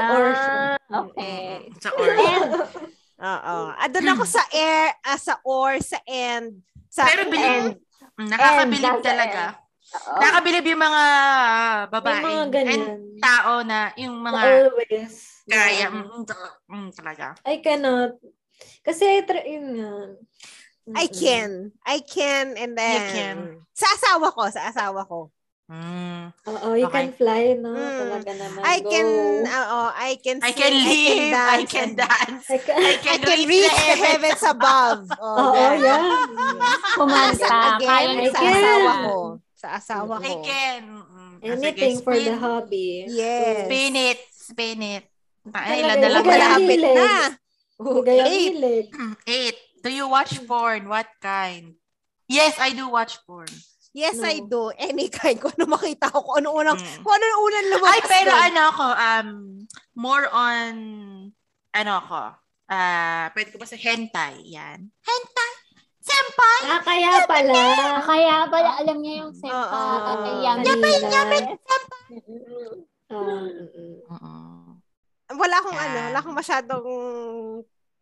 C: or siya.
E: Ah, okay.
B: Mm-mm. Sa orange.
E: And?
D: Oo. Ah, doon ako sa air, ah, sa or, sa end. Sa
B: Pero bilib,
E: And?
B: nakakabilib
E: nasa
B: talaga.
E: Oo.
B: Nakabilib yung mga ah,
C: May
B: babae.
C: mga
B: And
C: ganyan.
B: tao na yung mga
C: Always.
B: kaya.
C: Yeah.
B: Mm, ta- mm, talaga.
C: I cannot. Kasi, I try, yun nga.
D: I
C: Mm-mm.
D: can. I can and then...
B: can.
D: Sa asawa ko, sa asawa ko.
B: Mm.
C: Oo, you
B: Okay.
C: can fly, no?
D: Mm.
C: Talaga naman.
D: I
C: Go.
D: can,
C: ah,
D: oo, I can
B: I
D: sing,
B: can live. I
D: dance,
B: can
D: and
B: dance.
C: I can.
B: I
D: I
B: can,
D: can reach the heavens above.
C: Oo,
D: yan.
C: yeah.
E: Kumanta.
D: Sa-
E: Kaya
D: Again,
E: ni
D: sa
C: can.
D: asawa ko. Sa asawa
B: I
D: ko.
B: can. Mm, ah, sige,
C: Anything for the
B: spin-
C: hobby.
D: Yes.
B: Spin it. Spin it. Ay,
C: Talaga,
B: ilan na lang
C: talaga.
B: wala.
D: Malapit na.
C: Magaya ang
D: Eight.
C: hilig.
B: Eight. Do you watch porn? What kind? Yes, I do watch porn.
D: Yes,
C: No.
D: I do. Any kind. Kung ano makita ko, kung ano unang,
B: Mm.
D: kung ano unang lumabas.
B: Ay, pero
D: doon.
B: ano ako, um, more on, ano ako, ah, pwede ko ba sa hentai, yan. Hentai? Senpai?
C: Ah, kaya pala.
E: Ah, Kaya pala, alam niya yung senpai.
D: Oo.
E: Yan.
C: Yapay, yapay,
E: Mm-mm.
C: Ah, mm-mm.
B: Mm-mm.
D: Wala akong
B: Yan.
D: ano, wala akong masyadong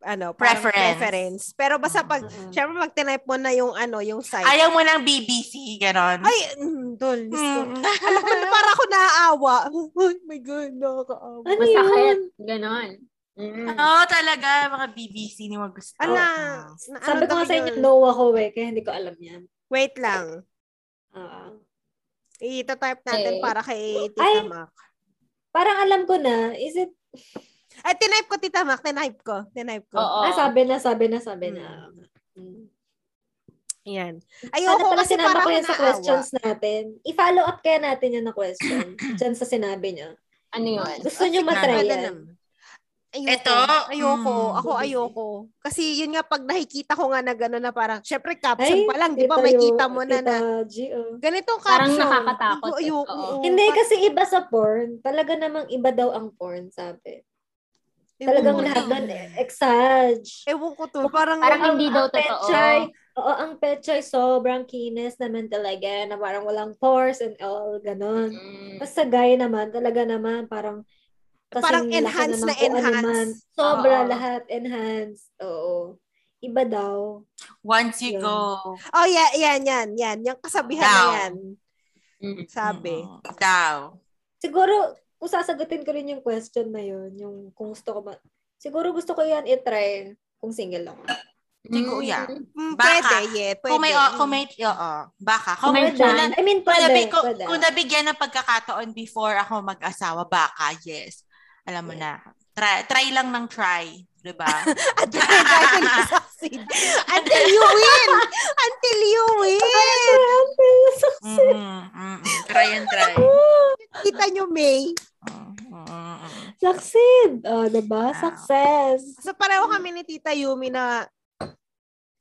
D: ano, parang
B: Preference.
D: preference. Pero basta pag,
C: Mm-mm.
D: syempre pag tinype mo na yung ano, yung site.
B: Ayaw mo ng BBC, ganon.
D: ay, mm, dol, miss ko.
B: Mm.
D: Alam ko na para ako naaawa. Oh my God, nakakaawa.
C: Ano
E: Masakit.
C: yun?
E: Ganon. Mm.
B: Oo, talaga, mga BBC ni mo gusto.
D: Ala,
B: Mm.
D: na, ano
C: Sabi ko
D: daw
C: nga sa inyo,
D: yun?
C: no ako eh, kaya hindi ko alam yan.
D: Wait lang.
C: Ah.
D: Ita-type natin
E: Okay.
D: para kay Tita
C: Ay.
D: Mac.
C: parang alam ko na, is it,
D: Ay, tinype Eh, ko, Tita Mac. Tinype ko. Tinype ko.
E: Oo.
C: ah, sabi na, sabi na, sabi na. Mm.
D: Yan.
C: Sana
D: Ayoko
C: pala
D: kasi para
C: sinama ko
D: ako
C: yan sa
D: naawa.
C: questions natin. I-follow up kaya natin yan na question. Diyan sa sinabi niya.
E: Ano yun?
C: Gusto niyo
B: Sige,
C: matry
D: Pwede
C: yan?
D: naman. Ayoko.
B: Eto?
D: Ayoko.
C: Hmm.
B: Mm.
D: Ako ayoko. Kasi yun nga, pag nakikita ko nga na gano'n na parang, syempre caption
C: Ay,
D: pa lang, di ba?
C: Tita
D: May
C: Yu-
D: kita mo na na,
C: Tita G, oh.
D: ganitong
E: Parang
D: caption.
E: nakakatakot.
D: Ayoko, Ayoko.
E: Oo.
D: oo.
C: eh. Hindi,
D: Parang-
C: kasi iba sa porn. Talaga namang iba daw ang porn, sabi.
D: Ewan
C: Talagang
D: ko
C: lahat
D: to.
C: doon, exage.
D: Ewan ko to. Parang,
E: Parang hindi daw
C: ang
E: totoo.
C: Pechay, oo, ang pechay sobrang kinis naman talaga na parang walang pores and all, ganon.
E: Mm.
C: Tapos sa guy naman, talaga naman, parang kasing
D: parang
C: laki
D: enhance
C: naman
D: na
C: kung ano
D: enhance.
C: man. Sobra
E: Oo.
C: lahat, enhance. Oo. Iba daw.
B: Once you
C: Yun.
B: go,
D: Oh, yeah, yan, yan, yan. Yung kasabihan na
B: Down.
D: yan.
E: Mm.
D: Sabi.
B: Mm, daw.
C: Siguro, kung sasagutin ko rin yung question na yun, yung kung gusto ko ba, siguro gusto ko yan itry kung single ako.
B: Hindi ko uya.
D: Mm,
B: Baka.
D: pwede, yeah, pwede.
B: Kung may, oh, kung may, oo, baka. Kung, may
E: may
C: Pwede.
E: chance.
B: kung,
C: I mean,
B: kung,
C: pwede,
B: nabi- kung,
C: pwede.
B: kung nabigyan ng pagkakataon before ako mag-asawa, baka, yes. Alam mo na. Try, try lang ng try. Diba?
D: Until you try to succeed. Until you win. Until you win.
B: mm-mm, mm-mm. Try and try.
D: Kita nyo, May.
B: Mm-mm.
C: Succeed! Oh, diba?
B: Wow.
C: Success!
D: So, pareho kami ni Tita Yumi na,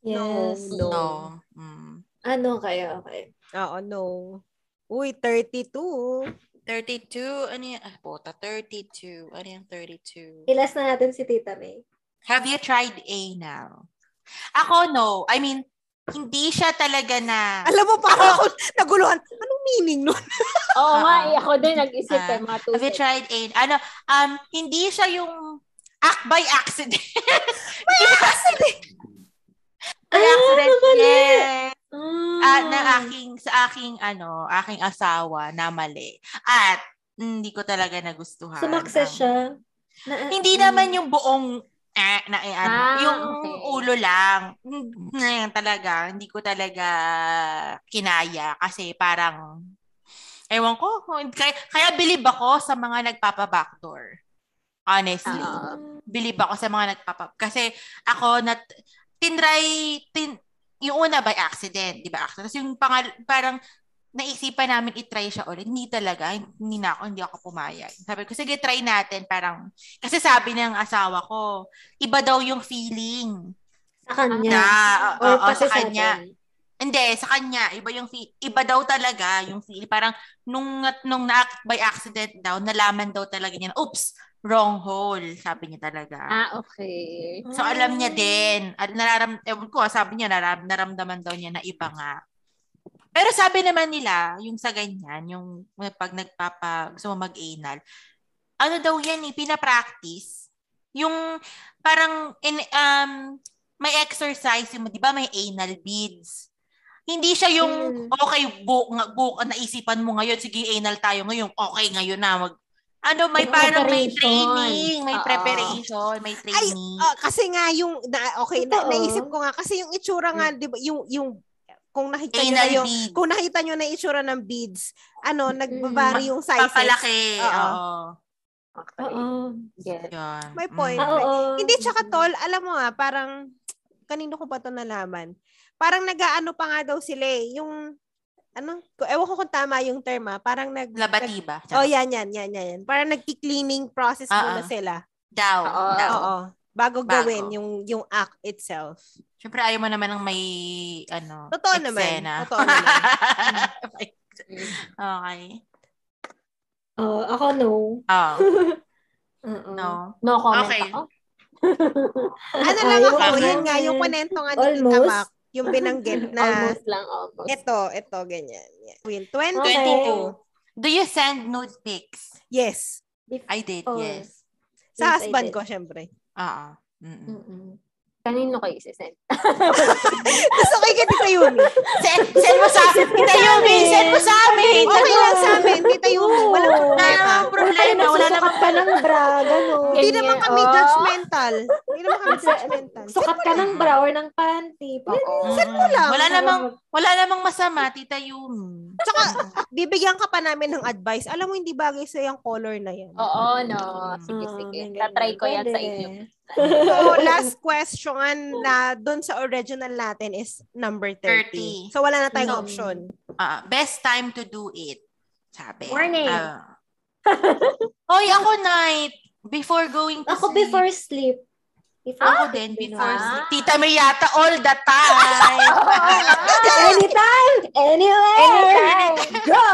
C: Yes.
D: No,
B: No. Mm.
C: Ano kayo? Okay.
D: oo, no. Uy, 32.
B: 32, ano yung, ah, puta, 32. Ano yung 32?
C: Ilas na natin si Tita May.
B: Have you tried anal? Ako, no. I mean, hindi siya talaga na...
D: Alam mo, parang ako naguluhan. Anong meaning nun?
E: Oo nga,
B: Oo.
E: eh, ako din nag-isip
B: Ah.
E: eh, mga two
B: Have you
E: seconds.
B: tried anal? Ano, um, hindi siya yung act by accident. by
C: Ah,
B: accident.
C: mali.
B: yes. Ah,
C: Ah,
B: na aking, sa aking, ano, aking asawa na mali. At, hindi ko talaga nagustuhan.
C: Sumakses
B: Ang-
C: Ah, siya. Na,
B: Hindi naman yung buong eh, na eh, ano,
E: Ah,
B: yung
E: okay.
B: ulo lang. Mm, eh, talaga, hindi ko talaga kinaya kasi parang ewan ko, kaya, kaya believe ako sa mga nagpapa-backdoor. Honestly,
E: Ah.
B: believe ako sa mga nagpapa kasi ako nat tinry tin yung una by accident, 'di ba? Accident. Tapos yung pangal parang naisipan namin i-try siya ulit. Hindi talaga, hindi na ako, hindi ako pumayag. Sabi ko, sige, try natin. Parang, kasi sabi ng asawa ko, iba daw yung feeling.
C: Sa kanya.
B: Na,
C: Or
B: oo,
C: pati
B: sa kanya.
C: atin.
B: Hindi, sa kanya, iba yung feel, iba daw talaga yung feel. Parang, nung, nung na, by accident daw, nalaman daw talaga niya, na, oops, wrong hole, sabi niya talaga.
E: Ah, okay.
B: So, alam
E: Ah.
B: niya din. At nararam, ewan ko, sabi niya, naram, naramdaman daw niya na iba nga. Pero sabi naman nila, yung sa ganyan, yung pag nagpapa, gusto mo mag-anal, ano daw yan eh, pinapractice. Yung parang, in, um, may exercise, yung, di ba may anal beads? Hindi siya
E: Hmm.
B: yung, okay, book, nga- book, naisipan mo ngayon, sige, anal tayo ngayon, okay, ngayon na, mag, ano, may
E: Yung
B: parang may
E: preparation.
B: training, may
E: Oo.
B: preparation, may training.
D: Ah, kasi nga yung na, okay na,
C: Totoo.
D: naisip ko nga kasi yung itsura nga 'di ba yung yung kung nakita niyo na
B: anal
D: yung
B: bead,
D: kung nakita niyo na yung itsura ng beads, ano, nagbabari yung sizes.
B: papalaki.
D: Oo.
B: Oo.
E: Oo.
C: Oo.
E: Yes.
B: Yun.
D: May
B: Mm.
D: point.
C: Ah, oo.
D: Hindi, tsaka tol, alam mo nga, parang, kanino ko ba ito nalaman? Parang nag-ano pa nga daw sila eh, yung, ano, ko- ewan ko kung tama yung term ah, parang nag, nag-
B: Labati ba?
D: oh yan, yan, yan, yan, yan. Parang nagki-cleaning process
B: Ah,
D: muna
B: ah.
D: sila.
B: Daw.
E: Oo.
B: daw.
D: Oo. Bago,
B: Bago.
D: gawin yung yung act itself.
B: Siyempre, ayaw mo naman ng may, ano,
D: Totoo naman.
B: eksena.
D: Totoo naman.
B: okay.
C: Oo, ako no.
B: Oh,
C: Oo.
B: no.
E: No comment
B: Okay.
E: ako.
D: ano lang
C: Ayaw
D: ako,
B: naman.
D: yun nga, yung kwento nga ni Tita
C: Almost.
D: Mac, yung binanggit na,
E: almost lang, almost.
D: ito, ito, ganyan. yan. Will,
B: Oh.
D: 20.
C: Okay.
B: 22. Do you send nude pics?
D: Yes.
B: I did,
C: Oh.
B: yes.
C: Yes, I
D: Sa husband
C: did.
D: ko, syempre.
B: Oo. Mm-mm.
E: Mm-mm. Mm. Kanino kayo isisend?
D: Gusto kayo ka, Tita Yumi.
B: Send, send mo sa amin. Tita Yumi, send mo sa amin.
D: Okay lang sa amin, Tita Yumi. Walang
C: Oo.
D: problema.
B: Walang problema.
C: Wala
B: Wala
C: naman
B: namang
C: pa ng bra, gano'n.
D: Hindi
E: Ganyan,
D: naman kami
E: oh.
D: judgmental. Hindi naman kami
C: Kasi,
D: judgmental.
C: Sukat ka ng bra or ng panty. Mm,
E: Oo.
D: Send mo lang.
B: Wala
C: Para
B: namang,
C: mag-
B: wala namang masama, Tita Yumi.
D: Tsaka, bibigyan ka pa namin ng advice. Alam mo, hindi bagay sa yung color na yan.
E: Oo, no. Sige,
C: Oo,
E: sige.
C: ganyan.
E: Tatry ko yan sa
C: Pwede.
E: inyo.
D: So, last question na dun sa original natin is number 30.
B: 30.
D: So, wala na tayong
C: Mm.
D: option.
B: Ah, best time to do it. Sabi.
E: Morning.
B: Ah. Hoy, ako night. Before going to
C: Ako
B: sleep.
C: before sleep. Before
B: Ako
C: sleep,
B: din,
C: you know.
B: before
E: Ah.
B: sleep. Tita may yata all the time.
C: Ah. Anytime, anywhere,
E: Anytime.
C: go!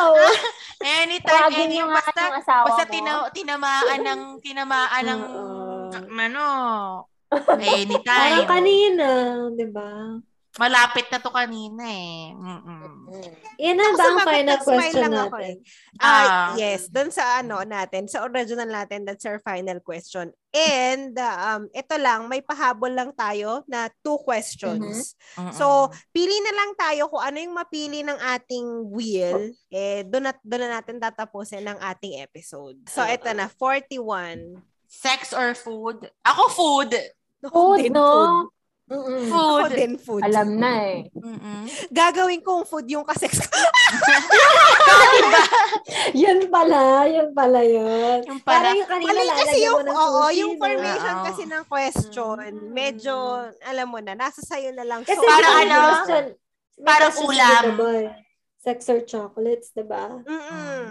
B: Anytime,
E: Tawagin
B: any,
E: nyo nga
B: basta,
E: yung asawa
B: basta
E: mo.
B: tina, tinamaan ng, tinamaan ng,
C: Oo.
B: ano,
C: Parang
B: anytime.
C: kanina, di ba?
B: Malapit na to kanina eh. Mm-mm.
E: Mm.
C: Yan na
D: Ako
C: ba ang
D: sumagot,
C: final
D: nag-smile
C: question
D: lang ako
C: natin?
D: Ah,
B: Ah.
D: yes, dun sa ano natin, sa original natin, that's our final question. And um, ito lang, may pahabol lang tayo na two questions.
B: Mm-hmm. Mm-mm.
D: So, pili na lang tayo kung ano yung mapili ng ating wheel. Eh, doon na, doon na natin tatapusin ang ating episode. So, ito na, 41.
B: sex or food? Ako food.
C: Oh,
E: Food,
D: Din
E: no?
D: food.
E: Mm-mm.
D: Ako
B: Food.
D: din food.
E: Alam na eh.
B: Mm-mm.
D: Gagawin kong food yung kasex ko.
C: Yun pala, yun pala yun.
B: Yung
C: Parang
B: para,
C: yung kanina
D: Mali kasi
C: lalagyan mo
D: yung,
C: ng
D: oo,
C: sushi,
D: yung
C: no?
D: formation
B: Oo.
D: kasi ng question, medyo, alam mo na, nasa sayo na lang.
B: So,
C: Kasi
B: parang
C: parang
B: ano?
C: ano? Question, may
B: Parang
C: question si
B: ulam.
C: Tita Boy. eh? Sex or chocolates, di ba?
D: Mm-mm.
C: Mm.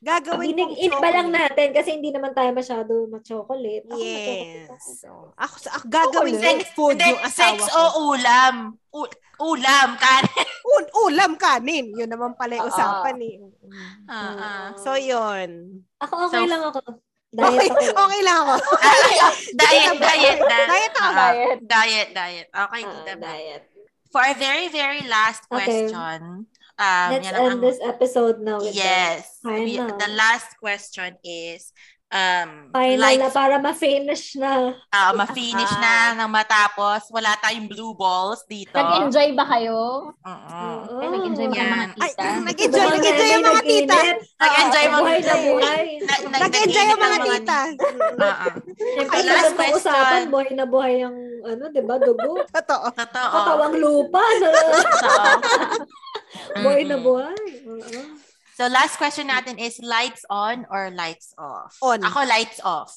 D: Gagawin
C: Binig,
D: kong
C: iba lang
D: chocolate.
C: natin kasi hindi naman tayo masyado ma-chocolate. Ako ma-chocolate
D: Yes.
C: ako.
D: So, ako, sa- ako, gagawin
C: Chocolate.
D: kong food
B: Hindi,
D: yung asawa
B: sex oh.
D: ko.
B: o ulam? U- ulam, kanin.
D: Un- ulam kanin. Yun naman pala yung
E: Oo.
D: usapan eh.
C: Mm.
B: Ah, ah.
D: So, yun.
C: Ako okay
B: So-
C: lang ako.
D: Okay,
C: Diet ako. eh.
D: okay lang ako.
B: diet, diet, diet.
D: Diet ako.
B: Ah,
E: Diet.
B: diet, diet. Okay,
C: Ah,
B: tita. Bel.
C: diet.
B: For our very, very last
C: Okay.
B: question. Um,
C: Let's
B: yan ang
C: end
B: ang-
C: this episode now with that.
B: Yes. We,
C: Final.
B: the last question is, um,
C: Final
B: like,
C: na para ma-finish na.
B: ah, ma-finish
D: Ah.
B: na nang matapos. Wala tayong blue balls dito.
E: Nag-enjoy ba kayo?
B: Oo.
C: Oo.
E: Ay, nag-enjoy ba kayo mga
B: Yan.
D: Ay,
E: tita?
D: nag-enjoy,
C: Mga
D: nag-enjoy yung
C: nanay
D: mga tita.
C: Diba, nag-init.
B: Nag-enjoy
D: Oo,
B: mga
C: Buhay na
B: tita.
C: buhay.
B: Na- na-
D: Nag-enjoy yung mga
B: nag-init ang
D: tita.
B: Oo.
C: Siyempre,
B: Okay,
C: last
B: last
C: question. usapan,
B: question.
C: buhay na buhay ang, ano, di ba, dugo.
D: Totoo.
B: Totoo.
C: Katawang lupa na
B: Totoo.
C: buhay na
B: Mm-mm.
C: buhay. Oo.
B: So last question natin is lights on or lights off?
D: On.
B: Ako lights off.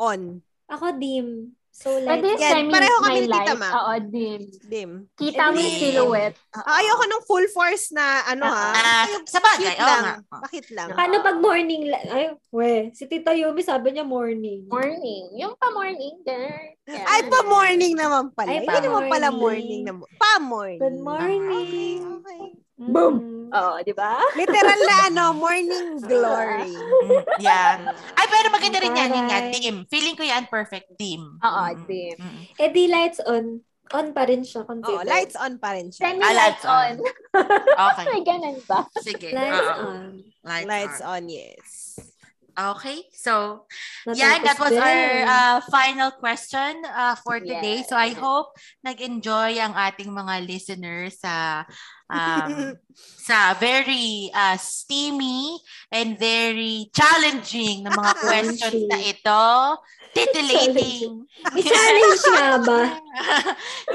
D: On.
C: Ako, dim. So,
E: Pwede
C: light.
D: Yan,
E: semi
D: pareho kami
E: my
D: ni Tita
E: light.
D: Ma.
E: Oo, dim.
D: Dim.
E: Kita mo yung
B: Dim.
E: silhouette. Oo.
D: Ah, Ayoko nung full force na ano ha.
B: Ah, sa bagay, oo
D: Cute
B: nga.
D: lang. Bakit lang?
C: Paano pag morning? li- Ay, we. Si Tita Yumi sabi niya morning.
E: Morning. Yung pa-morning, girl. Yeah.
D: Ay, pa-morning naman pala.
C: Ay,
D: Hindi naman pala
C: pa-morning.
D: morning na Pa-morning.
C: Good morning.
D: Okay, okay.
C: Boom.
E: Oo, di ba?
D: Literal na ano, morning glory.
B: Mm, yeah. Ay, pero maganda rin yan. Yun nga,
C: Bye-bye.
B: dim. Feeling ko yan, perfect dim.
E: Oo,
B: Mm,
E: dim.
B: mm, mm.
C: Eh, di lights on. On pa rin siya.
D: Oh,
C: Considered.
D: lights on pa rin siya.
E: Semi
B: Ah,
E: light
B: lights
E: on.
B: on. Okay.
E: Ay, ganun ba?
B: Sige.
C: Lights
B: oo.
C: on.
B: Lights,
D: Lights
B: on.
D: on, yes.
B: Okay. So,
C: Natapos
B: Yan, that was
C: din.
B: our uh, final question uh, for today. So I
E: Yes.
B: hope nag-enjoy ang ating mga listeners sa um, sa very uh, steamy and very challenging na mga questions na ito. Titillating.
C: May challenge nga ba?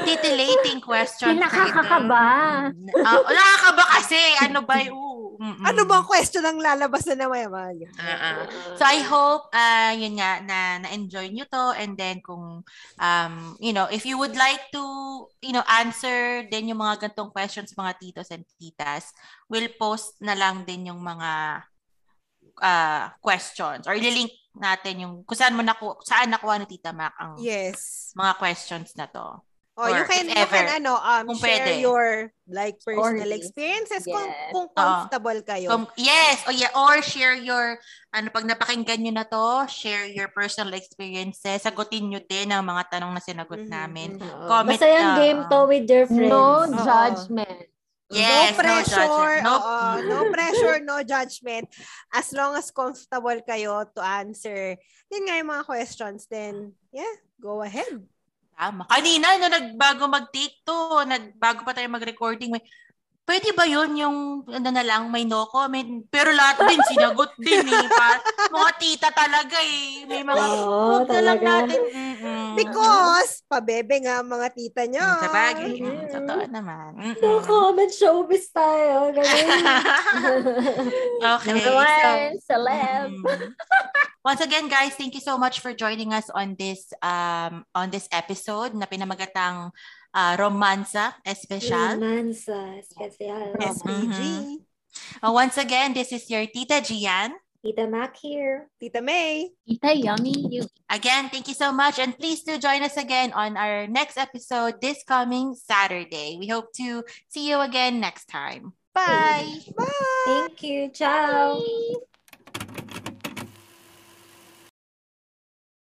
B: Titillating questions. na ito.
E: Nakakakaba.
B: Ah, nakakaba kasi. Ano ba yung... Mm-mm.
D: Ano ba ang question ang lalabas na naman? Mga ganyan.
B: Ah, ah. So I hope uh, yun nga na na-enjoy nyo to and then kung um you know if you would like to you know answer din yung mga gantong questions mga titos and titas we'll post na lang din yung mga uh, questions or ililink natin yung kung saan mo naku saan nakuha ni Tita Mac ang
D: Yes.
B: mga questions na to.
D: Oh, you
B: Or
D: can,
B: if
D: you can
B: ever,
D: ano, um,
B: kung
D: share
B: pwede.
D: your like personal
E: Stories.
D: experiences kung,
E: Yes.
D: kung comfortable kayo.
B: Kung, yes, oh yeah, or share your ano pag napakinggan niyo na to, share your personal experiences, sagutin niyo din ang mga tanong na sinagot
D: Mhm.
B: namin.
E: Oo.
B: Comment,
C: Mm-hmm. Basta yung
B: ah,
C: game to with your friends.
E: No
D: Oo.
E: judgment.
B: Yes,
D: no pressure.
B: No,
D: No,
B: judgment.
D: no pressure, no judgment. As long as comfortable kayo to answer. Yun nga yung mga questions. Then, yeah, go
B: Mm-hmm.
D: ahead.
B: Tama. Kanina, no, nagbago mag-take to, nagbago pa tayo mag-recording, may, pwede ba yun yung, ano na lang, may no comment? Pero lahat din, sinagot din eh. Pa, mga tita talaga eh. May mga,
C: Oo,
B: huwag na lang
C: talaga.
B: natin. Mm-mm.
D: Because, pabebe nga ang mga tita nyo.
B: Mm, Sa bagay.
C: Yeah.
B: Mm, Totoo naman. Mm-mm.
C: No comment showbiz tayo. Ganun.
B: okay.
E: Number
B: so,
E: one, celeb.
B: Mm. Once again, guys, thank you so much for joining us on this um on this episode na pinamagatang uh, Romanza Especial.
C: Romansa. Special.
D: SPG.
B: Uh, once again, this is your Tita Gian.
C: Tita Mac here.
D: Tita May.
E: Tita Yummy, you.
B: Again, thank you so much. And please do join us again on our next episode this coming Saturday. We hope to see you again next time. Bye.
D: Bye!
C: Thank you. Ciao.